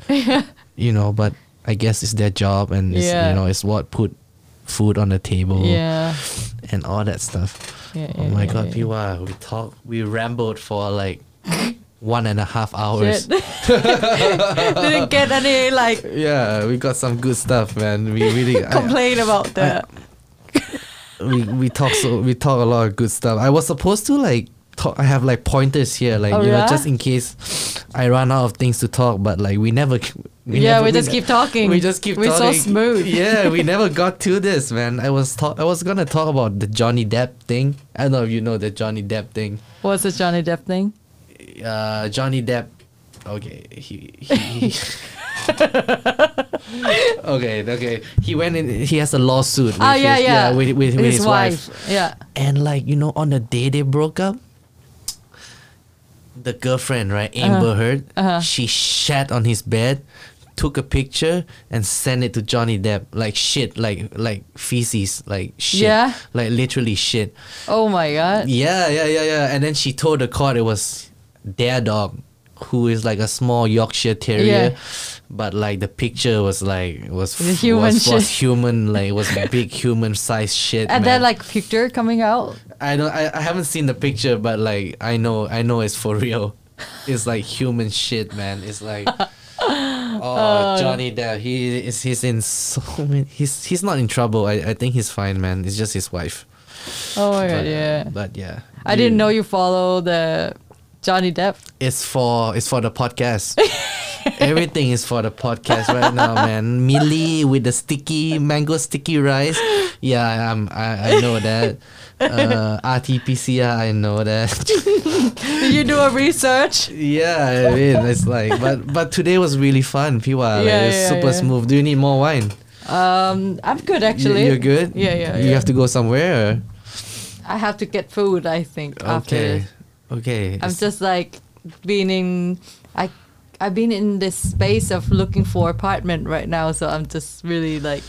Speaker 1: you know, but I guess it's their job, and it's,
Speaker 2: Yeah.
Speaker 1: you know, it's what put food on the table
Speaker 2: Yeah,
Speaker 1: and all that stuff.
Speaker 2: Yeah,
Speaker 1: oh
Speaker 2: yeah,
Speaker 1: my
Speaker 2: yeah,
Speaker 1: god,
Speaker 2: yeah.
Speaker 1: Piwa, we talked, we rambled for like one and a half hours.
Speaker 2: Shit. didn't get any like
Speaker 1: Yeah, we got some good stuff, man. We really I-
Speaker 2: complain about the.
Speaker 1: we we talk so we talk a lot of good stuff. I was supposed to like talk. I have like pointers here, like
Speaker 2: Oh,
Speaker 1: you know,
Speaker 2: yeah?
Speaker 1: just in case I run out of things to talk. But like we never. We
Speaker 2: yeah,
Speaker 1: never-
Speaker 2: we just
Speaker 1: ne-
Speaker 2: keep talking.
Speaker 1: We just keep.
Speaker 2: We're
Speaker 1: talking.
Speaker 2: so smooth.
Speaker 1: Yeah, we never got to this, man. I was talk. I was gonna talk about the Johnny Depp thing. I don't know if you know the Johnny Depp thing.
Speaker 2: What's the Johnny Depp thing?
Speaker 1: Uh, Johnny Depp. Okay, he. he, he okay, okay. He went in. He has a lawsuit. With
Speaker 2: Oh yeah,
Speaker 1: his,
Speaker 2: yeah.
Speaker 1: with, with, with his, wife.
Speaker 2: Yeah.
Speaker 1: And like you know, on the day they broke up, the girlfriend, right, Amber Heard,
Speaker 2: uh-huh.
Speaker 1: she shat on his bed, took a picture, and sent it to Johnny Depp. Like shit, like like feces, like shit,
Speaker 2: Yeah?
Speaker 1: like literally shit.
Speaker 2: Oh my god.
Speaker 1: Yeah, yeah, yeah, yeah. And then she told the court it was their dog, who is like a small Yorkshire Terrier,
Speaker 2: Yeah.
Speaker 1: but like the picture was like was
Speaker 2: The human
Speaker 1: was, was
Speaker 2: shit.
Speaker 1: human, like was big human sized shit. man.
Speaker 2: And then like picture coming out.
Speaker 1: I don't. I, I haven't seen the picture, but like I know, I know it's for real. It's like human shit, man. It's like, oh,
Speaker 2: Oh.
Speaker 1: Johnny Depp. He is. He's in so many. He's he's not in trouble. I, I think he's fine, man. It's just his wife.
Speaker 2: Oh my
Speaker 1: But,
Speaker 2: god. Yeah.
Speaker 1: But yeah.
Speaker 2: I didn't know you follow the Johnny Depp.
Speaker 1: It's for it's for the podcast. Everything is for the podcast right now, man. Millie with the sticky mango sticky rice. Yeah, I'm. I, I know that. Uh, RTPCR. I know that.
Speaker 2: Did you do a research?
Speaker 1: Yeah, I mean it's like but but today was really fun, Piwa.
Speaker 2: Yeah,
Speaker 1: like, it's
Speaker 2: yeah,
Speaker 1: super
Speaker 2: yeah.
Speaker 1: smooth. Do you need more wine?
Speaker 2: Um, I'm good
Speaker 1: Y-
Speaker 2: actually.
Speaker 1: You're good?
Speaker 2: Yeah, yeah.
Speaker 1: You
Speaker 2: yeah.
Speaker 1: have to go somewhere.
Speaker 2: I have to get food. I think after
Speaker 1: Okay.
Speaker 2: this.
Speaker 1: Okay.
Speaker 2: I'm
Speaker 1: it's-
Speaker 2: just like being in. I I've been in this space of looking for apartment right now, so I'm just really like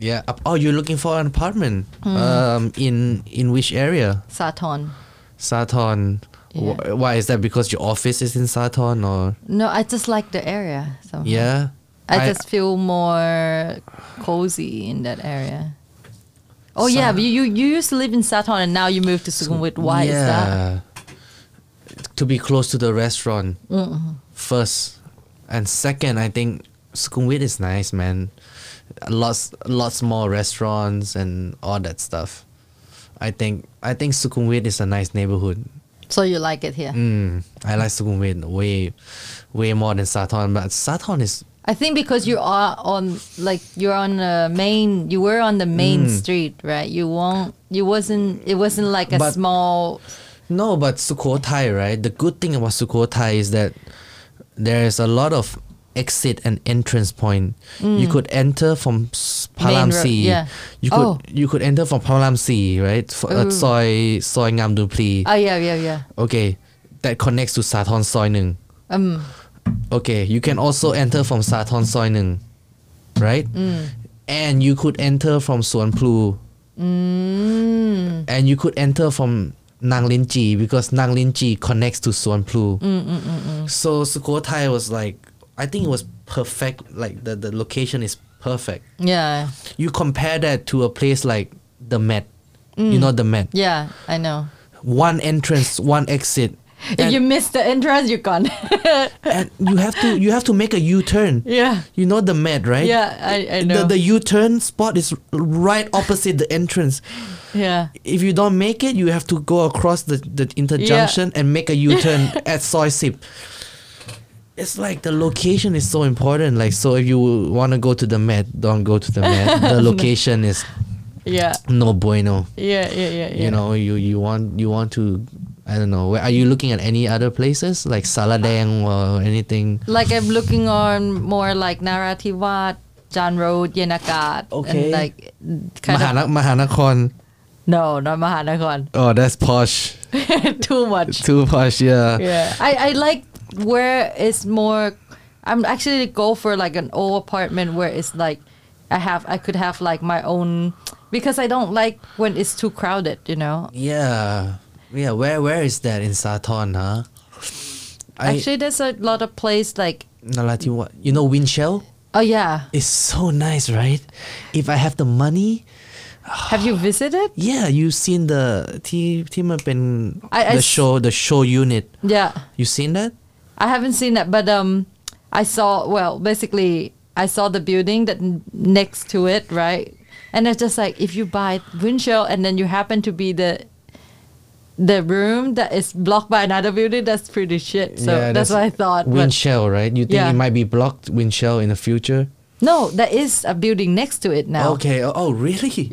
Speaker 1: yeah. up- Oh, you're looking for an
Speaker 2: Hmm.
Speaker 1: apartment. Um in in which area?
Speaker 2: Saturn.
Speaker 1: Saturn. Wh- Why is that? Because your office is in Saturn, or
Speaker 2: No, I just like the area. So
Speaker 1: yeah?
Speaker 2: I, just feel more cozy in that area. Oh yeah,
Speaker 1: Sa-
Speaker 2: but you you used to live in Saturn and now you moved to Sukhumvit. Why is that?
Speaker 1: that? To be close to the restaurant
Speaker 2: Mm-hmm.
Speaker 1: first, and second, I think Sukhumvit is nice, man. Lots, lots more restaurants and all that stuff. I think I think Sukhumvit is a nice neighborhood.
Speaker 2: So you like it here?
Speaker 1: Mm, I like Sukhumvit way, way more than Saturn. But Saturn is
Speaker 2: I think because you are on like you're on the main you were on the main
Speaker 1: Mm.
Speaker 2: street, right? You won't you wasn't it wasn't like a
Speaker 1: But-
Speaker 2: small
Speaker 1: No, but Sukhothai, right? The good thing about Sukhothai is that there is a lot of exit and entrance point. You could enter from s-
Speaker 2: Mm. Main
Speaker 1: Palam
Speaker 2: road,
Speaker 1: Si.
Speaker 2: yeah.
Speaker 1: You could
Speaker 2: Oh. Mm.
Speaker 1: you could enter from Palam Si, right? For, uh,
Speaker 2: Ooh.
Speaker 1: soy soy Ngam Du Pli.
Speaker 2: Oh yeah, yeah, yeah.
Speaker 1: okay, that connects to Sathon Soy Nung.
Speaker 2: Um
Speaker 1: Okay, you can also enter from Sathon Soy Nung, right? And you could enter from Suan Plu.
Speaker 2: mm,
Speaker 1: and you could enter from Nang Lin Ji because Nang Lin Ji connects to Suan Plu.
Speaker 2: Mm,
Speaker 1: So Sukhothai was like, I think it was perfect. Like the, the location is perfect.
Speaker 2: yeah.
Speaker 1: You compare that to a place like the Met.
Speaker 2: Mm.
Speaker 1: You know the Met.
Speaker 2: Yeah, I know.
Speaker 1: One entrance, one exit.
Speaker 2: if
Speaker 1: And,
Speaker 2: you miss the entrance, you're gone.
Speaker 1: and you have to you have to make a U turn.
Speaker 2: yeah.
Speaker 1: You know the Met, right?
Speaker 2: Yeah, I, I know.
Speaker 1: The, the U turn spot is right opposite the entrance.
Speaker 2: yeah.
Speaker 1: if you don't make it, you have to go across the, the interjunction and make a U turn at Soy Sip. It's like the location is so important. Like, so if you want to go to the Met, don't go to the Met. The location is
Speaker 2: Yeah.
Speaker 1: no bueno.
Speaker 2: Yeah, yeah, yeah, yeah.
Speaker 1: You know, you, you want you want to, I don't know. Where, are you looking at any other places like Saladang or anything?
Speaker 2: Like I'm looking on more like Narathiwat, John Road, Yenagat,
Speaker 1: Okay.
Speaker 2: and like kind of
Speaker 1: Mahana, Mahanakon.
Speaker 2: no, not Mahanakhon.
Speaker 1: Oh, that's posh.
Speaker 2: Too much.
Speaker 1: Too posh, yeah.
Speaker 2: Yeah, I, I like where it's more. I'm actually go for like an old apartment where it's like I have I could have like my own because I don't like when it's too crowded. You know,
Speaker 1: Yeah. Yeah, where where is that in Saton, huh? I-
Speaker 2: actually there's a lot of place like
Speaker 1: Nalatiwa. You know Windshell?
Speaker 2: oh yeah.
Speaker 1: It's so nice, right? If I have the money,
Speaker 2: Have you visited?
Speaker 1: yeah, you've seen the T Team up in
Speaker 2: I- I
Speaker 1: the
Speaker 2: s-
Speaker 1: show the show unit.
Speaker 2: Yeah.
Speaker 1: You seen that?
Speaker 2: I haven't seen that, but um, I saw. Well, basically, I saw the building that n- next to it, right? And it's just like if you buy windshield, and then you happen to be the the room that is blocked by another building, that's pretty shit. So that's, what I thought. but-
Speaker 1: Windshell, right? You think
Speaker 2: Yeah.
Speaker 1: it might be blocked Windshell in the future?
Speaker 2: no, there is a building next to it now.
Speaker 1: Okay. Oh, oh, really?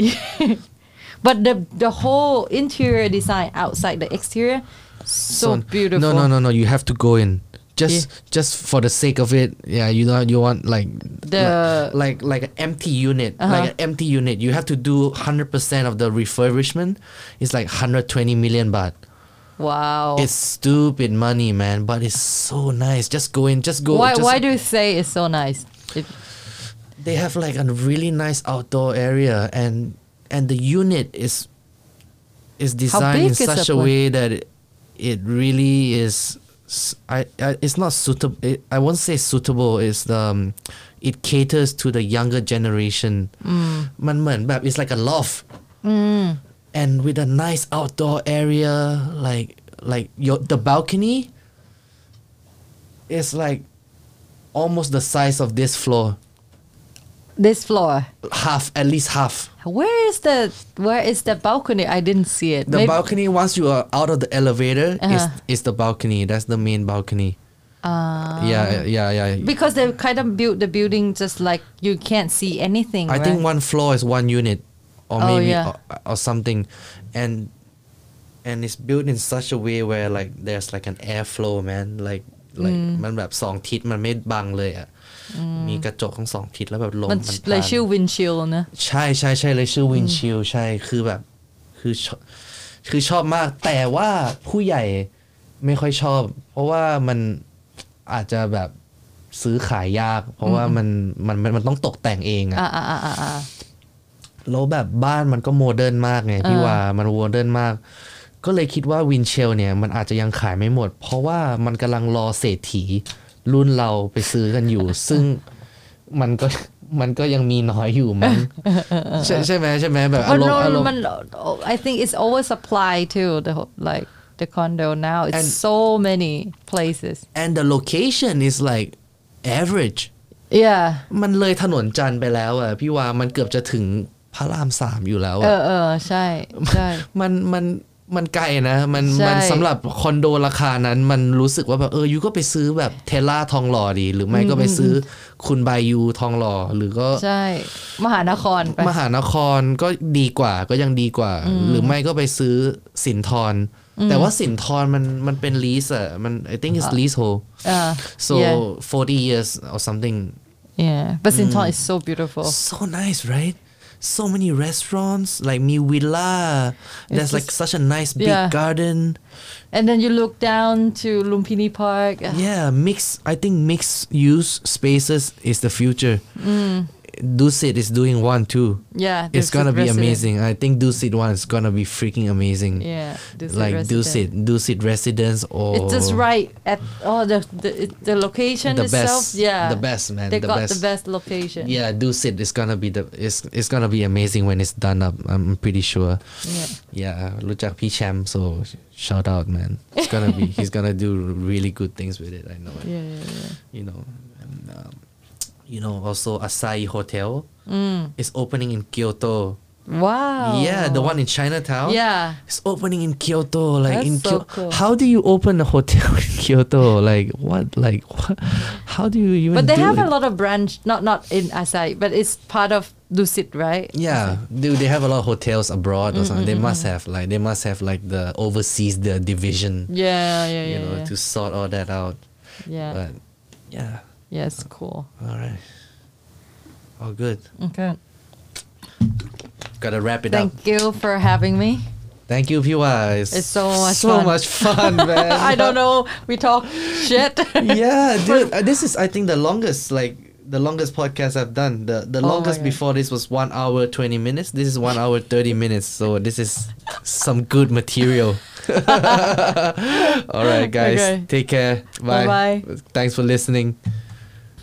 Speaker 2: But the the whole interior design outside the exterior, so, beautiful.
Speaker 1: No, no, no, no. You have to go in. Just just for the sake of it. Yeah, you know you want like
Speaker 2: The-
Speaker 1: like like, like an empty unit, like
Speaker 2: Uh-huh.
Speaker 1: an empty unit. You have to do 100% of the refurbishment. It's like 120 million baht.
Speaker 2: Wow.
Speaker 1: It's stupid money, man, but it's so nice. Just go in, just go.
Speaker 2: why
Speaker 1: just,
Speaker 2: why do you say it's so nice? It-
Speaker 1: they have like a really nice outdoor area and and the unit is is designed in
Speaker 2: big is
Speaker 1: such
Speaker 2: that
Speaker 1: a
Speaker 2: one?
Speaker 1: way that it, it really is s- I, I- it's not suitable it, I won't say suitable it's the um, it caters to the younger generation
Speaker 2: Mm.
Speaker 1: มันเหมือนแบบ it's like a loft and with a nice outdoor area like like your the balcony is like almost the size of this floor
Speaker 2: this floor.
Speaker 1: half at least half
Speaker 2: Where is the where is the balcony? I didn't see it.
Speaker 1: the
Speaker 2: Maybe-
Speaker 1: balcony once you are out of the elevator is
Speaker 2: Uh-huh.
Speaker 1: is the balcony that's the main balcony
Speaker 2: Ah.
Speaker 1: yeah yeah yeah
Speaker 2: because they kind of built the building just like you can't see anything.
Speaker 1: i think
Speaker 2: right?
Speaker 1: one floor is one unit or
Speaker 2: Oh,
Speaker 1: maybe
Speaker 2: yeah.
Speaker 1: or, or something and and it's built in such a way where like there's like an airflow man like like
Speaker 2: Mm.
Speaker 1: มันแบบสองทิศมันไม่บังเลยอ่ะมีกระจกทั้งสองทิศแล้วแบบลม
Speaker 2: มัน
Speaker 1: มัน
Speaker 2: เล
Speaker 1: ผ่าย น
Speaker 2: ชื่อ windshield นะ
Speaker 1: ใช่ใช่ใช่เลยชื่อวินชิลใช่คือแบบ คือชอบคือชอบมาก แต่ว่าผู้ใหญ่ไม่ค่อยชอบ เพราะว่ามันอาจจะแบบซื้อขายยาก เพราะว่ามันมันมันมันต้องตกแต่งเองอะ
Speaker 2: อ่าอ่าอ่าอ่า
Speaker 1: แล้วแบบบ้านมันก็โมเดิร์นมากไงพี่
Speaker 2: เออ
Speaker 1: ว่ามันโมเดิร์นมาก ก็เลยคิดว่าวินเชลเนี่ยมันอาจจะยังขายไม่หมด เพราะว่ามันกำลังรอเศรษฐีรุ่นเราไปซื้อกัน อยู่ ซึ่งมันก็มันก็ยังมีน้อยอยู่มั้งใช่ใช่ไหมใช่ไหมแบบอารมณ์อารมณ์
Speaker 2: But no, but I think it's oversupply too. The whole, like the condo now, it's
Speaker 1: And-
Speaker 2: so many places.
Speaker 1: and the location is like average
Speaker 2: Yeah.
Speaker 1: มันเลยถนนจันทร์ไปแล้วอ่ะพี่ว่ามันเกือบจะถึงพระรามสามอยู่แล้ว
Speaker 2: เอ
Speaker 1: อ่ะ
Speaker 2: อเออใช่ใช่
Speaker 1: มันมันมันไกลนะ มัน
Speaker 2: ใช่
Speaker 1: มันสำหรับคอนโดราคานั้นมันรู้สึกว่าแบบเออยูก็ไปซื้อแบบเทล่าทองหล่อดี หรือไม่ก็ไปซื้ออคุณบายูทองหล่อหรือก็
Speaker 2: ใช่ มหานครไป
Speaker 1: มหานครก็ดีกว่าก็ยังดีกว่า หรือไม่ก็ไปซื้อสินทร แต่ว่าสินทรมันมันเป็นลีสอ่ะมัน I think it's leasehold
Speaker 2: เออ
Speaker 1: so
Speaker 2: yeah
Speaker 1: 40 years or something
Speaker 2: yeah but Sinton is so beautiful
Speaker 1: so nice, right? So many restaurants, like Mi Villa. There's
Speaker 2: It's
Speaker 1: like such a nice big
Speaker 2: Yeah.
Speaker 1: garden.
Speaker 2: and then you look down to Lumpini Park Ah,
Speaker 1: Yeah, mix. I think mixed use spaces is the future.
Speaker 2: Mm.
Speaker 1: Dusit is doing one too.
Speaker 2: yeah
Speaker 1: it's gonna
Speaker 2: Dusit
Speaker 1: be
Speaker 2: resident.
Speaker 1: amazing. I think Dusit one is gonna be freaking amazing.
Speaker 2: yeah Dusit
Speaker 1: like
Speaker 2: resident.
Speaker 1: Dusit, Dusit residence or
Speaker 2: it's just right at oh the the, it- the location
Speaker 1: the best.
Speaker 2: itself yeah
Speaker 1: the best man.
Speaker 2: they
Speaker 1: the
Speaker 2: got
Speaker 1: best.
Speaker 2: the best location
Speaker 1: Yeah, Dusit is gonna be the it's it's gonna be amazing when it's done up. I'm pretty sure.
Speaker 2: yeah
Speaker 1: Yeah, Luchak Picham, so shout out, man. It's gonna be, he's gonna do really good things with it. I know it.
Speaker 2: yeah yeah, yeah.
Speaker 1: You know, and, um, you know, also Asahi Hotel
Speaker 2: Mm.
Speaker 1: is opening in Kyoto.
Speaker 2: wow
Speaker 1: Yeah, the one in Chinatown.
Speaker 2: Oh. yeah
Speaker 1: It's opening in Kyoto, like in
Speaker 2: That's so
Speaker 1: Kyoto.
Speaker 2: cool.
Speaker 1: How do you open a hotel in Kyoto? Like what? Like what? How do you even?
Speaker 2: but they
Speaker 1: do
Speaker 2: have
Speaker 1: it?
Speaker 2: a lot of branch not not in Asai but it's part of Dusit right
Speaker 1: Yeah, dude, they have a lot of hotels abroad or something. They
Speaker 2: Mm-hmm,
Speaker 1: must have like they must have like the overseas the division,
Speaker 2: yeah yeah yeah
Speaker 1: you know,
Speaker 2: yeah.
Speaker 1: to sort all that out.
Speaker 2: yeah
Speaker 1: But yeah,
Speaker 2: yeah it's cool
Speaker 1: all right, all good.
Speaker 2: okay
Speaker 1: Gotta wrap it up.
Speaker 2: thank you for having me
Speaker 1: Thank you, Piwa. It's,
Speaker 2: It's so much
Speaker 1: so
Speaker 2: fun.
Speaker 1: much fun, man.
Speaker 2: I don't know. We talk shit.
Speaker 1: yeah, dude, uh, this is I think the longest like the longest podcast I've done. The the
Speaker 2: Oh my
Speaker 1: longest
Speaker 2: God.
Speaker 1: before this was one hour twenty minutes. This is one hour thirty minutes. So this is some good material. All right, guys,
Speaker 2: Okay.
Speaker 1: take care. Bye.
Speaker 2: Bye-bye.
Speaker 1: Thanks for listening.